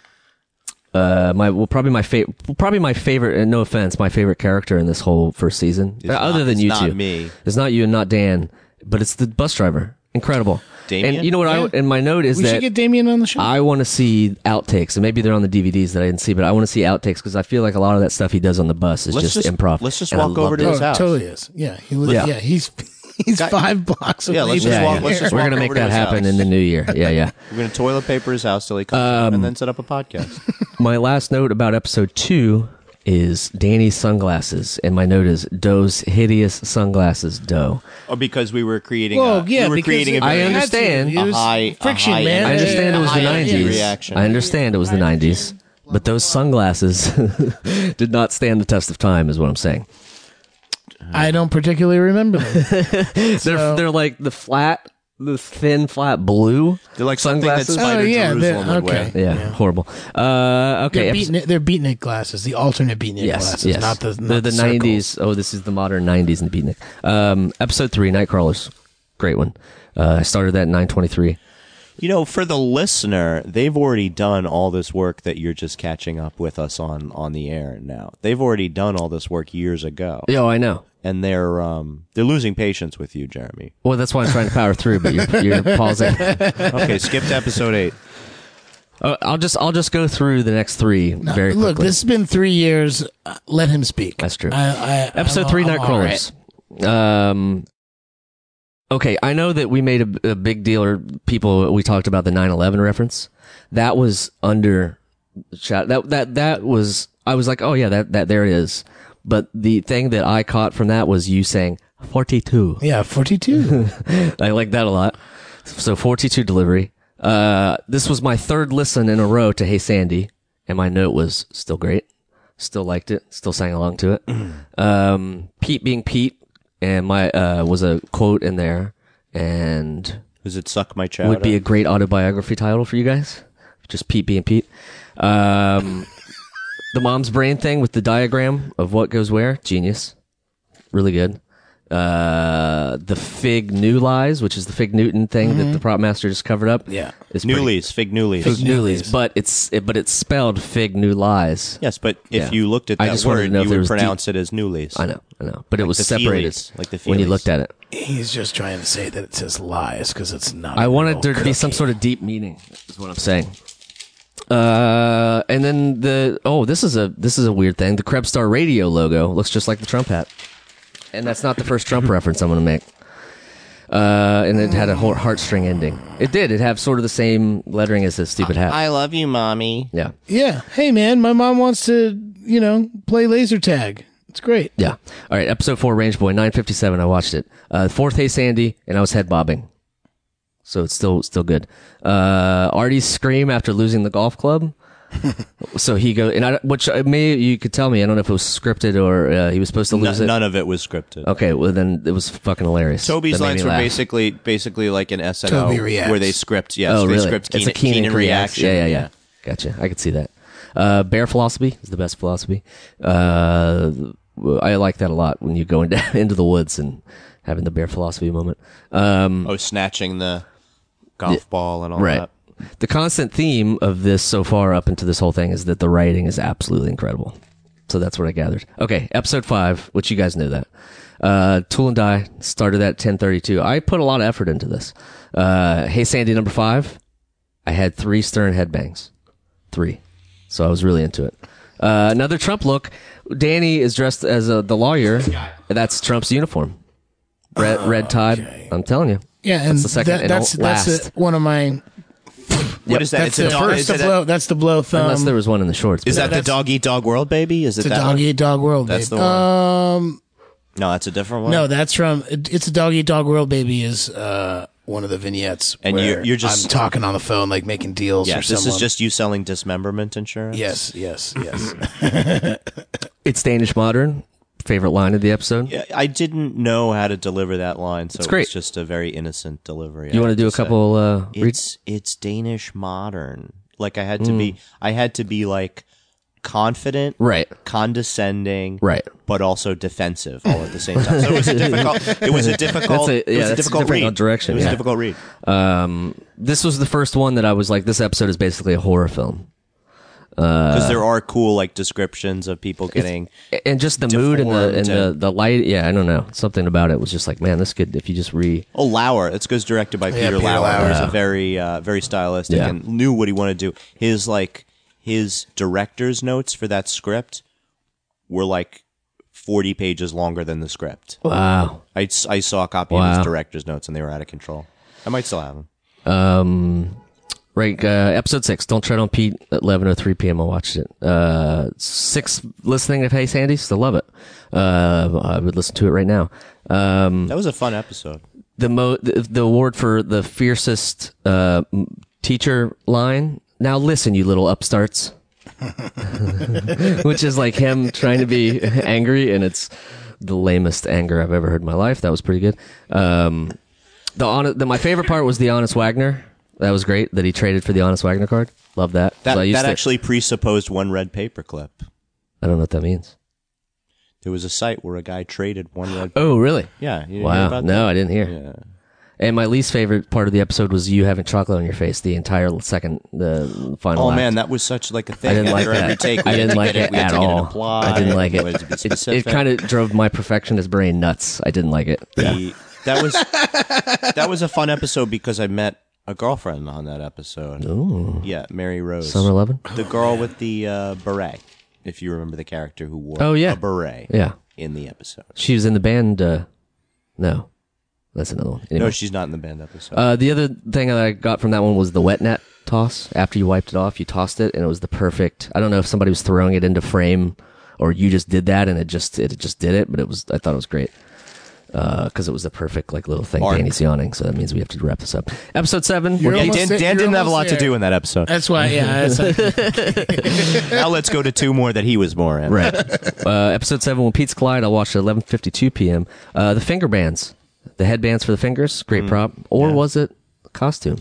Speaker 4: uh, my well, probably my favorite, probably my favorite. And no offense, my favorite character in this whole first season,
Speaker 3: It's
Speaker 4: other
Speaker 3: not-
Speaker 4: than
Speaker 3: it's
Speaker 4: you
Speaker 3: not
Speaker 4: two,
Speaker 3: me.
Speaker 4: it's not you and not Dan, but it's the bus driver. Incredible.
Speaker 3: Damien?
Speaker 4: And you know what? I and my note is
Speaker 5: We
Speaker 4: that
Speaker 5: should get Damien on the show.
Speaker 4: I want to see outtakes, and maybe they're on the DVDs that I didn't see, but I want to see outtakes because I feel like a lot of that stuff he does on the bus is
Speaker 3: Let's
Speaker 4: just,
Speaker 3: just-
Speaker 4: improv.
Speaker 3: let's just
Speaker 4: and I
Speaker 3: walk over
Speaker 4: loved
Speaker 3: to
Speaker 4: it.
Speaker 5: oh,
Speaker 3: his house.
Speaker 5: totally is. Yeah. He lives,
Speaker 4: Yeah.
Speaker 5: yeah. He's he's five blocks away.
Speaker 3: Yeah, let's just
Speaker 5: from
Speaker 4: Yeah,
Speaker 3: walk-
Speaker 4: yeah.
Speaker 3: let's just
Speaker 4: We're
Speaker 3: walk
Speaker 4: gonna
Speaker 3: over
Speaker 4: make
Speaker 3: to
Speaker 4: that
Speaker 3: his
Speaker 4: happen
Speaker 3: house.
Speaker 4: in the new year. Yeah, yeah.
Speaker 3: We're going to toilet paper his house till he comes
Speaker 4: Um,
Speaker 3: out and then set up a podcast.
Speaker 4: My last note about episode two is Danny's sunglasses, and my note is Doe's hideous sunglasses. Doe.
Speaker 3: oh, because we were creating
Speaker 5: Whoa,
Speaker 3: a,
Speaker 5: yeah,
Speaker 3: we were
Speaker 5: because
Speaker 3: creating a
Speaker 5: it-
Speaker 4: I
Speaker 3: very-
Speaker 5: it had to.
Speaker 4: understand.
Speaker 5: It was
Speaker 3: A high- a
Speaker 5: friction,
Speaker 3: high
Speaker 5: man.
Speaker 3: end.
Speaker 4: I understand it was the
Speaker 3: Yeah, yeah, yeah.
Speaker 4: nineties.
Speaker 3: Reaction.
Speaker 4: I understand it was the nineties, but those sunglasses did not stand the test of time, is what I'm saying.
Speaker 5: I don't particularly remember them.
Speaker 4: They're they're like the flat, the thin flat blue.
Speaker 3: They're like something that
Speaker 4: sunglasses.
Speaker 3: Spider
Speaker 5: Oh, yeah,
Speaker 3: Jerusalem
Speaker 5: they're-
Speaker 3: would wear.
Speaker 5: okay.
Speaker 4: yeah, horrible. Uh, okay,
Speaker 5: They're
Speaker 4: episode-
Speaker 5: beatnik, they're beatnik glasses, the alternate beatnik
Speaker 4: Yes,
Speaker 5: glasses,
Speaker 4: yes.
Speaker 5: not the not
Speaker 4: They're the
Speaker 5: circles.
Speaker 4: nineties. Oh, this is the modern nineties and the beatnik. Um, episode three, Nightcrawlers, great one. Uh, I started that at nine twenty three.
Speaker 3: You know, for the listener, they've already done all this work that you're just catching up with us on on the air now. They've already done all this work years ago,
Speaker 4: Yo, I know.
Speaker 3: and they're um they're losing patience with you, Jeremy.
Speaker 4: Well, that's why I'm trying to power through, but you're, you're pausing.
Speaker 3: Okay, skip to episode eight.
Speaker 4: Uh, I'll just I'll just go through the next three very quickly.
Speaker 5: Look, this has been three years. Uh, Let him speak.
Speaker 4: That's true.
Speaker 5: I, I,
Speaker 4: episode
Speaker 5: I'm-
Speaker 4: three,
Speaker 5: I'm all
Speaker 4: Nightcrawlers. Um, okay, I know that we made a, a big deal, or people we talked about the 9-11 reference. That was under shot. That that that was. I was like, oh yeah, that that there it is. But the thing that I caught from that was you saying 42.
Speaker 5: Yeah, 42.
Speaker 4: I like that a lot. So 42 delivery. Uh, this was my third listen in a row to Hey Sandy, and my note was still great. Still liked it. Still sang along to it. Um, Pete being Pete, and my uh, was a quote in there, and
Speaker 3: Does it suck my chowder?
Speaker 4: would be a great autobiography title for you guys. Just Pete being Pete. Um, the mom's brain thing with the diagram of what goes where. Genius. Really good. Uh, the Fig New Lies, which is the Fig Newton thing that the prop master just covered up.
Speaker 5: Yeah.
Speaker 4: Is pretty-
Speaker 3: Mm-hmm. Newlies, fig Newlies.
Speaker 4: Fig New Lies, but it's it, but it's spelled Fig New Lies.
Speaker 3: Yes, but
Speaker 4: Yeah.
Speaker 3: if you looked at
Speaker 4: I
Speaker 3: that
Speaker 4: just wanted to
Speaker 3: word,
Speaker 4: know if
Speaker 3: you
Speaker 4: there
Speaker 3: would
Speaker 4: was deep-
Speaker 3: pronounce it as Newlies.
Speaker 4: I know, I know, but it was
Speaker 3: the
Speaker 4: separated
Speaker 3: Feelies, like the
Speaker 4: when you
Speaker 3: Feelies.
Speaker 4: looked at it.
Speaker 5: He's just trying to say that it says lies because it's not.
Speaker 4: I
Speaker 5: a
Speaker 4: wanted
Speaker 5: real
Speaker 4: there to be
Speaker 5: cookie.
Speaker 4: some sort of deep meaning. Is what I'm saying. Uh, and then the oh, this is a this is a weird thing. The Krebstar Radio logo looks just like the Trump hat, and that's not the first Trump reference I'm going to make. Uh, and it had a heart- heartstring ending. It did. It had sort of the same lettering as his stupid hat.
Speaker 3: love you, mommy.
Speaker 4: yeah,
Speaker 5: Yeah. Hey, man, my mom wants to, you know, play laser tag. It's great.
Speaker 4: yeah. All right, episode four, Range Boy, nine fifty seven. I watched it. Uh, fourth, Hey Sandy, and I was head bobbing. So it's still still good. Uh, Artie's scream after losing the golf club. so he go and I, which I may you could tell me. I don't know if it was scripted or uh, he was supposed to lose it.
Speaker 3: none of it was scripted.
Speaker 4: Okay, well then it was fucking hilarious.
Speaker 3: Toby's
Speaker 4: That made
Speaker 3: lines
Speaker 4: me
Speaker 3: were
Speaker 4: laugh.
Speaker 3: basically basically like an SNL
Speaker 5: Toby reacts.
Speaker 3: where they script. Yes,
Speaker 4: Oh
Speaker 3: they
Speaker 4: really?
Speaker 3: script
Speaker 4: it's
Speaker 3: Keenan,
Speaker 4: a Keenan,
Speaker 3: Keenan
Speaker 4: reaction.
Speaker 3: reaction.
Speaker 4: Yeah, yeah, yeah. Gotcha. I could see that. Uh, bear philosophy is the best philosophy. Uh, I like that a lot when you go into into the woods and having the bear philosophy moment. Um,
Speaker 3: Oh, snatching the golf ball and all
Speaker 4: Right.
Speaker 3: that.
Speaker 4: The constant theme of this so far up into this whole thing is that the writing is absolutely incredible. So that's what I gathered. Okay, episode five, which you guys know that. Uh, Tool and Die started at 1032. I put a lot of effort into this. Uh, hey Sandy, number five. I had three stern headbangs. Three. So I was really into it. Uh, another Trump look. Danny is dressed as a, the lawyer. That's Trump's uniform. Red,
Speaker 3: Oh,
Speaker 4: red tie. I'm telling you.
Speaker 5: Yeah, and
Speaker 4: that's the second
Speaker 5: that-
Speaker 4: and
Speaker 5: that's
Speaker 4: o-
Speaker 5: that's
Speaker 4: last.
Speaker 5: it- one of my.
Speaker 3: What is that? It's
Speaker 5: That's the,
Speaker 3: a dog.
Speaker 5: that's
Speaker 3: Is
Speaker 5: the
Speaker 3: it a-
Speaker 5: blow. that's the blow thumb.
Speaker 4: Unless there was one in the shorts.
Speaker 3: Um, is
Speaker 4: but-
Speaker 3: that the dog eat dog world, baby? Is it
Speaker 5: it's a
Speaker 3: that?
Speaker 5: dog
Speaker 3: one?
Speaker 5: eat dog world.
Speaker 3: That's
Speaker 5: babe.
Speaker 3: the one.
Speaker 5: Um,
Speaker 3: No, that's a different one.
Speaker 5: no, that's from. it- It's a dog eat dog world. Baby is uh one of the vignettes.
Speaker 3: And
Speaker 5: where
Speaker 3: you're- you're just-
Speaker 5: I'm talking on the phone, like making deals.
Speaker 3: yeah,
Speaker 5: or
Speaker 3: this
Speaker 5: someone.
Speaker 3: is just you selling dismemberment insurance.
Speaker 5: Yes, yes, yes.
Speaker 4: It's Danish Modern. Favorite line of the episode.
Speaker 3: Yeah, I didn't know how to deliver that line, so it's
Speaker 4: great.
Speaker 3: it was just a very innocent delivery.
Speaker 4: You want to do a couple? Uh, read-
Speaker 3: It's it's Danish modern. Like I had to be, I had to be like confident,
Speaker 4: Mm. right.
Speaker 3: condescending,
Speaker 4: Right.
Speaker 3: but also defensive all at the same time. So it was a difficult. It was a difficult.
Speaker 4: That's a-
Speaker 3: it
Speaker 4: yeah,
Speaker 3: was
Speaker 4: that's
Speaker 3: a
Speaker 4: a
Speaker 3: difficult
Speaker 4: different
Speaker 3: read.
Speaker 4: direction,
Speaker 3: It was
Speaker 4: yeah.
Speaker 3: a difficult read.
Speaker 4: This was the first one that I was like, this episode is basically a horror film,
Speaker 3: because
Speaker 4: Uh,
Speaker 3: there are cool like descriptions of people getting
Speaker 4: A- and just the mood and the and the,
Speaker 3: Deformed
Speaker 4: the light. Yeah, I don't know. Something about it was just like, man, this could if you just re.
Speaker 3: oh Lauer. This goes directed by Peter,
Speaker 5: Peter
Speaker 3: Lauer.
Speaker 5: Lauer.
Speaker 3: He's a very uh, very stylistic
Speaker 4: Yeah.
Speaker 3: and knew what he wanted to do. His like his director's notes for that script were like forty pages longer than the script.
Speaker 4: Wow.
Speaker 3: I, s- I saw a copy of
Speaker 4: Wow.
Speaker 3: his director's notes and they were out of control. I might still have them.
Speaker 4: Um, right. Uh, episode six. Don't tread on Pete. At eleven oh three p.m. I watched it. Uh, six listening of Hey Sandy. Still love it. Uh, I would listen to it right now. Um,
Speaker 3: That was a fun episode.
Speaker 4: the mo the, the award for the fiercest uh, m- teacher line. Now listen, you little upstarts, which is like him trying to be angry, and it's the lamest anger I've ever heard in my life. That was pretty good. Um, the, hon- the my favorite part was the honest Wagner. That was great that he traded for the honest Wagner card. Love that.
Speaker 3: That
Speaker 4: So I used
Speaker 3: that
Speaker 4: to-
Speaker 3: actually presupposed one red paperclip.
Speaker 4: I don't know what that means.
Speaker 3: There was a site where a guy traded one red.
Speaker 4: Oh, really?
Speaker 3: Yeah, you didn't hear
Speaker 4: Wow. No,
Speaker 3: about that?
Speaker 4: I didn't hear. And my least favorite part of the episode was you having chocolate on your face the entire second, the final.
Speaker 3: Oh
Speaker 4: act.
Speaker 3: man, that was such like a thing.
Speaker 4: I didn't
Speaker 3: After
Speaker 4: like
Speaker 3: every
Speaker 4: that.
Speaker 3: take, we
Speaker 4: I
Speaker 3: had
Speaker 4: didn't
Speaker 3: to
Speaker 4: like
Speaker 3: get
Speaker 4: it
Speaker 3: we had
Speaker 4: at
Speaker 3: to get an
Speaker 4: all.
Speaker 3: applaud,
Speaker 4: I didn't like
Speaker 3: we
Speaker 4: it.
Speaker 3: had to be
Speaker 4: It,
Speaker 3: specific.
Speaker 4: kind of drove my perfectionist brain nuts. I didn't like it.
Speaker 3: The- that was that was a fun episode because I met a girlfriend on that episode. Yeah, Mary Rose,
Speaker 4: Summer Eleven.
Speaker 3: the girl with the uh, beret. If you remember the character who wore
Speaker 4: Oh, yeah.
Speaker 3: a beret
Speaker 4: Yeah,
Speaker 3: in the episode.
Speaker 4: she was in the band. Uh, no, that's another one. Anyway.
Speaker 3: No, she's not in the band episode.
Speaker 4: uh, the other thing that I got from that one was the wet net toss. After you wiped it off, you tossed it, and it was the perfect. I don't know if somebody was throwing it into frame, or you just did that, and it just it just did it. But it was I thought it was great. because it was the perfect like little thing.
Speaker 3: Arc.
Speaker 4: Danny's yawning, so that means we have to wrap this up. Episode seven.
Speaker 5: You're
Speaker 4: we're
Speaker 3: Dan,
Speaker 5: almost
Speaker 3: Dan
Speaker 5: there- you're
Speaker 3: didn't have a
Speaker 5: almost
Speaker 3: lot to
Speaker 5: there.
Speaker 3: do in that episode.
Speaker 5: That's why, yeah. It's like,
Speaker 3: now let's go to two more that he was more in.
Speaker 4: Right. uh, episode seven, when Pete's Clyde, I'll watch at 11.52 p.m. Uh, the finger bands, the headbands for the fingers, great
Speaker 5: Mm.
Speaker 4: prop. Or was it costume?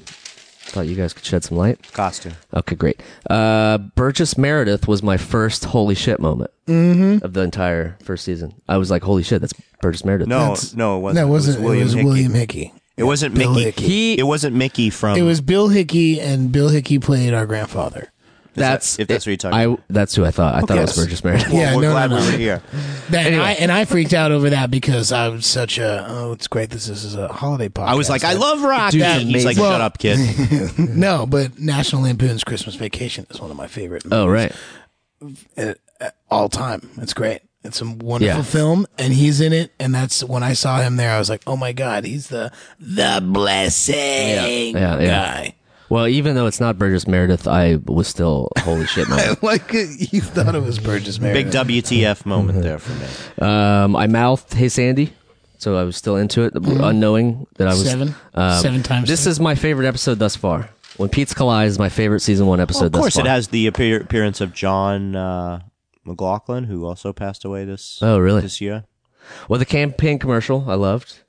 Speaker 4: Thought you guys could shed some light.
Speaker 3: Costume.
Speaker 4: Okay, great. Uh, Burgess Meredith was my first holy shit moment
Speaker 5: Mm-hmm.
Speaker 4: of the entire first season. I was like, holy shit, that's Burgess Meredith.
Speaker 3: No, Oh, no, it wasn't.
Speaker 5: that wasn't.
Speaker 3: it was William
Speaker 5: it was
Speaker 3: Hickey.
Speaker 5: William Hickey.
Speaker 3: It um, wasn't
Speaker 5: Bill
Speaker 3: Mickey.
Speaker 5: Hickey.
Speaker 4: He-
Speaker 3: it wasn't Mickey from.
Speaker 5: It was Bill Hickey, and Bill Hickey played our grandfather.
Speaker 4: that's
Speaker 3: that- if that's what you're talking
Speaker 4: I, That's who I thought. I thought it was
Speaker 3: Yes.
Speaker 4: Burgess Meredith.
Speaker 3: Well,
Speaker 5: Yeah,
Speaker 3: we're
Speaker 5: no, no,
Speaker 3: glad
Speaker 5: no.
Speaker 3: we were here.
Speaker 5: That, and,
Speaker 4: Anyway.
Speaker 5: I, and I freaked out over that because I was such a oh, it's great. This, this is a holiday podcast.
Speaker 3: I was like, I love Rocky.
Speaker 4: Dude's
Speaker 3: He's like,
Speaker 4: amazing.
Speaker 3: shut up, kid.
Speaker 5: no, but National Lampoon's Christmas Vacation is one of my favorite.
Speaker 4: Oh, right.
Speaker 5: all time. It's great. It's a wonderful
Speaker 4: Yeah.
Speaker 5: film, and he's in it. And that's when I saw him there. I was like, "Oh my god, he's the the blessing
Speaker 4: Yeah, yeah.
Speaker 5: guy."
Speaker 4: Well, even though it's not Burgess Meredith, I was still holy shit moment.
Speaker 5: Like you thought it was Burgess Meredith.
Speaker 3: Big WTF moment there for me.
Speaker 4: Um, I mouthed "Hey Sandy," so I was still into it, unknowing that I was
Speaker 5: Mm-hmm.
Speaker 4: uh,
Speaker 5: Seven. Seven times
Speaker 4: This
Speaker 5: seven.
Speaker 4: is my favorite episode thus far. When Pete's Collide is my favorite season one episode.
Speaker 3: of course,
Speaker 4: thus
Speaker 3: it
Speaker 4: far.
Speaker 3: has the appear- appearance of John uh, McLaughlin, who also passed away this.
Speaker 4: Oh, really?
Speaker 3: This year.
Speaker 4: Well, the campaign commercial I loved.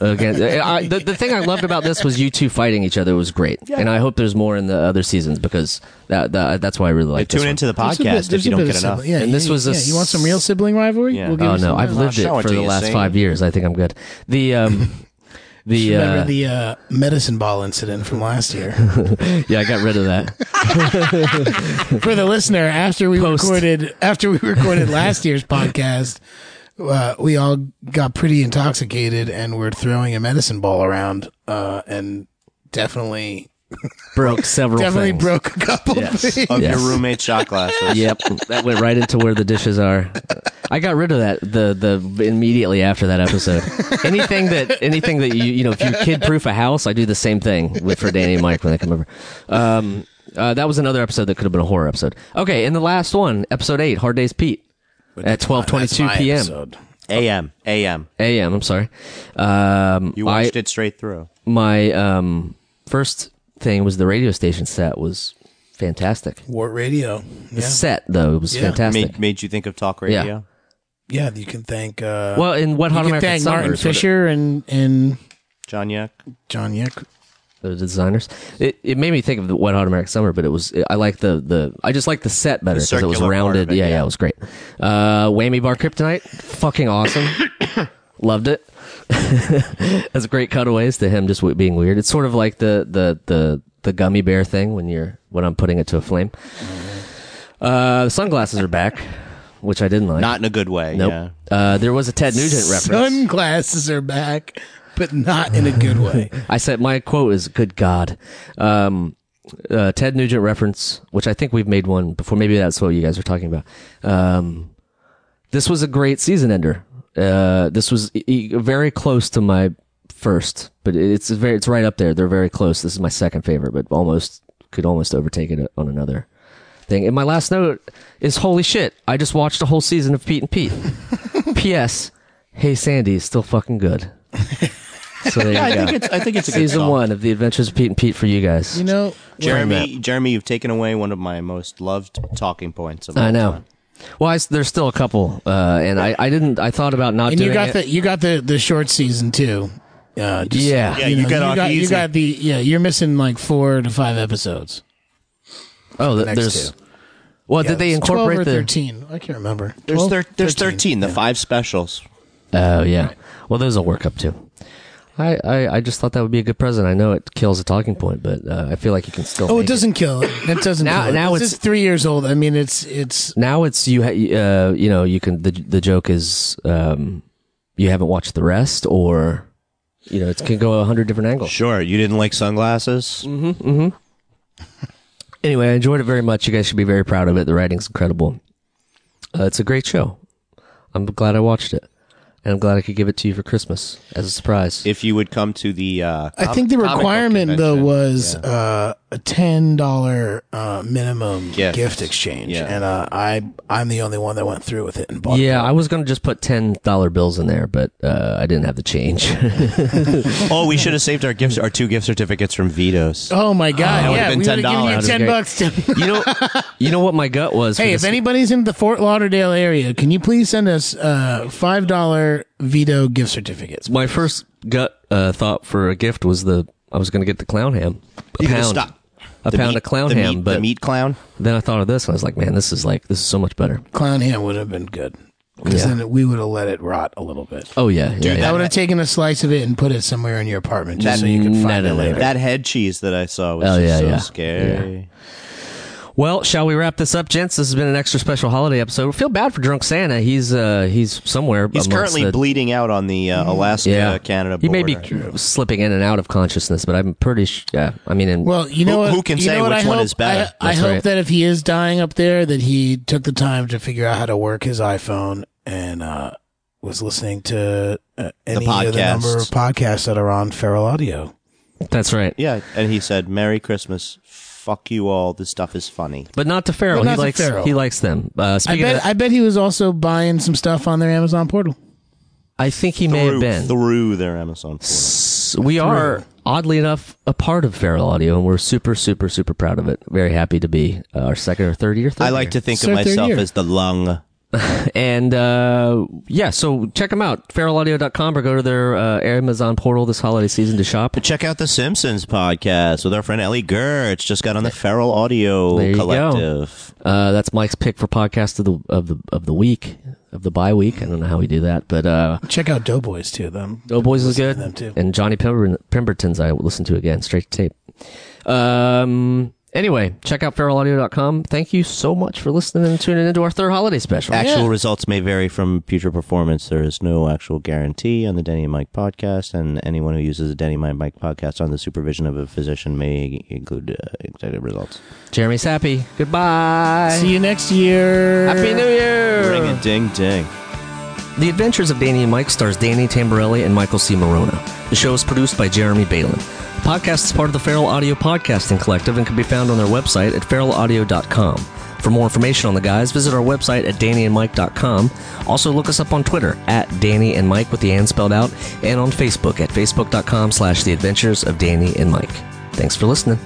Speaker 4: Again, I, the, the thing I loved about this was you two fighting each other was great, and I hope there's more in the other seasons because that, that that's why I really like this
Speaker 3: Tune
Speaker 4: one.
Speaker 3: into the
Speaker 5: There's a bit-
Speaker 3: podcast if
Speaker 5: there's
Speaker 3: you
Speaker 5: a
Speaker 3: don't
Speaker 5: bit
Speaker 3: get
Speaker 5: of
Speaker 3: enough.
Speaker 5: sibling- Yeah,
Speaker 4: And this
Speaker 5: you-
Speaker 4: was a
Speaker 5: yeah, you want some real sibling rivalry?
Speaker 3: Yeah.
Speaker 5: give
Speaker 4: Oh
Speaker 5: you
Speaker 4: no,
Speaker 5: some
Speaker 4: I've
Speaker 5: real-
Speaker 4: lived it
Speaker 3: show it
Speaker 4: for
Speaker 3: to
Speaker 4: the
Speaker 3: you,
Speaker 4: last
Speaker 3: see?
Speaker 4: five years. I think I'm good. The um, the
Speaker 5: Remember
Speaker 4: uh,
Speaker 5: the uh, medicine ball incident from last year?
Speaker 4: uh, yeah, I got rid of that.
Speaker 5: For the listener, after we recorded after we recorded last year's podcast, uh, we all got pretty intoxicated and were throwing a medicine ball around, uh, and definitely
Speaker 4: Broke several.
Speaker 5: definitely
Speaker 4: things.
Speaker 5: broke a couple things.
Speaker 3: Of
Speaker 4: Yes.
Speaker 3: your roommate's shot glasses.
Speaker 4: Yep, that went right into where the dishes are. I got rid of that the the immediately after that episode. Anything that anything that you you know if you kid proof a house, I do the same thing with for Danny and Mike when they come over. Um, uh, that was another episode that could have been a horror episode. Okay, and the last one, episode eight, Hard Days Pete, at twelve twenty
Speaker 5: That's
Speaker 4: two
Speaker 5: my
Speaker 4: p.m.
Speaker 5: episode.
Speaker 3: A.M. A.M.
Speaker 4: a.m. I'm sorry. Um,
Speaker 3: You
Speaker 4: I-
Speaker 3: watched it straight through.
Speaker 4: my um first thing was the radio station set was fantastic.
Speaker 5: Wart Radio.
Speaker 4: The
Speaker 5: Yeah,
Speaker 4: set though it was
Speaker 5: Yeah.
Speaker 4: fantastic.
Speaker 3: Made, made you think of talk radio.
Speaker 4: Yeah.
Speaker 5: yeah. You can thank. Uh,
Speaker 4: well, in what Hot
Speaker 5: you can
Speaker 4: American
Speaker 5: thank
Speaker 4: Summer
Speaker 5: Martin
Speaker 4: is what it-
Speaker 5: Fisher and and
Speaker 3: John Yuck.
Speaker 5: John Yek.
Speaker 4: the designers. It, it made me think of the Wet Hot American Summer, but it was I like the the I just like the set better because it was
Speaker 3: circular part
Speaker 4: rounded.
Speaker 3: of it,
Speaker 4: yeah,
Speaker 3: yeah.
Speaker 4: yeah, it was great. Uh, Whammy Bar Kryptonite, fucking awesome. Loved it. That's great cutaways to him just w- being weird. It's sort of like the the the the gummy bear thing when you're when I'm putting it to a flame. Uh, the sunglasses are back, which I didn't like.
Speaker 3: Not in a good way.
Speaker 4: nope.
Speaker 3: Yeah.
Speaker 4: Uh, there was a Ted Nugent reference.
Speaker 5: Sunglasses are back, but not in a good way.
Speaker 4: I said my quote is "Good God," um, uh, Ted Nugent reference, which I think we've made one before. Maybe that's what you guys were talking about. Um, this was a great season ender. Uh, this was e- e- very close to my first, but it's very it's right up there. They're very close. This is my second favorite, but almost could almost overtake it on another thing. And my last note is holy shit! I just watched a whole season of Pete and Pete. P.S. Hey Sandy is still fucking good. So there you
Speaker 3: I
Speaker 4: go
Speaker 3: think it's. I think it's a good
Speaker 4: season
Speaker 3: song.
Speaker 4: one of the Adventures of Pete and Pete for you guys.
Speaker 5: You know,
Speaker 3: Jeremy, Jeremy, you've taken away one of my most loved talking points. Of all
Speaker 4: I know.
Speaker 3: time.
Speaker 4: Well, I s there's still a couple, uh, and I, I didn't. I thought about not
Speaker 5: and
Speaker 4: doing
Speaker 5: you got
Speaker 4: it.
Speaker 5: the you got the the short season too. Uh, just,
Speaker 4: yeah.
Speaker 3: Yeah, you got off
Speaker 5: you
Speaker 3: easy.
Speaker 5: got the yeah. You're missing like four to five episodes.
Speaker 4: Oh, th-
Speaker 5: next
Speaker 4: there's.
Speaker 5: two.
Speaker 4: Well, did they
Speaker 5: It's 12
Speaker 4: incorporate
Speaker 5: or
Speaker 4: the?
Speaker 5: thirteen? I can't remember.
Speaker 3: There's
Speaker 5: 12?
Speaker 3: thir- there's thirteen. The five specials.
Speaker 4: Oh yeah. Well, those will work up too. I, I, I just thought that would be a good present. I know it kills a talking point, but uh, I feel like you can still.
Speaker 5: Oh,
Speaker 4: make
Speaker 5: it doesn't kill it. That doesn't.
Speaker 4: Now-
Speaker 5: kill it.
Speaker 4: now
Speaker 5: This
Speaker 4: it's-
Speaker 5: is three years old. I mean, it's it's
Speaker 4: Now it's you. Ha- uh, you know, you can. The the joke is, um, you haven't watched the rest, or, you know, it can go a hundred different angles.
Speaker 3: Sure. You didn't like sunglasses.
Speaker 4: Anyway, I enjoyed it very much. You guys should be very proud of it. The writing's incredible. Uh, it's a great show. I'm glad I watched it, and I'm glad I could give it to you for Christmas as a surprise.
Speaker 3: If you would come to the. Uh,
Speaker 5: I think the
Speaker 3: comic book
Speaker 5: requirement though
Speaker 3: convention.
Speaker 5: was uh, a ten dollar uh, minimum
Speaker 3: Gift.
Speaker 5: gift exchange,
Speaker 3: Yeah.
Speaker 5: and uh, I I'm the only one that went through with it and bought.
Speaker 4: Yeah, I was gonna just put ten dollar bills in there, but uh, I didn't have the change.
Speaker 3: oh, we should have saved our gifts, our two gift certificates from Vito's.
Speaker 5: Oh my god!
Speaker 3: would've
Speaker 5: yeah,
Speaker 3: been
Speaker 5: we would've given you
Speaker 3: $10.
Speaker 5: ten
Speaker 4: Okay.
Speaker 5: bucks. To-
Speaker 4: you know, you know what my gut was. for
Speaker 5: hey,
Speaker 4: this-
Speaker 5: if anybody's in the Fort Lauderdale area, can you please send us uh, five dollar veto gift certificates?
Speaker 4: my first gut uh, thought for a gift was the I was gonna get the clown ham. A
Speaker 3: You could've
Speaker 4: pound.
Speaker 3: stopped.
Speaker 4: A pound of clown
Speaker 3: the
Speaker 4: ham,
Speaker 3: meat,
Speaker 4: but
Speaker 3: the meat clown.
Speaker 4: then I thought of this and I was like, man, this is like this is so much better.
Speaker 5: Clown ham would have been good because
Speaker 4: Yeah.
Speaker 5: then we would have let it rot a little bit.
Speaker 4: Oh yeah, yeah, yeah.
Speaker 5: I would have taken a slice of it and put it somewhere in your apartment just so you could find it later.
Speaker 3: That head cheese that I saw was
Speaker 4: Oh,
Speaker 3: just
Speaker 4: yeah,
Speaker 3: so
Speaker 4: yeah.
Speaker 3: scary.
Speaker 4: Well, shall we wrap this up, gents? This has been an extra special holiday episode. We feel bad for drunk Santa. He's uh he's somewhere.
Speaker 3: He's
Speaker 4: amongst
Speaker 3: currently
Speaker 4: the,
Speaker 3: bleeding out on the uh, Alaska
Speaker 4: yeah
Speaker 3: Canada
Speaker 4: He
Speaker 3: border.
Speaker 4: may be slipping in and out of consciousness, but I'm pretty sh- yeah. I mean, and
Speaker 5: Well, you
Speaker 3: Who-
Speaker 5: know what?
Speaker 3: who can
Speaker 5: you
Speaker 3: say
Speaker 5: know what
Speaker 3: which
Speaker 5: I
Speaker 3: one
Speaker 5: hope?
Speaker 3: is better?
Speaker 5: I, I
Speaker 4: That's
Speaker 5: hope
Speaker 4: right.
Speaker 5: that if he is dying up there, that he took the time to figure out how to work his iPhone and uh, was listening to uh, any of the
Speaker 3: podcast.
Speaker 5: number of podcasts that are on Feral Audio.
Speaker 4: that's right.
Speaker 3: yeah, and he said, "Merry Christmas, fuck you all. This stuff is funny."
Speaker 4: But not to Farrell.
Speaker 5: But not
Speaker 4: he
Speaker 5: to
Speaker 4: likes
Speaker 5: Farrell.
Speaker 4: he likes them. Uh,
Speaker 5: I
Speaker 4: speaking
Speaker 5: bet.
Speaker 4: of, that,
Speaker 5: I bet he was also buying some stuff on their Amazon portal.
Speaker 4: I, think he may have
Speaker 3: through,
Speaker 4: been.
Speaker 3: through their Amazon portal.
Speaker 4: S- we are oddly enough a part of Feral Audio, and we're super, super, super proud of it. Very happy to be uh, our second or third year. Third
Speaker 3: I like to think of
Speaker 5: Sir, third
Speaker 3: myself
Speaker 5: year.
Speaker 3: as the lung.
Speaker 4: to, and uh, yeah, so check them out, feralaudio.com, or go to their uh, Amazon portal this holiday season to shop.
Speaker 3: Check out the Simpsons podcast with our friend Ellie Gertz. Just got on the Feral Audio
Speaker 4: There you go.
Speaker 3: Collective.
Speaker 4: Uh, that's Mike's pick for podcast of the of the of the week of the bye week. I don't know how we do that, but uh,
Speaker 5: Check out Doughboys too. Them.
Speaker 4: Doughboys is good.
Speaker 5: them too.
Speaker 4: And Johnny Pember- Pemberton's I listened to again, straight to tape. Um, anyway, check out feralaudio.com. Thank you so much for listening and tuning into our third holiday special.
Speaker 3: Actual results may vary from future performance. There is no actual guarantee on the Denny and Mike podcast, and anyone who uses the Denny and Mike podcast on the supervision of a physician may include uh, excited results.
Speaker 4: Jeremy's happy. Goodbye.
Speaker 5: See you next year.
Speaker 4: happy New Year.
Speaker 3: Ring a ding ding.
Speaker 4: The Adventures of Danny and Mike stars Danny Tamborelli and Michael C. Morona. The show is produced by Jeremy Balin. The podcast is part of the Feral Audio Podcasting Collective and can be found on their website at feralaudio.com. For more information on the guys, visit our website at dannyandmike.com. Also, look us up on Twitter at Danny and Mike with the and spelled out, and on Facebook at facebook.com slash the adventures of Danny and Mike. Thanks for listening.